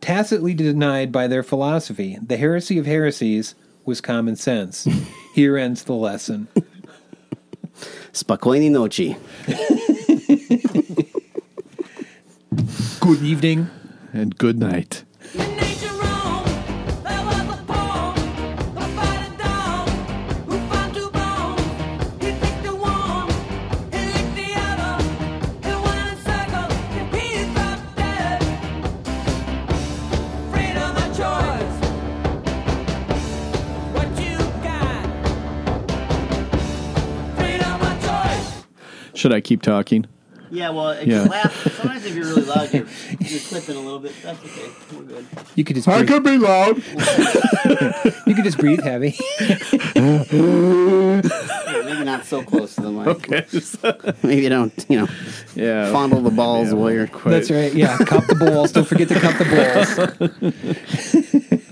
tacitly denied by their philosophy. The heresy of heresies was common
[laughs]
sense. Here ends the lesson.
Spaconi noci.
Good evening.
And good night. Should I keep talking?
Yeah, well, if
Yeah.
you laugh, sometimes if you're really loud, you're, you're clipping a little bit. That's okay. We're good.
You could just breathe.
be loud.
[laughs] you could just breathe heavy.
Yeah, maybe not so close to the mic.
[laughs] Okay.
Maybe don't, you know,
yeah.
fondle the balls
Yeah,
while you're.
quite-
That's right. Yeah, cup the balls. Don't forget to cup the balls.